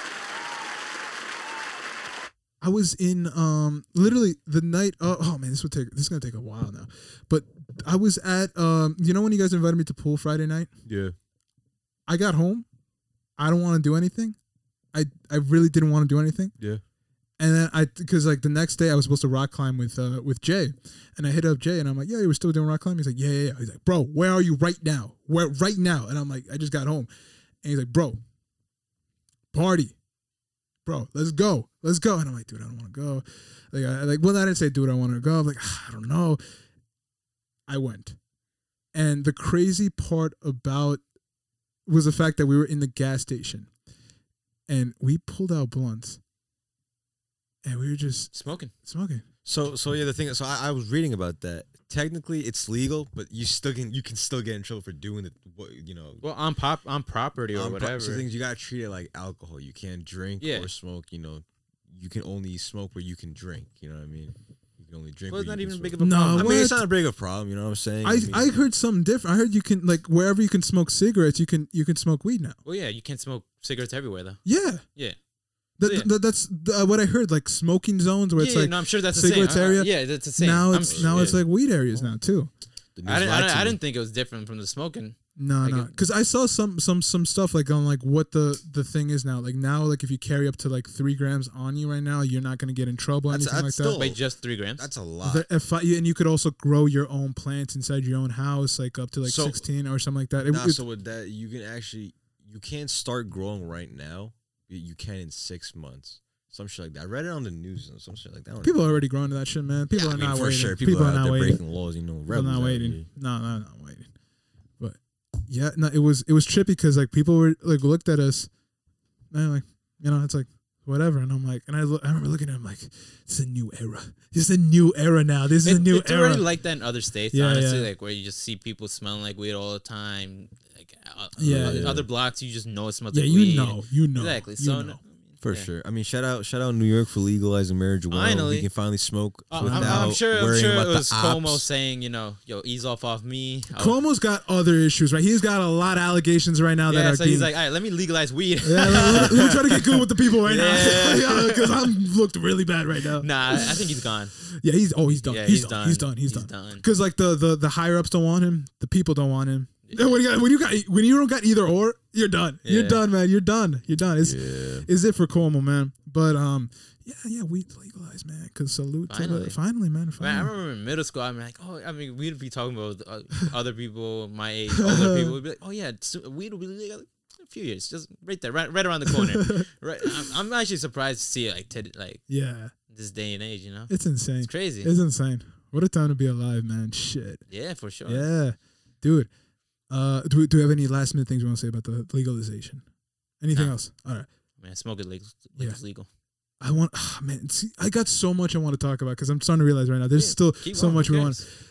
B: I was in um literally the night. Oh, oh man, this would take. This is gonna take a while now. But I was at um. You know when you guys invited me to pool Friday night?
A: yeah.
B: I got home. I don't want to do anything. I I really didn't want to do anything.
A: Yeah.
B: And then I because like the next day I was supposed to rock climb with uh with Jay, and I hit up Jay and I'm like, yeah, you were still doing rock climbing. He's like, yeah, yeah, yeah. He's like, bro, where are you right now? Where right now? And I'm like, I just got home, and he's like, bro, party, bro, let's go, let's go. And I'm like, dude, I don't want to go. Like, I, like, well, I didn't say, dude, I want to go. I'm like, "Ah, I don't know. I went, and the crazy part about was the fact that we were in the gas station and we pulled out blunts and we were just
C: Smoking.
B: smoking.
A: So so yeah, the thing. So I, I was reading about that. Technically, it's legal, but you still can you can still get in trouble for doing it. What you know.
C: Well, on pop, on property or
A: um, pro-
C: whatever.
A: So things you gotta treat it like alcohol. You can't drink
C: Yeah.
A: or smoke. You know, you can only smoke where you can drink. You know what I mean? You can only drink.
C: well,
A: where
C: it's
A: you
C: not
A: can
C: even
A: smoke.
C: big of a
B: No,
A: I
C: problem.
A: mean, it's
B: What?
A: not a big of a problem. You know what I'm saying?
B: I,
A: mean,
B: I heard something different. I heard you can like wherever you can smoke cigarettes, you can you can smoke weed now.
C: Well, yeah, you can't smoke cigarettes everywhere though.
B: Yeah.
C: Yeah.
B: That,
C: Oh, Yeah.
B: that- that's uh, what I heard like smoking zones where
C: yeah,
B: it's
C: yeah,
B: like
C: no, I'm sure that's
B: cigarettes
C: the same. I- I-
B: area.
C: yeah, that's the same.
B: now
C: I'm
B: it's
C: sure-
B: now
C: yeah.
B: it's like weed areas now too.
A: The news
C: I didn't, I,
A: lied
C: didn't,
A: to
C: I
A: me.
C: didn't think it was different from the smoking.
B: No,
C: I
B: no,
C: get-
B: because I saw some some some stuff like on like what the the thing is now. Like now, like if you carry up to like three grams on you right now, you're not gonna get in trouble or
A: That's-
B: anything like
A: that's
B: that.
A: still-
C: Wait, just three grams.
A: That's a lot.
B: The- if I, and you could also grow your own plants inside your own house, like up to like
A: So-
B: sixteen or something like that. It-
A: nah,
B: it-
A: so with that, you can actually you can't start growing right now. You- You can in six months. Some shit like that. I read it on the news and some shit like that. I don't
B: people are already growing to that shit, man. People
A: Yeah,
B: are
A: I mean,
B: not
A: for
B: waiting.
A: sure.
B: People,
A: People,
B: are
A: out
B: not
A: there
B: waiting.
A: breaking laws, you know,
B: People are
A: rebels.
B: not
A: out
B: waiting.
A: here.
B: No, no, not waiting. But yeah, no, it was it was trippy because like people were like looked at us, and I'm like you know it's like whatever, and I'm like, and I, look, I remember looking at him like it's a new era. This is a new era now. This is
C: It-
B: a new
C: it's
B: era.
C: already like that in other states,
B: Yeah,
C: honestly.
B: yeah.
C: Like where you just see people smelling like weed all the time. Like uh,
B: Yeah,
C: other,
A: yeah.
C: other blocks, you just know it smells
B: yeah,
C: like
B: you
C: weed.
B: know, you know,
C: exactly.
B: you
C: so uh,
B: know.
C: no-
A: For
C: Yeah.
A: sure. I mean, shout out, shout out New York for legalizing marijuana.
C: Finally.
A: we can finally smoke
C: Uh, I'm,
A: without
C: I'm sure. I'm
A: worrying
C: sure it
A: about
C: was
A: the ops.
C: Como saying, you know, yo, ease off off me. I was-
B: Cuomo's got other issues, right? He's got a lot of allegations right now
C: yeah,
B: that are
C: so he's
B: being-
C: like, all right, let me legalize weed.
B: (laughs) yeah, let,
C: (laughs)
B: let me try to get good with the people right now,
C: Yeah.
B: (laughs) because I'm looked really bad right now.
C: nah, I I think he's gone.
B: Yeah, he's oh, he's done.
C: Yeah,
B: he's,
C: he's
B: done. He's
C: done.
B: done. He's,
C: He's
B: done.
C: done.
B: Because like the, the the higher ups don't want him. The people don't want him. When you got when you got when you don't got either or, you're done. You're
C: Yeah.
B: done, man. You're done. You're done. It's
A: Yeah.
B: is it for Cuomo, man? But um, yeah, yeah, we legalized, man. Cause salute to the
C: Finally.
B: finally, man.
C: Man, I
B: Finally.
C: remember in middle school, I'm like, oh, I mean, we'd be talking about
B: (laughs)
C: uh, other people my age, older people. We'd be like, oh yeah, so weed will be legal in a few years, just right there, right, right around the
B: (laughs)
C: corner. right, I'm, I'm actually surprised to see it like to, like
B: yeah,
C: this day and age, you know,
B: it's insane.
C: it's crazy.
B: It's insane. What a time to be alive, man. Shit.
C: yeah, for sure.
B: Yeah, dude. Uh, do we, do we have any last minute things we want to say about the legalization? Anything
C: No.
B: else? All right.
C: man, smoke it legal,
B: Yeah.
C: it's legal.
B: I want, ah, man. See, I got so much I want to talk about because I'm starting to realize right now there's
C: Yeah,
B: still
C: Keep
B: so
C: going,
B: much
C: who
B: we want.
C: cares?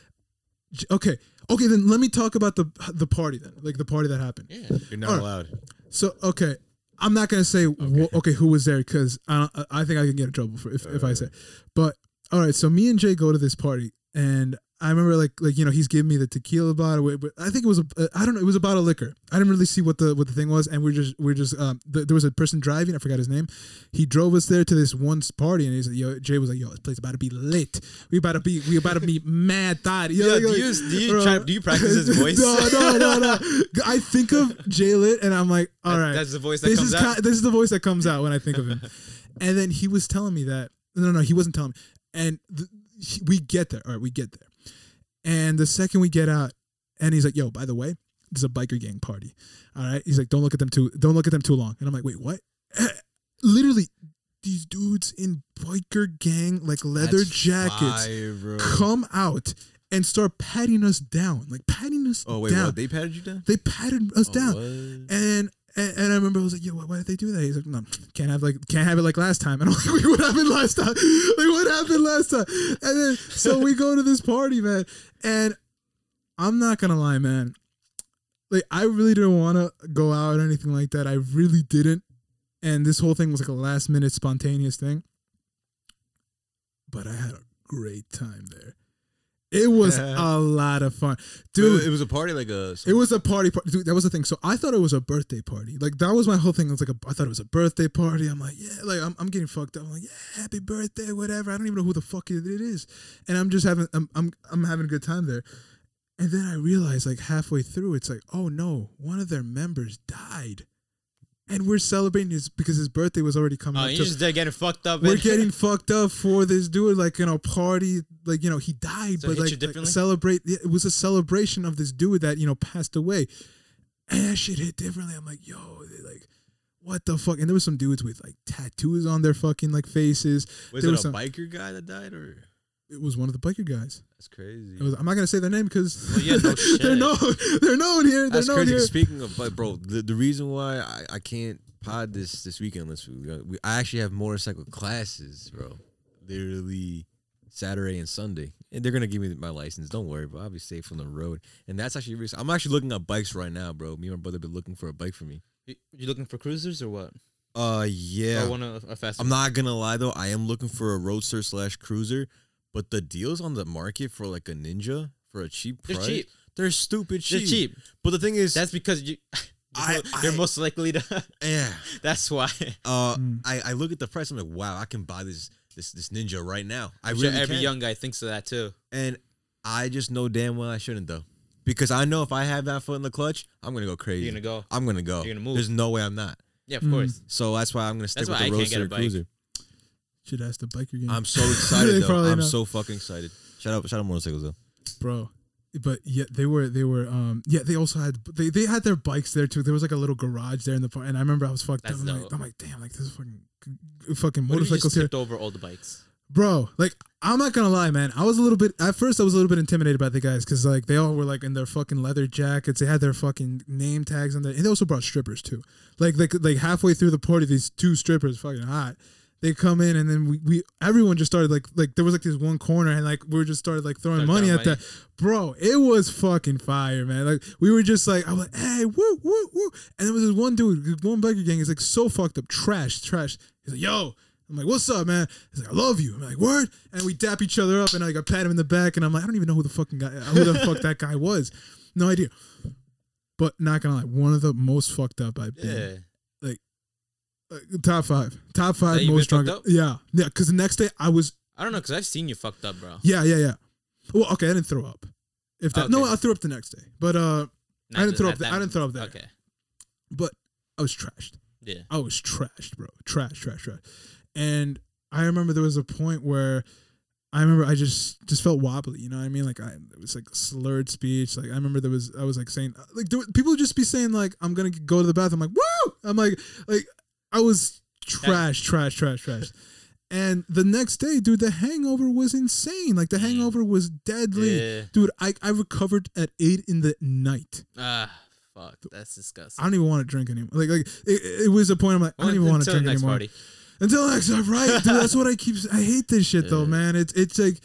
B: J- Okay, okay. Then let me talk about the the party then, like the party that happened.
C: Yeah,
A: You're not
B: Alright.
A: allowed.
B: So okay, I'm not gonna say okay,
C: Okay.
B: okay who was there because I don't, I think I can get in trouble for if, if I say. But all right, so me and Jay go to this party, and I remember like like you know he's giving me the tequila bottle. wait, But I think it was a uh, I don't know it was a bottle of liquor. I didn't really see what the what the thing was, and we're just we're just um th- there was a person driving. I forgot his name. He drove us there to this one party, and he's like, yo Jay was like yo this place about to be lit. We about to be we about to be (laughs) mad thought.
C: Yo, do you- do you try- do you practice his
B: (laughs)
C: voice?
B: no no no no. I think of Jay lit, and I'm like all
C: That-
B: right
C: that's the voice that
B: this
C: comes
B: is
C: out.
B: ki- this is the voice that comes out when I think
A: (laughs)
B: of him. and then he was telling me that no, no, he wasn't telling me. And th- he- we get there. All right, we get there. And the second we get out, and he's like, "Yo, by the way, there's a biker gang party." All right, he's like, "Don't look at them too. Don't look at them too long." And I'm like, "Wait, what?" (clears throat) Literally, these dudes in biker gang like leather
A: That's
B: jackets
A: fire, bro.
B: come out and start patting us down, like patting us
A: Oh wait,
B: down.
A: what? They patted you down?
B: they patted us
A: Oh,
B: down
A: what?
B: (laughs) and and, and I remember I was like, "Yo, why, why did they do that?" He's like, "No, can't have like can't have it like last time." And I'm like, (laughs) "Wait, what happened last time? Like, what happened last time?" And then so we go to this party, man, and I'm not gonna lie, man. Like I really didn't want to go out or anything like that. I really didn't, and this whole thing was like a last minute spontaneous thing. But I had a great time there. It
A: (laughs)
B: was a lot of fun, dude.
A: It was a party like a.
B: It was a party, party. Dude, that was the thing. So I thought it was a birthday party. Like that was my whole thing. It was like a, I thought it was a birthday party. I'm like, yeah, like I'm, I'm getting fucked up. I'm like, yeah, happy birthday, whatever. I don't even know who the fuck it, it is, and I'm just having, I'm, I'm, I'm having a good time there. And then I realized, like halfway through, it's like, oh no, one of their members died, and we're celebrating his because his birthday was already coming.
C: Oh,
B: up
C: you
B: to-
C: just they're getting fucked up.
B: we're
C: and-
B: getting fucked up for this dude, like you know, party, like you know, he died,
C: So
B: but
C: hit you
B: like, like
C: differently?
B: celebrate. It was a celebration of this dude that you know passed away, and that shit hit differently. I'm like, yo, they, like, what the fuck? And there was some dudes with like tattoos on their fucking like faces.
A: Was
B: there
A: it
B: was
A: a
B: some-
A: biker guy that died or?
B: It was one of the biker guys.
A: That's crazy.
B: It was, I'm not gonna say their name because
C: Well, yeah, no
B: (laughs) they're
C: shit.
B: known. They're known here. They're
A: That's
B: known
A: crazy.
B: here.
A: Speaking of, but bro, the, the reason why I, I can't pod this this weekend unless we, we I actually have motorcycle classes, bro. Literally Saturday and Sunday, and they're gonna give me my license. Don't worry, bro. I'll be safe on the road. And that's actually really, I'm actually looking at bikes right now, bro. Me and my brother been looking for a bike for me.
C: (laughs) You you looking for cruisers or what?
A: Uh, yeah.
C: Or Oh, one of a fast.
A: I'm not gonna lie though, I am looking for a roadster slash cruiser, but the deals on the market for like a ninja for a cheap
C: They're
A: price,
C: cheap.
A: they're stupid
C: They're
A: cheap.
C: cheap.
A: But the thing is,
C: That's because you. (laughs)
A: I-
C: you're
A: I-
C: most likely to. (laughs)
A: yeah.
C: That's why. (laughs)
A: Uh,
B: Mm.
A: I, I look at the price. I'm like, wow, I can buy this this this ninja right now. I
C: I'm
A: really
C: sure every
A: can.
C: young guy thinks of that too.
A: and I just know damn well I shouldn't though, because I know if I have that foot in the clutch, I'm gonna go crazy.
C: You're gonna go.
A: I'm gonna go.
C: You're gonna move.
A: There's no way I'm not.
C: Yeah, of
B: Mm.
C: course.
A: So that's why I'm gonna stick
C: That's
A: with
C: why
A: the
C: I can't get a
A: roadster
C: bike.
A: (laughs) cruiser.
B: Should ask the biker gang.
A: I'm
B: (laughs)
A: so
B: They
A: excited though.
B: probably
A: I'm
B: know.
A: so fucking excited. Shout out, shout out motorcycles though.
B: bro but yeah they were they were um yeah they also had they, they had their bikes there too there was like a little garage there in the park and i remember i was fucked
C: That's
B: up I'm like,
C: dope.
B: I'm like damn like this is fucking fucking
C: What if you
B: motorcycles
C: just
B: here
C: tipped over all the bikes?
B: bro like i'm not gonna lie man i was a little bit at first i was a little bit intimidated by the guys because like they all were like in their fucking leather jackets they had their fucking name tags on there and they also brought strippers too like like like halfway through the party these two strippers fucking hot they come in and then we, we everyone just started like like there was like this one corner and like we were just started like throwing
C: Started
B: money
C: throwing
B: at that bro it was fucking fire man like we were just like i was like hey woo woo woo and there was this one dude this one biker gang is like so fucked up trash trash he's like yo I'm like, what's up, man? He's like, I love you. I'm like, word. And we dap each other up, and like I pat him in the back, and I'm like, I don't even know who the fucking guy, who the fuck that guy was, no idea. But not gonna lie, one of the most fucked up I've been
C: Yeah.
B: uh, top five, top
C: That
B: five
C: you've been
B: most drunk.
C: fucked up?
B: Yeah, yeah. Because the next day I was,
C: I don't know, cause I've seen you fucked up, bro.
B: yeah, yeah, yeah. Well, okay, I didn't throw up. If that, no,
C: Okay.
B: I threw up the next day, but uh,
C: Not
B: I didn't
C: th-
B: throw
C: not
B: up. th-
C: that
B: I didn't
C: one.
B: throw up there.
C: Okay.
B: But I was trashed.
C: Yeah.
B: I was trashed, bro. Oh, Trash, trash, trash. And I remember there was a point where I remember I just just felt wobbly. You know what I mean? Like I it was like slurred speech. Like I remember there was I was like saying like there, were- people would just be saying like I'm gonna go to the bathroom. like woo! I'm like like I was trash, trash, trash, trash. And the next day, dude, the hangover was insane. Like the hangover was deadly.
C: Yeah.
B: Dude, I, I recovered at eight in the night.
C: Ah, fuck. That's disgusting.
B: I don't even want to drink anymore. Like like it, it was a point I'm like, I don't
C: Well,
B: even want to
C: until the
B: drink
C: next
B: anymore
C: party.
B: until next time, right? Dude, that's what I keep. I hate this shit though,
C: Yeah.
B: man. It's it's like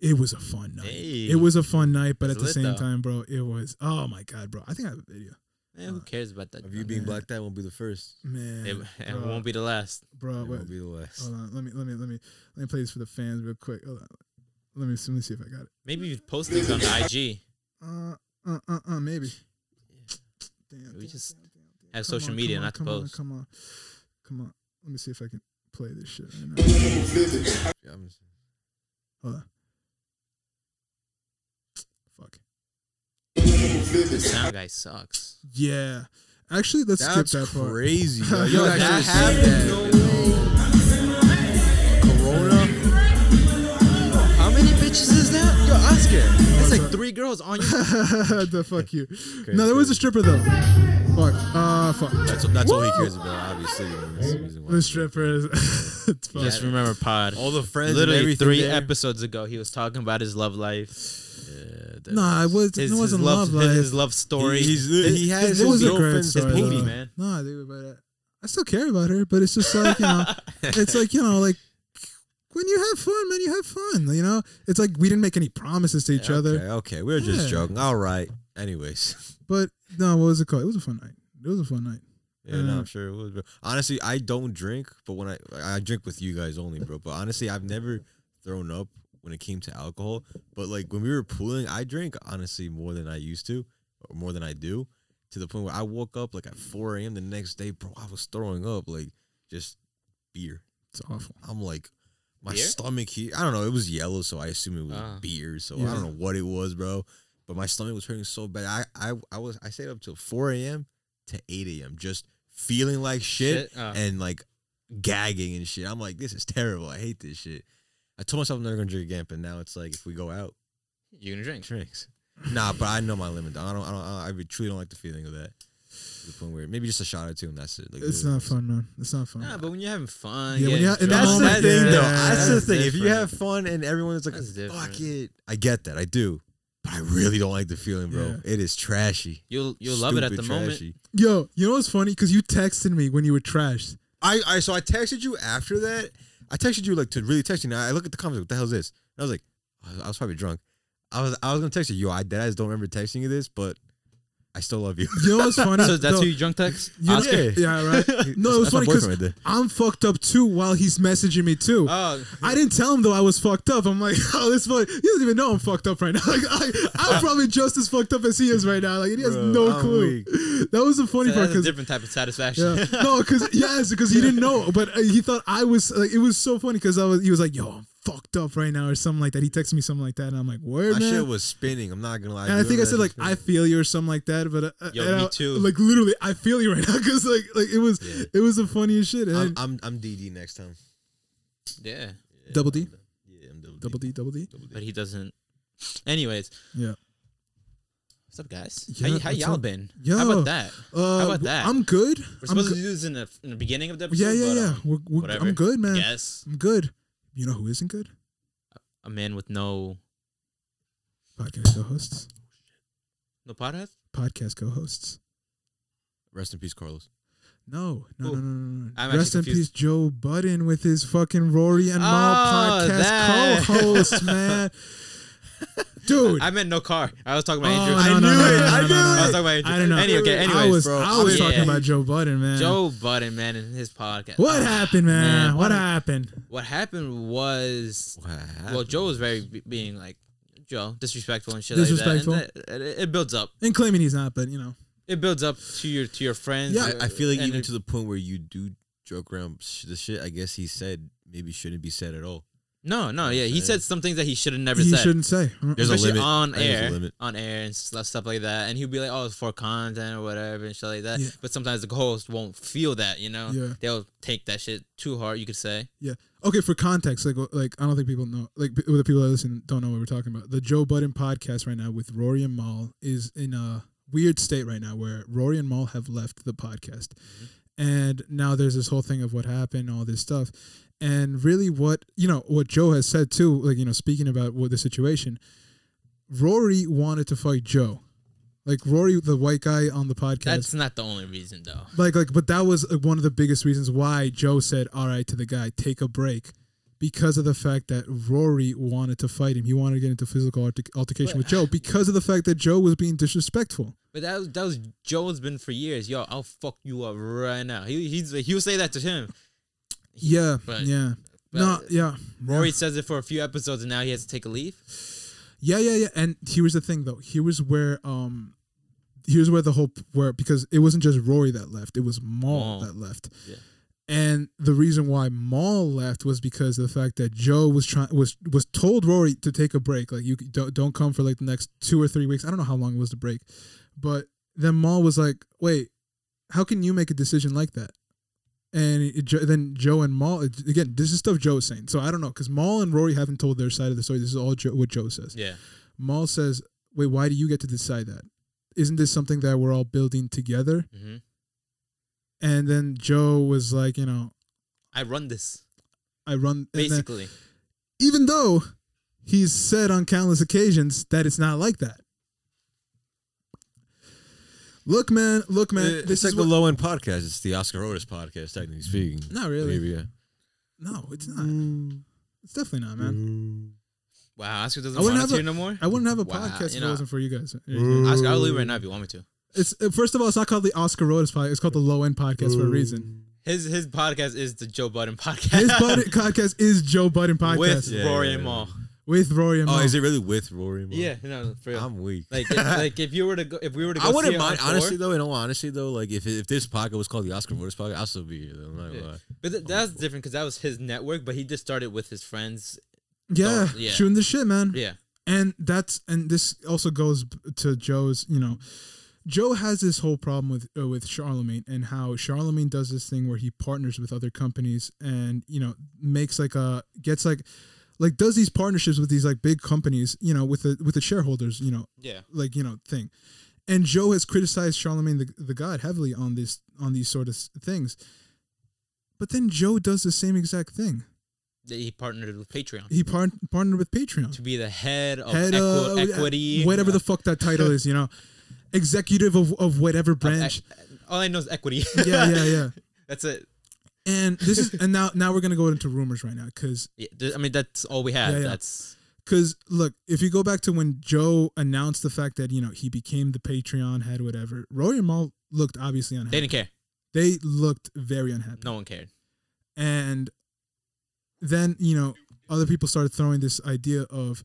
B: it was a fun night.
C: Hey.
B: It was a fun night, but
C: It's
B: at the
C: lit,
B: same
C: though.
B: time, bro, it was. Oh my god, bro. I think I have a video,
C: Man, Eh,
B: Uh,
C: who cares about that?
A: Of you being blacked out won't be the first.
B: man.
A: Mm.
C: It, it
B: bro,
C: won't be the last.
B: bro.
A: It
B: Uh, wait,
A: won't be the last.
B: hold on. Let me let me let me let me play this for the fans real quick. Hold on. Let me let me see if I got it.
C: Maybe you post these on IG.
B: Uh uh uh, uh maybe. Damn.
C: We
B: damn,
C: just
B: damn, damn, damn.
C: have
B: Come
C: social
B: on,
C: media,
B: come on,
C: not to
B: come on,
C: post.
B: Come on, come on. Let me see if I can play this shit right now.
C: (laughs)
A: Yeah, I'm just-
B: Hold on. Fuck.
C: The sound guy sucks.
B: Yeah. Actually, let's
A: That's
B: skip that part.
A: crazy.
B: Yo,
A: Yo, yo that
B: that
A: happened. Corona. How many bitches is that? Yo, Oscar.
C: That's like three girls on
B: (laughs)
C: you.
B: the fuck you. no, there was a stripper though. Fuck. Uh, fuck.
A: That's, that's all he cares about, obviously. That's the reason why.
B: (laughs) The strippers. (laughs) it's fuck.
C: (laughs) Just remember, Pod.
A: All the friends and
C: Literally
A: everything
C: three
A: there.
C: episodes ago, he was talking about his love life.
A: Yeah, that-
B: Nah, it was. it
C: His, his
B: wasn't
C: love,
B: love life.
C: His love story.
A: He, he's, he has
B: it
A: his
B: was a great
A: girlfriend's
B: story.
A: booty,
B: though.
C: man.
B: Nah, dude, but uh, I still care about her. But it's just like you know, it's like you know, like when you have fun, man, you have fun. You know, it's like we didn't make any promises to each other.
A: Okay, okay, we are just
B: Yeah.
A: joking. All right. Anyways, (laughs)
B: But no, what was it called? It was a fun night. It was a fun night.
A: yeah, no,
B: Uh.
A: I'm sure it was. Bro. Honestly, I don't drink, but when I I drink with you guys only, bro. But honestly, I've never thrown up when it came to alcohol. But like when we were pooling, I drank honestly more than I used to, or more than I do, to the point where I woke up like at 4 a.m. the next day, bro. I was throwing up like just beer.
B: It's awful.
A: I'm like, my
C: Beer?
A: stomach here. I don't know. It was yellow, so I assume it was
C: Ah.
A: beer. So I
B: Yeah.
A: don't know what it was, bro. But my stomach was hurting so bad. I I, I was I stayed up till 4 a.m. to 8 a.m. just feeling like shit,
C: Shit, ah.
A: and like gagging and shit. I'm like, this is terrible. I hate this shit. I told myself I'm never gonna drink again, but now it's like if we go out,
C: You're gonna drink.
A: drinks. Nah, but I know my limit. though. I don't. I don't. I don't- I truly don't like the feeling of that. To the point where maybe just a shot or two and that's it. Like,
B: It's
A: literally
B: not
A: just-
B: fun, man. It's not fun.
C: Nah, but when you're having fun,
B: Yeah, when
C: getting
B: you're in the
C: drunk,
A: That's the
B: moment,
A: thing, though.
B: yeah.
A: That's the
C: That's
A: thing. If you
C: different.
A: have fun and everyone's like,
C: That's
A: "Fuck
C: different.
A: it," I get that. I do, but I really don't like the feeling, bro.
B: Yeah.
A: It is trashy.
C: you'll you'll love it at the
A: Stupid
C: moment.
A: trashy.
B: Yo, you know what's funny? Because you texted me when you were trashed.
A: I, I so I texted you after that. I texted you like to really text you. Now I look at the comments. What the hell is this? And I was like, I was, I was probably drunk. I was I was gonna text you. Yo, I, I just don't remember texting you this, but I still love you.
B: You know what's funny?
C: So that's
B: No,
C: who you drunk text?
B: (laughs) you know-
A: Oscar?
B: Yeah,
C: (laughs)
B: right. (laughs) No, it was
A: That's my
B: funny because
A: boyfriend right there.
B: I'm fucked up too while he's messaging me too.
C: Oh,
B: I didn't tell him though I was fucked up. I'm like, (laughs) oh, this boy, he doesn't even know I'm fucked up right now. (laughs) Like, I,
C: Uh-huh.
B: I'm probably just as fucked up as he is right now. Like, he has
A: Bro,
B: no
A: I'm
B: clue.
A: weak.
B: That was the funny part
C: so that's a
B: because
C: different type of satisfaction. (laughs)
B: Yeah. No, because yes, because he didn't know, but uh, he thought I was. Like, it was so funny because I was. He was like, "Yo, I'm fucked up right now" or something like that. He texted me something like that, and I'm like, "Word,
A: My
B: man."
A: shit was spinning. I'm not gonna lie.
B: and I think I
A: That
B: said
A: shit
B: like,
A: was
B: "I
A: spinning.
B: feel you" or something like that. But uh, uh,
C: Yo,
B: and
C: me
B: I-
C: too.
B: Like literally, I feel you right now (laughs) because like like it was
A: Yeah.
B: it was the funniest shit. And
A: I'm,
B: then-
A: I'm I'm DD next time.
C: yeah,
A: Yeah,
B: Double D?
A: Yeah, I'm double D.
B: double D, double D.
A: Double D.
C: but he doesn't. Anyways,
B: Yeah.
C: what's up, guys?
B: Yeah,
C: how y- how
B: what's
C: y'all
B: up?
C: been?
B: Yo.
C: How about that?
B: Uh,
C: about that?
B: I'm good.
C: We're
B: I'm
C: supposed
B: good.
C: to do this in the, in the beginning of the episode.
B: Yeah, yeah,
C: but,
B: yeah.
C: um,
B: We're, we're,
C: whatever.
B: I'm good, man.
C: Yes.
B: I'm good. You know who isn't good?
C: A man with no
B: Podcast co-hosts.
C: no pothead.
B: Podcast co-hosts.
A: Rest in peace, Carlos.
B: No, no, no, no,
C: Who?
B: no, no.
C: I'm actually
B: Rest in peace,
C: confused.
B: Joe Budden, with his fucking Rory and Ma
C: Oh,
B: podcast
C: that. (laughs)
B: co-host, man. Dude,
C: I meant no car. I was talking about
B: Oh,
C: Andrew.
B: no, I no, knew no, it. no, I no, knew no, it.
C: I was talking about Andrew.
B: I don't know.
C: Any, okay, anyways,
B: I was,
A: bro,
B: I was
C: yeah.
B: talking about Joe Budden, man.
C: Joe Budden, man, and his podcast.
B: what happened, man?
C: Man,
B: what
C: what-
B: happened?
C: What happened was,
A: What happened?
C: well, Joe was very be- being like Joe disrespectful and shit
B: Disrespectful.
C: like that. And that- it, it builds up.
B: And claiming he's not, but you know,
C: It builds up to your to your friends.
B: Yeah,
A: I, I feel like
C: and
A: even
C: it-
A: to the point where you do joke around sh- the shit. I guess he said maybe shouldn't be said at all.
C: no, no, yeah, he said some things that he should have never
B: he
C: said.
B: shouldn't say.
A: There's a
C: especially
A: limit.
C: on
A: I think there's a
C: air,
A: limit.
C: on air and stuff, stuff like that. And he'd be like, "Oh, it's for content or whatever and shit like that."
B: Yeah.
C: But sometimes the host won't feel that, you know.
B: Yeah.
C: They'll take that shit too hard. You could say.
B: Okay, for context, like, like I don't think people know, like, p- the people that listen don't know what we're talking about. The Joe Budden podcast right now with Rory and Mal is in a weird state right now, where Rory and Mal have left the podcast,
C: Mm-hmm.
B: and now there's this whole thing of what happened, all this stuff, and really what you know, what Joe has said too, like you know, speaking about what the situation, Rory wanted to fight Joe, like Rory, the white guy on the podcast.
C: That's not the only reason, though.
B: like like but that was uh, one of the biggest reasons why joe said all right to the guy take a break because of the fact that rory wanted to fight him he wanted to get into physical alter- altercation with joe because of the fact that joe was being disrespectful
C: But that was, that was Joe's been for years. Yo, I'll fuck you up right now. He he's, he'll say that to him.
B: yeah
C: But-
B: yeah
C: but-
B: no yeah
C: Rory says it for a few episodes, and now he has to take a leave.
B: Yeah, yeah, yeah. And here was the thing, though. Here was where, um, here's where the whole where because it wasn't just Rory that left; it was Maul
C: Maul.
B: that left.
C: Yeah.
B: And the reason why Maul left was because of the fact that Joe was trying was was told Rory to take a break, like you don't don't come for like the next two or three weeks. I don't know how long it was the break, but then Maul was like, "Wait, how can you make a decision like that?" And it, Jo- then Joe and Maul it- again. This is stuff Joe's saying, so I don't know because Maul and Rory haven't told their side of the story. This is all Joe, what Joe says.
C: Yeah.
B: Maul says, "Wait, why do you get to decide that? Isn't this something that we're all building together?"
C: hmm
B: And then Joe was like, "You know,
C: I run this
B: I run." and then-
C: basically.
B: even though he's said on countless occasions that it's not like that. Look, man. Look, man.
A: It-
B: this
A: Eh, it's like
B: is
A: the
B: what, Mm.
A: low end podcast. It's the Oscar Otis podcast, technically speaking.
B: not really.
A: Maybe yeah.
B: No, it's not. It's definitely not,
A: Mm.
B: man.
C: Wow, Oscar
B: I
C: doesn't
B: wouldn't
C: want us
B: have
C: here no more.
B: I wouldn't have a
C: Wow,
B: podcast if
C: you
B: it
C: know-
B: wasn't for you guys.
C: Oscar, I'll leave right now if you want me to.
B: It's uh, first of all, it's not called the Oscar Rodas podcast. It's called the Low End Podcast for a reason.
C: His his podcast is the Joe Budden podcast.
B: His Budden podcast is Joe Budden podcast
C: (laughs) with
A: Yeah,
C: Rory
A: yeah,
C: and
A: yeah.
C: Maul.
B: with Rory and
A: Oh,
B: Mo.
A: is it really with Rory? Mo?
C: Yeah, no, for real.
A: I'm weak.
C: (laughs) like if, like if you were to go, if we were to go,
A: I wouldn't
C: see it on
A: mind
C: tour-
A: honestly though. In all honesty though, like if if this podcast was called the Oscar Voters podcast, I'll still be here. Though. I'm not gonna
C: Yeah.
A: lie.
C: But th- that's different because that was his network, but he just started with his friends.
B: Yeah,
C: Oh, yeah.
B: shooting the shit, man.
C: Yeah,
B: And that's and this also goes b- to Joe's. You know, Joe has this whole problem with uh, with Charlemagne and how Charlemagne does this thing where he partners with other companies and you know makes like a gets like like does these partnerships with these like big companies. You know, with the with the shareholders. You know,
C: yeah.
B: like you know thing. And Joe has criticized Charlemagne the, the God heavily on this on these sort of s- things. But then Joe does the same exact thing.
C: That He partnered with Patreon
B: He par- partnered with Patreon.
C: to be the head of
B: head
C: equi-
B: uh,
C: equity,
B: whatever the
C: of-
B: fuck that title is, you know, executive of, of whatever
C: of e-,
B: branch.
C: equ- E-, all I know is equity. (laughs)
B: yeah, yeah, yeah.
C: that's it.
B: And this is and now now we're gonna go into rumors right now because
C: Yeah, th- I mean, that's all we had.
B: Yeah, yeah.
C: That's
B: because look if you go back to when Joe announced the fact that you know he became the Patreon head whatever Roy and Mal looked obviously
C: they
B: unhappy.
C: didn't care.
B: They, looked very unhappy.
C: No one cared.
B: And then you know other people started throwing this idea of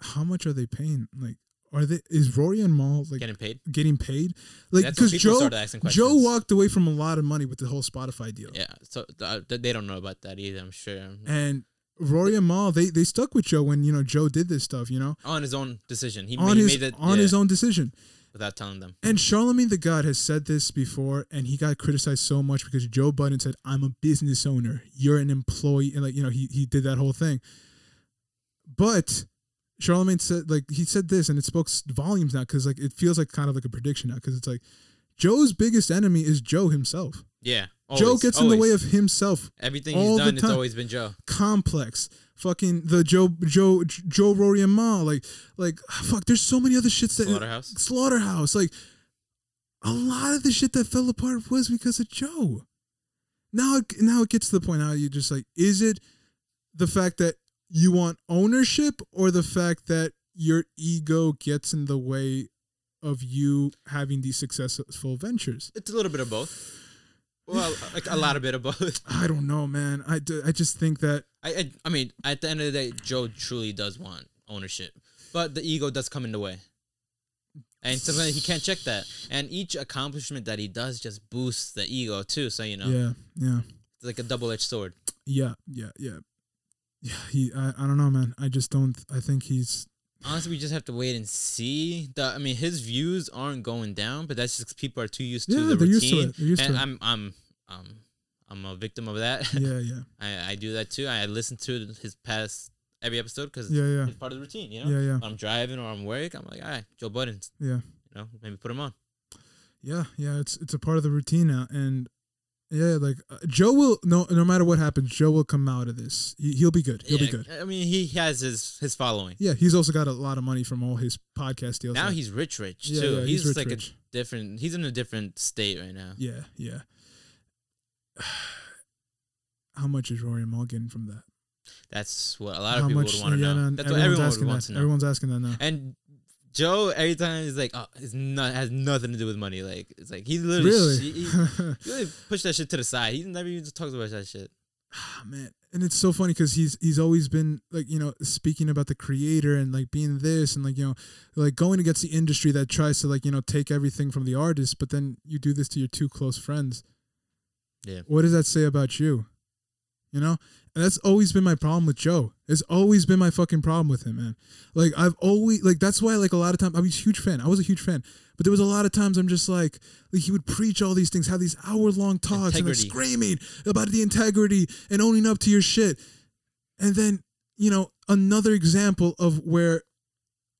B: how much are they paying like. Are they is Rory and Mal like
C: Getting paid.
B: getting paid? Like
C: That's when
B: because
C: people
B: Joe
C: started asking questions.
B: Joe walked away from a lot of money with the whole Spotify deal.
C: Yeah, so uh, th- they don't know about that either. I'm sure.
B: And Rory and Mal, they they stuck with Joe when you know Joe did this stuff, you know,
C: on his own decision, he,
B: on
C: he
B: his
C: made it
B: on
C: yeah,
B: his own decision.
C: without telling them.
B: And Charlemagne the God has said this before, and he got criticized so much because Joe Budden said, "I'm a business owner. You're an employee," and like you know, he he did that whole thing. But Charlemagne said, like he said this, and it spoke s- volumes now because like it feels like kind of like a prediction now because it's like Joe's biggest enemy is Joe himself.
C: Yeah,
B: Joe
C: Always,
B: gets in the way
C: always.
B: of himself.
C: everything
B: all
C: he's
B: the
C: done. It's
B: time.
C: always been Joe.
B: Complex. Fucking the Joe Joe Joe Rory and Ma. Like like fuck. There's so many other shits that
C: Slaughterhouse.
B: Slaughterhouse. Like a lot of the shit that fell apart was because of Joe. Now it, now it gets to the point now you just like is it the fact that you want ownership or the fact that your ego gets in the way of you having these successful ventures?
C: It's a little bit of both. Well, like a lot of bit of both.
B: I don't know, man. I, d- I just think that
C: I, I I mean, at the end of the day, Joe truly does want ownership, but the ego does come in the way, and sometimes he can't check that. And each accomplishment that he does just boosts the ego too. So you know,
B: yeah, yeah,
C: it's like a double-edged sword.
B: yeah, yeah, yeah. Yeah, he. I, I don't know, man. I just don't. I think he's.
C: Honestly, we just have to wait and see. The I mean, his views aren't going down, but that's just people are too used to
B: Yeah,
C: the
B: they're
C: routine.
B: used to it. They're used to
C: and
B: it.
C: I'm I'm um I'm a victim of that.
B: Yeah, yeah,
C: (laughs) I, I do that too. I listen to his past every episode because
B: yeah, yeah,
C: it's part of the routine. You know,
B: yeah, yeah,
C: When I'm driving or I'm work. I'm like, all right, Joe Budden's.
B: yeah,
C: You know, maybe put him on.
B: yeah, yeah. It's it's a part of the routine now, and yeah, like uh, Joe will no no matter what happens, Joe will come out of this. He, he'll be good. He'll
C: yeah,
B: be good.
C: I mean, he has his his following.
B: Yeah, he's also got a lot of money from all his podcast deals.
C: Now
B: like-
C: he's rich, rich
B: Yeah,
C: too.
B: yeah, he's
C: he's
B: rich,
C: like
B: rich.
C: a different. He's in a different state right now.
B: yeah, yeah. (sighs) How much is Rory and Mal getting from that?
C: That's what a lot of
B: How
C: people
B: much?
C: would want to
B: yeah,
C: know.
B: no,
C: That's what everyone would
B: asking
C: want
B: that.
C: to know.
B: Everyone's asking that now.
C: And Joe, every time he's like, oh, it's not has nothing to do with money. Like it's like he literally
B: really?
C: He, he,
B: (laughs)
C: he really pushed that shit to the side. He never even talks about that shit.
B: Ah, man and it's so funny because he's he's always been like you know speaking about the creator and like being this and like you know like going against the industry that tries to like you know take everything from the artist but then you do this to your two close friends
C: Yeah.
B: what does that say about you you know and that's always been my problem with joe it's always been my fucking problem with him man like i've always like that's why like a lot of times i was a huge fan i was a huge fan but there was a lot of times i'm just like like he would preach all these things have these hour long talks and like
C: Integrity.
B: screaming about the integrity and owning up to your shit and then you know another example of where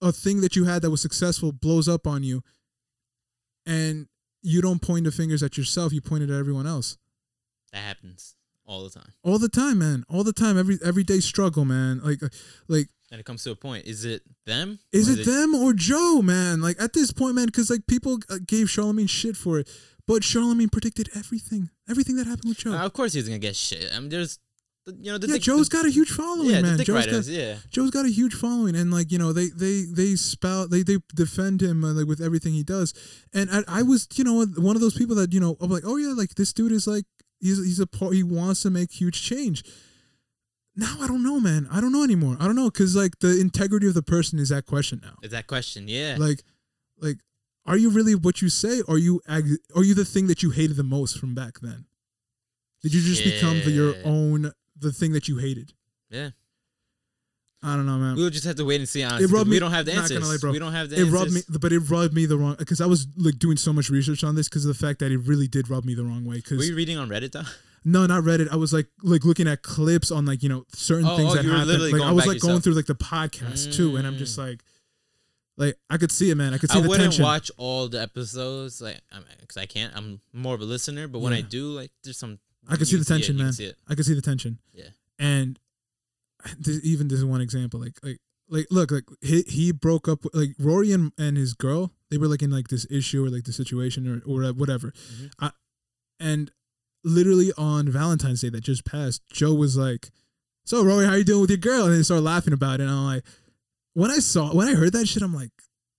B: a thing that you had that was successful blows up on you and you don't point the fingers at yourself you point it at everyone else
C: That happens all the time.
B: all the time man all the time every everyday struggle man like like
C: And it comes to a point. Is it them?
B: is
C: Or
B: it them or joe man like at this point man because like people uh, gave charlemagne shit for it but charlemagne predicted everything everything that happened with joe
C: Uh, of course he's gonna get shit. I mean, there's, you know, the
B: Hmm. yeah
C: dick,
B: joe's
C: the,
B: got a huge following
C: yeah,
B: man
C: the dick
B: Joe's got,
C: writers, yeah.
B: Joe's got a huge following, and like you know, they they they spout they they defend him uh, like with everything he does. And I, I was you know one of those people that you know I'm like, oh yeah, like this dude is like he's he's a part he wants to make huge change. Now I don't know, man. I don't know anymore. I don't know because like the integrity of the person is that question now.
C: It's that question, yeah.
B: Like, um, like, are you really what you say? Are you ag- are you the thing that you hated the most from back then? Did you just become the, your
C: Shit.
B: own the thing that you hated?
C: Yeah.
B: I don't know, man.
C: We'll just have to wait and see. Honestly,
B: It rubbed
C: 'cause we
B: me-
C: don't have the
B: not gonna
C: answers.
B: lie, bro.
C: We don't have the
B: it
C: answers.
B: rubbed me but it rubbed me the wrong because i was like doing so much research on this because of the fact that it really did rub me the wrong way
C: Were
B: because
C: you reading on Reddit though?
B: no not reddit i was like like looking at clips on like you know certain
C: Oh,
B: things
C: oh,
B: that
C: you were
B: happened
C: literally
B: like
C: going
B: i was
C: back
B: like going
C: yourself. Mm.
B: through like the podcast too and i'm just like like i could see it man i could see
C: I
B: the
C: wouldn't
B: tension
C: watch all the episodes, like, because I can't. I'm more of a listener, but when I
B: Yeah.
C: do, like, there's some.
B: i could see
C: you
B: the
C: can
B: tension
C: it, you
B: man
C: can see it.
B: i could see the tension
C: Yeah.
B: and (laughs) this, even this is one example like like like look like he, he broke up with- like rory and, and his girl they were like in like this issue or like the situation or, or whatever
C: Mhm.
B: I, and literally on valentine's day that just passed joe was like so rory how you doing with your girl and they started laughing about it and i'm like when i saw when i heard that shit i'm like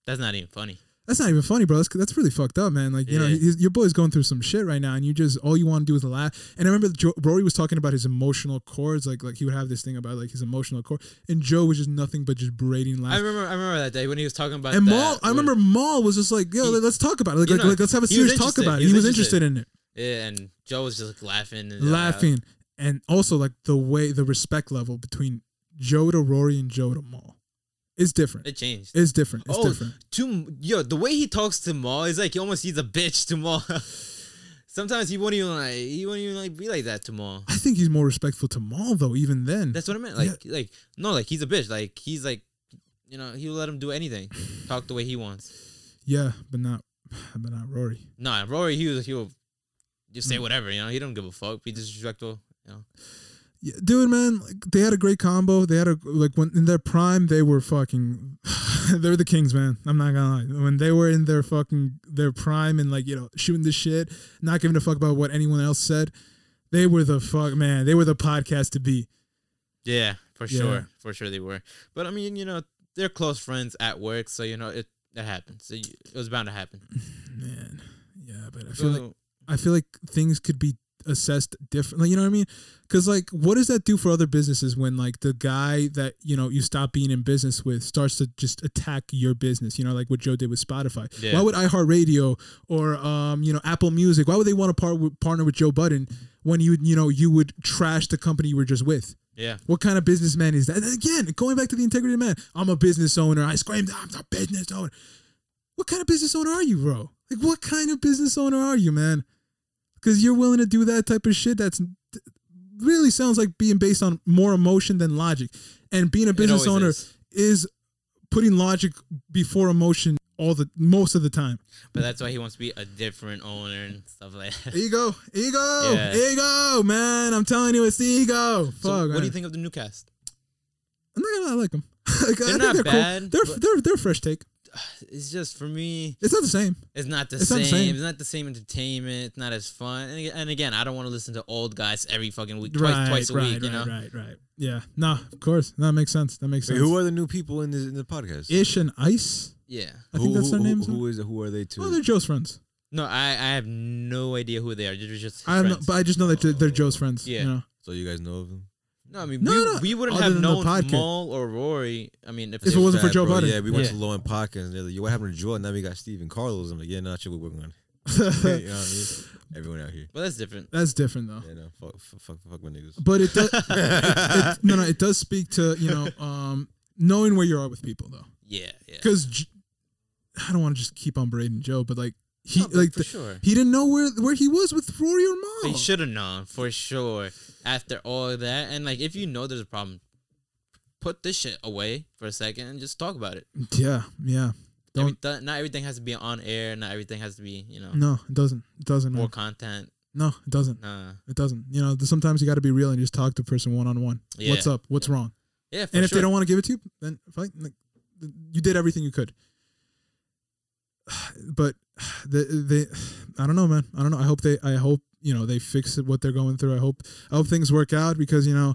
C: That's not even funny.
B: that's not even funny, bro. That's, that's really fucked up, man. Like, you know,
C: Yeah.
B: his, your boy's going through some shit right now, and you just all you want to do is laugh. And I remember jo- Rory was talking about his emotional cords, like like he would have this thing about like his emotional cord, and Joe was just nothing but just berating
C: I
B: laughs.
C: remember. I remember that day when he was talking about.
B: And
C: that,
B: Maul, I
C: when-
B: remember Maul was just like, yo,
C: He-
B: let's talk about it. Like,
C: you
B: like,
C: know,
B: like, let's have a
C: he was
B: serious talk
C: interested.
B: about it.
C: He
B: He was
C: was
B: interested in it,
C: Yeah, and Joe was just laughing. And, uh,
B: laughing, and also like the way the respect level between Joe to Rory and Joe to Maul is different.
C: It changed.
B: It's different. It's
C: oh,
B: different.
C: to yo, the way he talks to Maul is like he almost he's a bitch to Maul. (laughs) Sometimes he won't even like he won't even like be like that to Maul.
B: I think he's more respectful to Maul though, even then.
C: That's what I meant. Like like no, like he's a bitch. Like he's like you know he'll let him do anything, talk the way he wants.
B: Yeah, (sighs) but not but not Rory.
C: Nah, Rory, he was he will just
B: Mm.
C: say whatever, you know. He don't give a fuck. Be disrespectful. You know?
B: Yeah, dude, man, like, they had a great combo. They had a like when in their prime, they were fucking, (sighs) they were the kings, man. I'm not gonna lie. When they were in their fucking their prime and like you know shooting this shit, not giving a fuck about what anyone else said, they were the fuck man. They were the podcast to be.
C: Yeah, for
B: Yeah.
C: sure, for sure they were. But I mean, you know, they're close friends at work, so you know it that happens. It, it was bound to happen.
B: Man, yeah, but I feel
C: So,
B: like I feel like things could be assessed differently. You know what I mean? Because like, what does that do for other businesses when like the guy that you know you stop being in business with starts to just attack your business? You know, like what Joe did with Spotify.
C: Yeah.
B: Why would iHeartRadio or um you know Apple Music? Why would they want to part with, partner with Joe Budden when you you know you would trash the company you were just with?
C: yeah,
B: What kind of businessman is that? And again, going back to the integrity of man, I'm a business owner. I screamed, I'm a business owner. What kind of business owner are you, bro? Like, what kind of business owner are you, man? Because you're willing to do that type of shit that's really sounds like being based on more emotion than logic. And being a
C: it
B: business
C: always
B: owner
C: is.
B: is putting logic before emotion all the most of the time.
C: But that's why he wants to be a different owner and stuff like
B: (laughs)
C: that.
B: Ego, ego,
C: Yeah.
B: ego, man. I'm telling you, it's the ego. Fuck.
C: So what
B: man.
C: do you think of the new cast?
B: I'm not gonna lie, I like them. (laughs) like, I think
C: They're not
B: they're Cool.
C: bad,
B: They're
C: but-
B: they're they're fresh take.
C: It's just for me,
B: It's not the same.
C: it's not the
B: It's not
C: same.
B: the same.
C: It's not the same entertainment. It's not as fun. And, ag- and again, I don't want to listen to old guys every fucking week, twice,
B: right,
C: twice a
B: right,
C: week. You
B: right,
C: know,
B: right, right. Yeah. Nah, of course. That makes sense. That makes
A: Wait,
B: sense.
A: who are the new people in the in the podcast?
B: Ish and Ice.
C: yeah.
B: I
A: who,
B: think that's their
A: who, who-
B: names.
A: Who is who are they to?
B: Oh, they're Joe's friends.
C: No, I, I have no idea who they are. They're just his
B: I don't know,
C: friends. Oh.
B: but I just know that they're, they're Joe's friends.
C: Yeah.
B: You know?
A: so you guys know of them?
C: no, I mean,
B: No,
C: we,
B: no,
C: we wouldn't
B: other
C: have
B: than the
C: known
B: podcast.
C: Maul or Rory. I mean, if,
B: If
C: they-
B: it wasn't for
A: Sad,
B: Joe
A: bro.
B: Budden.
A: Yeah, we went
C: Yeah.
A: to Low and Podcast and they're like, "Yo, what happened to Joe?" And now we got Steve and Carlos. I'm like, "Yeah, not sure what we're going." (laughs) you know what I mean? Everyone out here,
C: well, that's different.
B: That's different though.
A: yeah, no, fuck, fuck, fuck, fuck
B: (laughs)
A: my niggas.
B: But it does.
C: (laughs)
B: it, no, no, it does speak to you know um, knowing where you are with people though,
C: Yeah, yeah.
B: because I don't want to just keep on berating Joe, but like he
C: No, but
B: like
C: for
B: the-
C: sure.
B: he didn't know where where he was with Rory or Mom.
C: They should have known for sure after all of that. And like, if you know there's a problem, put this shit away for a second and just talk about it.
B: Yeah, yeah.
C: Every- th- not everything has to be on air. Not everything has to be, you know,
B: No, it doesn't. It doesn't.
C: more
B: work.
C: content.
B: No, it doesn't.
C: Nah.
B: It doesn't. You know, th- sometimes you got to be real and just talk to a person one on one.
C: Yeah.
B: What's up? What's wrong?
C: Yeah, for
B: and if
C: sure.
B: they don't want to give it to you, then fine. Like, th- you did everything you could. (sighs) But (sighs) they, they, I don't know, man. I don't know. I hope they, I hope you know they fix it, what they're going through. I hope, I hope things work out because you know,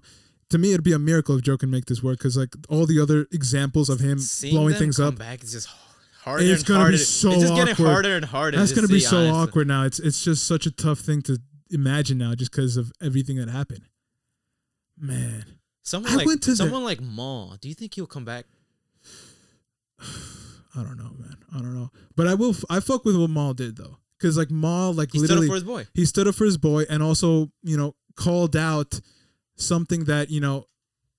B: to me it'd be a miracle if Joe can make this work because like all the other examples of him
C: Seeing
B: blowing
C: them
B: things
C: come
B: up,
C: back is just h- harder
B: It's
C: and
B: gonna be
C: harder.
B: so
C: it's just getting
B: awkward.
C: harder and harder.
B: That's
C: just
B: gonna
C: to
B: be
C: see,
B: so
C: honestly.
B: awkward now. It's it's just such a tough thing to imagine now, just because of everything that happened. Man,
C: Someone
B: I
C: like
B: went to the-
C: someone like Maul. Do you think he'll come back?
B: I don't know, man. I don't know. But I will. f- I fuck with what Maul did though, because like Maul, like
C: He
B: literally,
C: stood up for his boy.
B: he stood up for his boy, and also you know called out something that you know,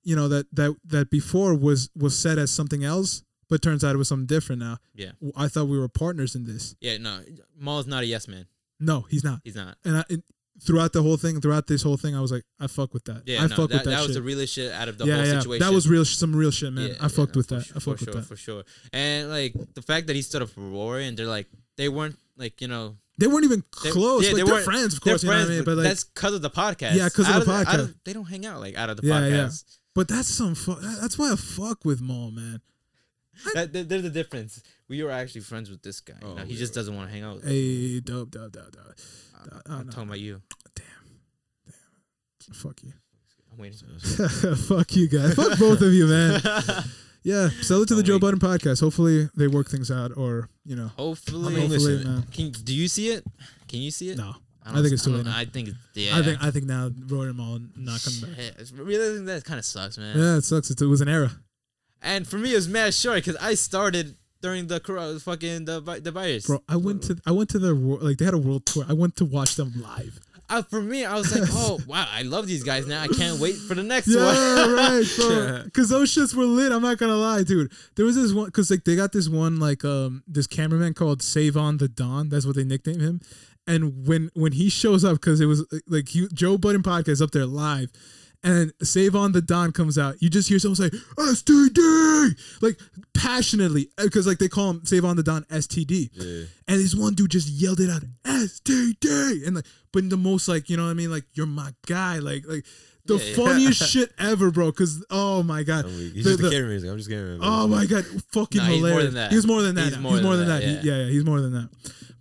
B: you know that that that before was was said as something else, but turns out it was something different now.
C: Yeah.
B: W- I thought we were partners in this.
C: Yeah, no, Maul's not a yes man.
B: No, he's not.
C: He's not.
B: And I. and Throughout the whole thing, throughout this whole thing, I was like, I fuck with that.
C: Yeah,
B: I
C: no,
B: fuck
C: that,
B: with that, shit.
C: was the realest shit out of the whole situation.
B: That was real, sh- some real shit, man.
C: Yeah,
B: I fucked
C: yeah,
B: with
C: for
B: that.
C: su-
B: I fucked
C: for
B: with
C: sure,
B: that.
C: for sure. And like the fact that he stood up for Rory, and they're like they weren't like you know
B: They weren't even
C: they,
B: close.
C: yeah,
B: like,
C: they
B: they are
C: weren't-
B: friends, of
C: they're
B: course. you know what I mean? But like,
C: that's because of the podcast.
B: Yeah, 'cause of
C: Out
B: the
C: out of-
B: podcast.
C: they don't hang out like out of the
B: Yeah, yeah.
C: podcast.
B: but that's some. Fu- that- that's why I fuck with Maul, man.
C: That, that, there's a difference. We were actually friends with this guy.
A: Oh,
C: now. He
A: we
C: just doesn't want to hang out. with us.
B: Hey, dope, dope, dope, dope.
C: I'm,
B: I
C: I'm
B: know.
C: talking about you.
B: Fuck you. (laughs)
C: I'm waiting. (laughs)
B: fuck you guys. Fuck both of you, man. Yeah, sell it to the
C: Oh,
B: Joe
C: wait.
B: Budden podcast. Hopefully they work things out, or you know,
C: Hopefully,
A: mean,
B: hopefully,
A: listen,
B: man.
C: can do you see it? Can you see it?
B: No, I
C: don't-
B: think it's too
C: don't
B: late
C: know.
B: now.
C: I think it's yeah.
B: I think I think now Roy and Maul not coming back.
C: Shit, it's realizing that kind of sucks, man.
B: Yeah, it sucks. It's, it was an era.
C: And for me, it was mad short because I started during the corona, fucking the vi- the virus.
B: Bro, I went to I went to their wor- like they had a world tour. I went to watch them live. (laughs)
C: Uh, for me, I was like, oh wow, I love these guys now. I can't wait for the next
B: Yeah,
C: one. (laughs)
B: right, (laughs) bro. Because those shits were lit. I'm not gonna lie, dude. There was this one because like they got this one like um this cameraman called Save on the Don. That's what they nicknamed him. And when when he shows up, because it was like you Joe Budden podcast up there live, and Save on the Don comes out. You just hear someone say STD like passionately because like they call him Save on the Don STD.
A: Yeah.
B: And this one dude just yelled it out STD and like but in the most like you know what I mean like you're my guy like like the
C: Yeah, yeah.
B: funniest shit ever bro cuz oh my god
A: I'm weak. He's
B: The-
A: just
B: the-
A: the camera music. I'm just camera music.
B: Oh my god, fucking
C: Nah, he's more
B: hilarious.
C: than that.
B: He's more than that. now. He's more, than, that. He- Yeah.
C: yeah.
B: yeah, he's more than that.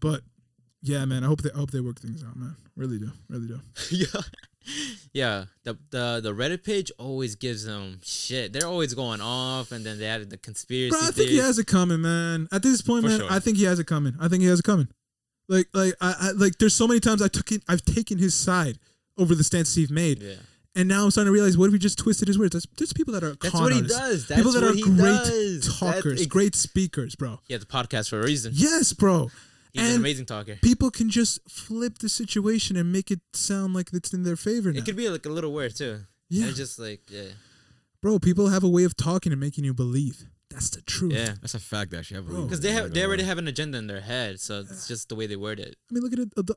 B: But yeah, man, I hope they I hope they work things out, man. Really do, really do.
C: yeah, yeah. The, the the Reddit page always gives them shit. They're always going off, and then they added the conspiracy
B: Bro, I think
C: theories.
B: he has it coming, man. At this point,
C: For
B: man,
C: sure.
B: I think he has it coming. I think he has it coming. Like, like, I, I like. There's so many times I took it. I've taken his side over the stance he's made,
C: yeah,
B: and now I'm starting to realize what if we just twisted his words? That's, there's people that are
C: that's
B: con
C: what he
B: artists.
C: does. That's
B: People that
C: what
B: are
C: he
B: great
C: does. That's
B: talkers,
C: ex-
B: great speakers, bro.
C: He has a podcast for a reason.
B: Yes, bro.
C: He's an
B: and
C: amazing talker.
B: people can just flip the situation and make it sound like it's in their favor now.
C: It could be like a little weird too.
B: Yeah.
C: It's just like yeah,
B: Bro, people have a way of talking and making you believe. That's the truth.
C: yeah.
A: That's a fact, actually. I
B: Bro.
A: believe.
C: Because they have they already have an agenda in their head, so it's just the way they word it.
B: I mean, look at it. uh,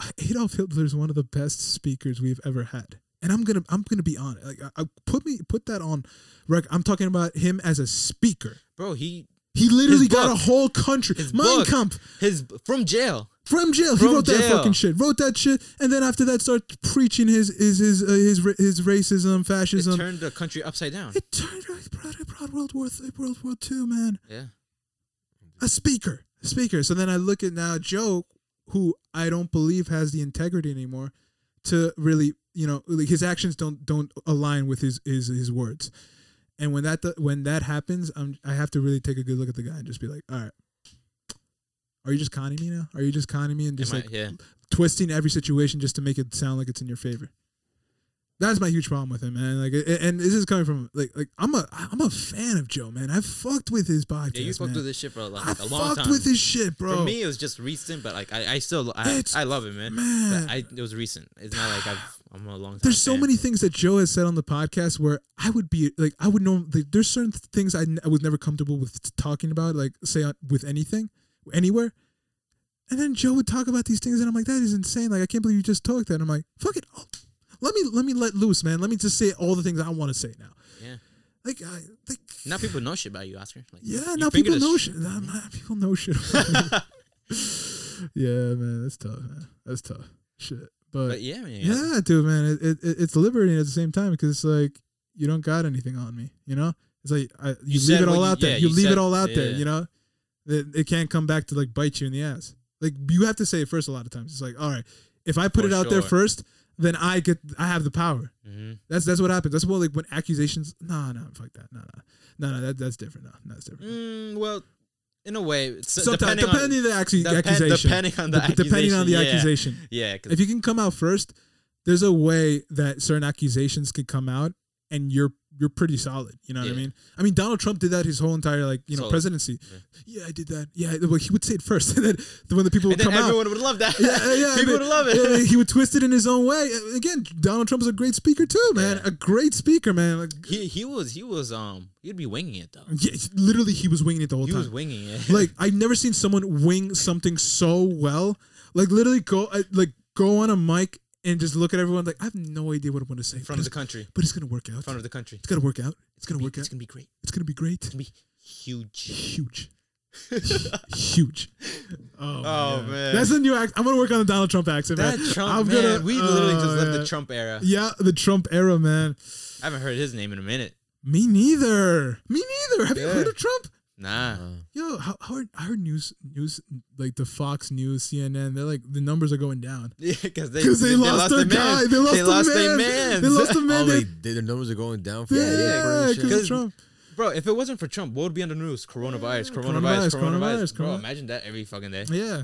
B: uh, Adolf Hitler is one of the best speakers we've ever had. And I'm gonna, I'm gonna be honest. Like, I, I- put me, put that on record. I'm talking about him as a speaker.
C: Bro, he
B: He literally got a
C: book.
B: whole country.
C: His
B: Mein
C: book.
B: Kampf
C: his from jail.
B: from jail. he
C: From
B: wrote that
C: jail.
B: fucking shit. Wrote that shit, and then after that, started preaching his, his, his, uh, his, ra- his racism,
C: It
B: fascism.
C: turned the country
B: (laughs)
C: upside down.
B: It turned it brought, it brought World War Three, World War Two, man.
C: Yeah.
B: A speaker, a speaker. So then I look at now Joe, who I don't believe has the integrity anymore to really, you know, like his actions don't don't align with his his his words. And when that when that happens, I'm I have to really take a good look at the guy and just be like, all right. Are you just conning me now? Are you just conning me and just
C: Am I-
B: like
C: yeah.
B: twisting every situation just to make it sound like it's in your favor. That's my huge problem with him, man. Like, a- and this is coming from like, like I'm a, I'm a fan of Joe, man. I fucked with his podcast,
C: Yeah, you fucked
B: man.
C: with this shit for a long,
B: I
C: a long
B: fucked
C: time.
B: with his shit, bro.
C: For me, it was just recent, but like I, I still, I,
B: It's-
C: I love it, man. But
B: man.
C: I, it was recent. It's not like I've, I'm a long time.
B: there's so
C: fan.
B: many things that Joe has said on the podcast where I would be like, I would know like, there's certain th- things I, n- I was never comfortable with talking about, like say on- with anything, anywhere. And then Joe would talk about these things, and I'm like, that is insane. Like I can't believe you just talked that. And I'm like, fuck it, I'll- let me let me let loose, man. Let me just say all the things I want to say now.
C: Yeah.
B: Like, I, like
C: Now people know shit about you, Oscar. Like,
B: yeah,
C: you
B: now
C: finger
B: people
C: the
B: know
C: sh-
B: shit. Nah, nah, people know
C: (laughs)
B: shit. (laughs) yeah, man, that's tough, man. That's tough. Shit,
C: But yeah, man. Yeah.
B: yeah, dude, man, it, it it's liberating at the same time because it's like you don't got anything on me, you know. It's like I, you, leave
C: said
B: it all
C: what you-
B: out there.
C: yeah,
B: You,
C: you
B: leave it
C: said-
B: all out there,
C: yeah.
B: you know. It, it can't come back to like bite you in the ass. Like you have to say it first. A lot of times, it's like, all right, if I put
C: For
B: it out there
C: sure.
B: first, then I get I have the power.
C: Mhm.
B: That's that's what happens. That's what like when accusations. Nah, nah, fuck that. Nah, nah, nah, nah. That that's different. Nah, nah, that's different.
C: Mm, well, in a way, it's,
B: Sometimes
C: depending,
B: depending, on the accu-
C: on, depen-
B: accusation,
C: depending on the
B: Dep-
C: accusation,
B: depending on the
C: yeah.
B: accusation.
C: Yeah, 'cause-
B: if you can come out first, there's a way that certain accusations could come out, and you're you're pretty solid. You know what I
C: Yeah.
B: mean? I mean, Donald Trump did that his whole entire like you know
C: Solid.
B: presidency. Yeah. I did that. Yeah, well, he would say it first, (laughs) and then when the people
C: and
B: would
C: then
B: come out.
C: everyone would love
B: (laughs)
C: that.
B: Yeah, yeah, yeah, I
C: (laughs) people
B: mean,
C: would love
B: yeah,
C: it.
B: he would twist it in his own way. Again, Donald Trump's a great speaker too, man.
C: Yeah.
B: A great speaker, man. Like,
C: He he was he was um he'd be winging it though.
B: yeah, literally, he was winging it the whole
C: He
B: time.
C: was winging it.
B: like I've never seen someone wing something so well. Like literally go I- like go on a mic and just look at everyone like I have no idea what I want to say.
C: (laughs) in front
B: but
C: of the
B: it's-
C: country, in
B: but it's gonna work out.
C: front of the country.
B: it's gonna work out. It's gonna
C: Be-
B: work
C: It's
B: out.
C: gonna be great.
B: It's gonna be great.
C: It's gonna be
B: (laughs)
C: huge. (laughs)
B: Huge. Huge. Oh, my God.
C: man.
B: That's the new act. I'm gonna work on the Donald Trump accent.
C: That
B: man.
C: Trump
B: I'm
C: man,
B: gonna-
C: we literally
B: oh,
C: just left
B: yeah.
C: the Trump era.
B: (laughs) Yeah, the Trump era, man.
C: I haven't heard his name in a minute.
B: Me neither. Me neither. Have you
C: Yeah.
B: heard of Trump?
A: Uh,
C: Nah.
B: Uh-huh.
C: (laughs)
B: Yo, how, how are, I heard news news like the Fox News, CNN. They're like the numbers are going down
C: Yeah, because they,
B: because they, lost their
C: their
B: guy. They lost,
C: they lost
B: their
C: their
B: man.
C: mans.
B: They
C: (laughs)
B: lost their
A: Oh,
B: man.
A: they,
B: They-
A: they, their numbers are going down. For
B: Yeah, yeah,
A: for
B: because
A: shit.
B: of Trump.
C: Bro, if it wasn't for Trump, what would be on the news?
B: Coronavirus,
C: Coronavirus, coronavirus, coronavirus.
B: coronavirus,
C: Bro,
B: coronavirus.
C: imagine that every fucking day.
B: Yeah,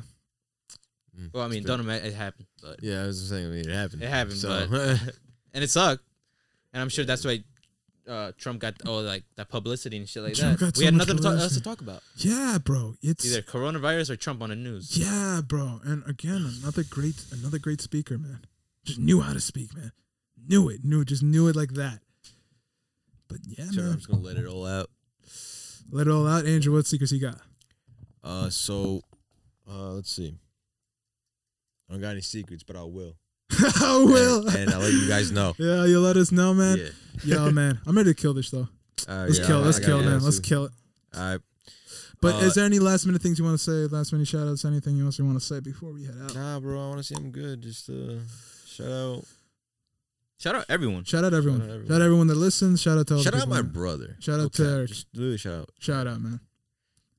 C: Well, I mean,
A: It's
C: don't imagine it happened, but
A: Yeah, I was just saying. I mean, it happened.
C: It happened,
A: So (laughs)
C: and it sucked, and I'm sure that's why uh, Trump got all like that publicity and shit like
B: Trump got
C: that. We
B: so
C: had
B: much
C: nothing to talk, else
B: publicity.
C: to talk about.
B: yeah, bro. It's
C: Either coronavirus or Trump on the news.
B: yeah, bro. And again, another great, another great speaker, man. Just knew how to speak, man. Knew it, knew it, just knew it like that. But yeah,
A: sure, I'm
B: man.
A: just gonna let it all out.
B: Let it all out, Andrew. What secrets you got? (laughs)
A: Uh, so, uh, let's see. I don't got any secrets, but I will.
B: I will.
A: and, and I'll let you guys know.
B: (laughs) yeah, you let us know, man.
A: Yeah.
B: Yo, man, I'm ready to kill this though.
A: All right,
B: Let's
A: Uh, Oh, yeah,
B: kill.
A: I-
B: Let's
A: I
B: kill,
A: gotta
B: man.
A: go
B: Let's
A: too.
B: kill it.
A: All right.
B: But
A: Uh,
B: is there any last minute things you want to say? Last minute shout outs? Anything else you want to say before we head out?
A: Nah, bro. I want to see him good. Just uh, shout out.
C: Shout out everyone.
B: Shout out everyone. Shout out
A: out
B: everyone,
A: everyone.
B: that listens. Shout out to all the
A: Shout out
B: people,
A: my
B: man.
A: brother.
B: Shout out
A: No
B: to
A: cap,
B: Eric.
A: Just literally shout out.
B: Shout out, man.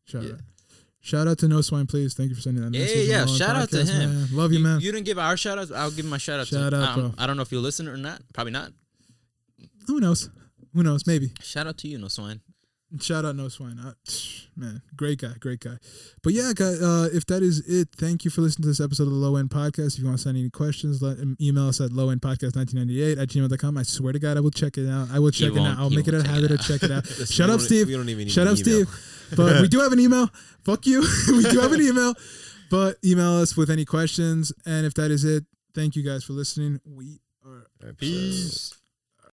B: Shout
A: Yeah.
B: out. Shout out to No Swine, please. Thank you for sending that
C: Yeah,
B: message.
C: yeah,
B: on the
C: shout out to
B: podcast,
C: him.
B: man. Love you, man.
C: You didn't give our shout outs. I'll give my shout out.
B: Shout
C: to,
B: out,
C: um,
B: bro.
C: I don't know if you listen or not. Probably not.
B: Who knows? Who knows? Maybe.
C: Shout out to you, no swine.
B: Shout out No Swine. I, (sniffs) man, great guy, great guy. But yeah, guy, uh, if that is it, thank you for listening to this episode of the Low End Podcast. If you want to send any questions, let, um, email us at lowendpodcast1998 at gmail.com. I swear to God, I will check it out. I will check it
C: won't-
B: out. I'll
C: he
B: make it
C: won't
B: a
C: check
B: habit
C: it
B: of
C: out.
B: checking it out.
A: (laughs) Listen,
B: Shout
A: we
B: up,
A: don't- e-
B: Steve.
A: We don't even need
B: Shut
A: an
B: up,
A: email.
B: Steve. But we do have an email. Fuck you. (laughs) we do have an email. But email us with any questions. And if that is it, thank you guys for listening. We are
A: All right, so-
C: Peace.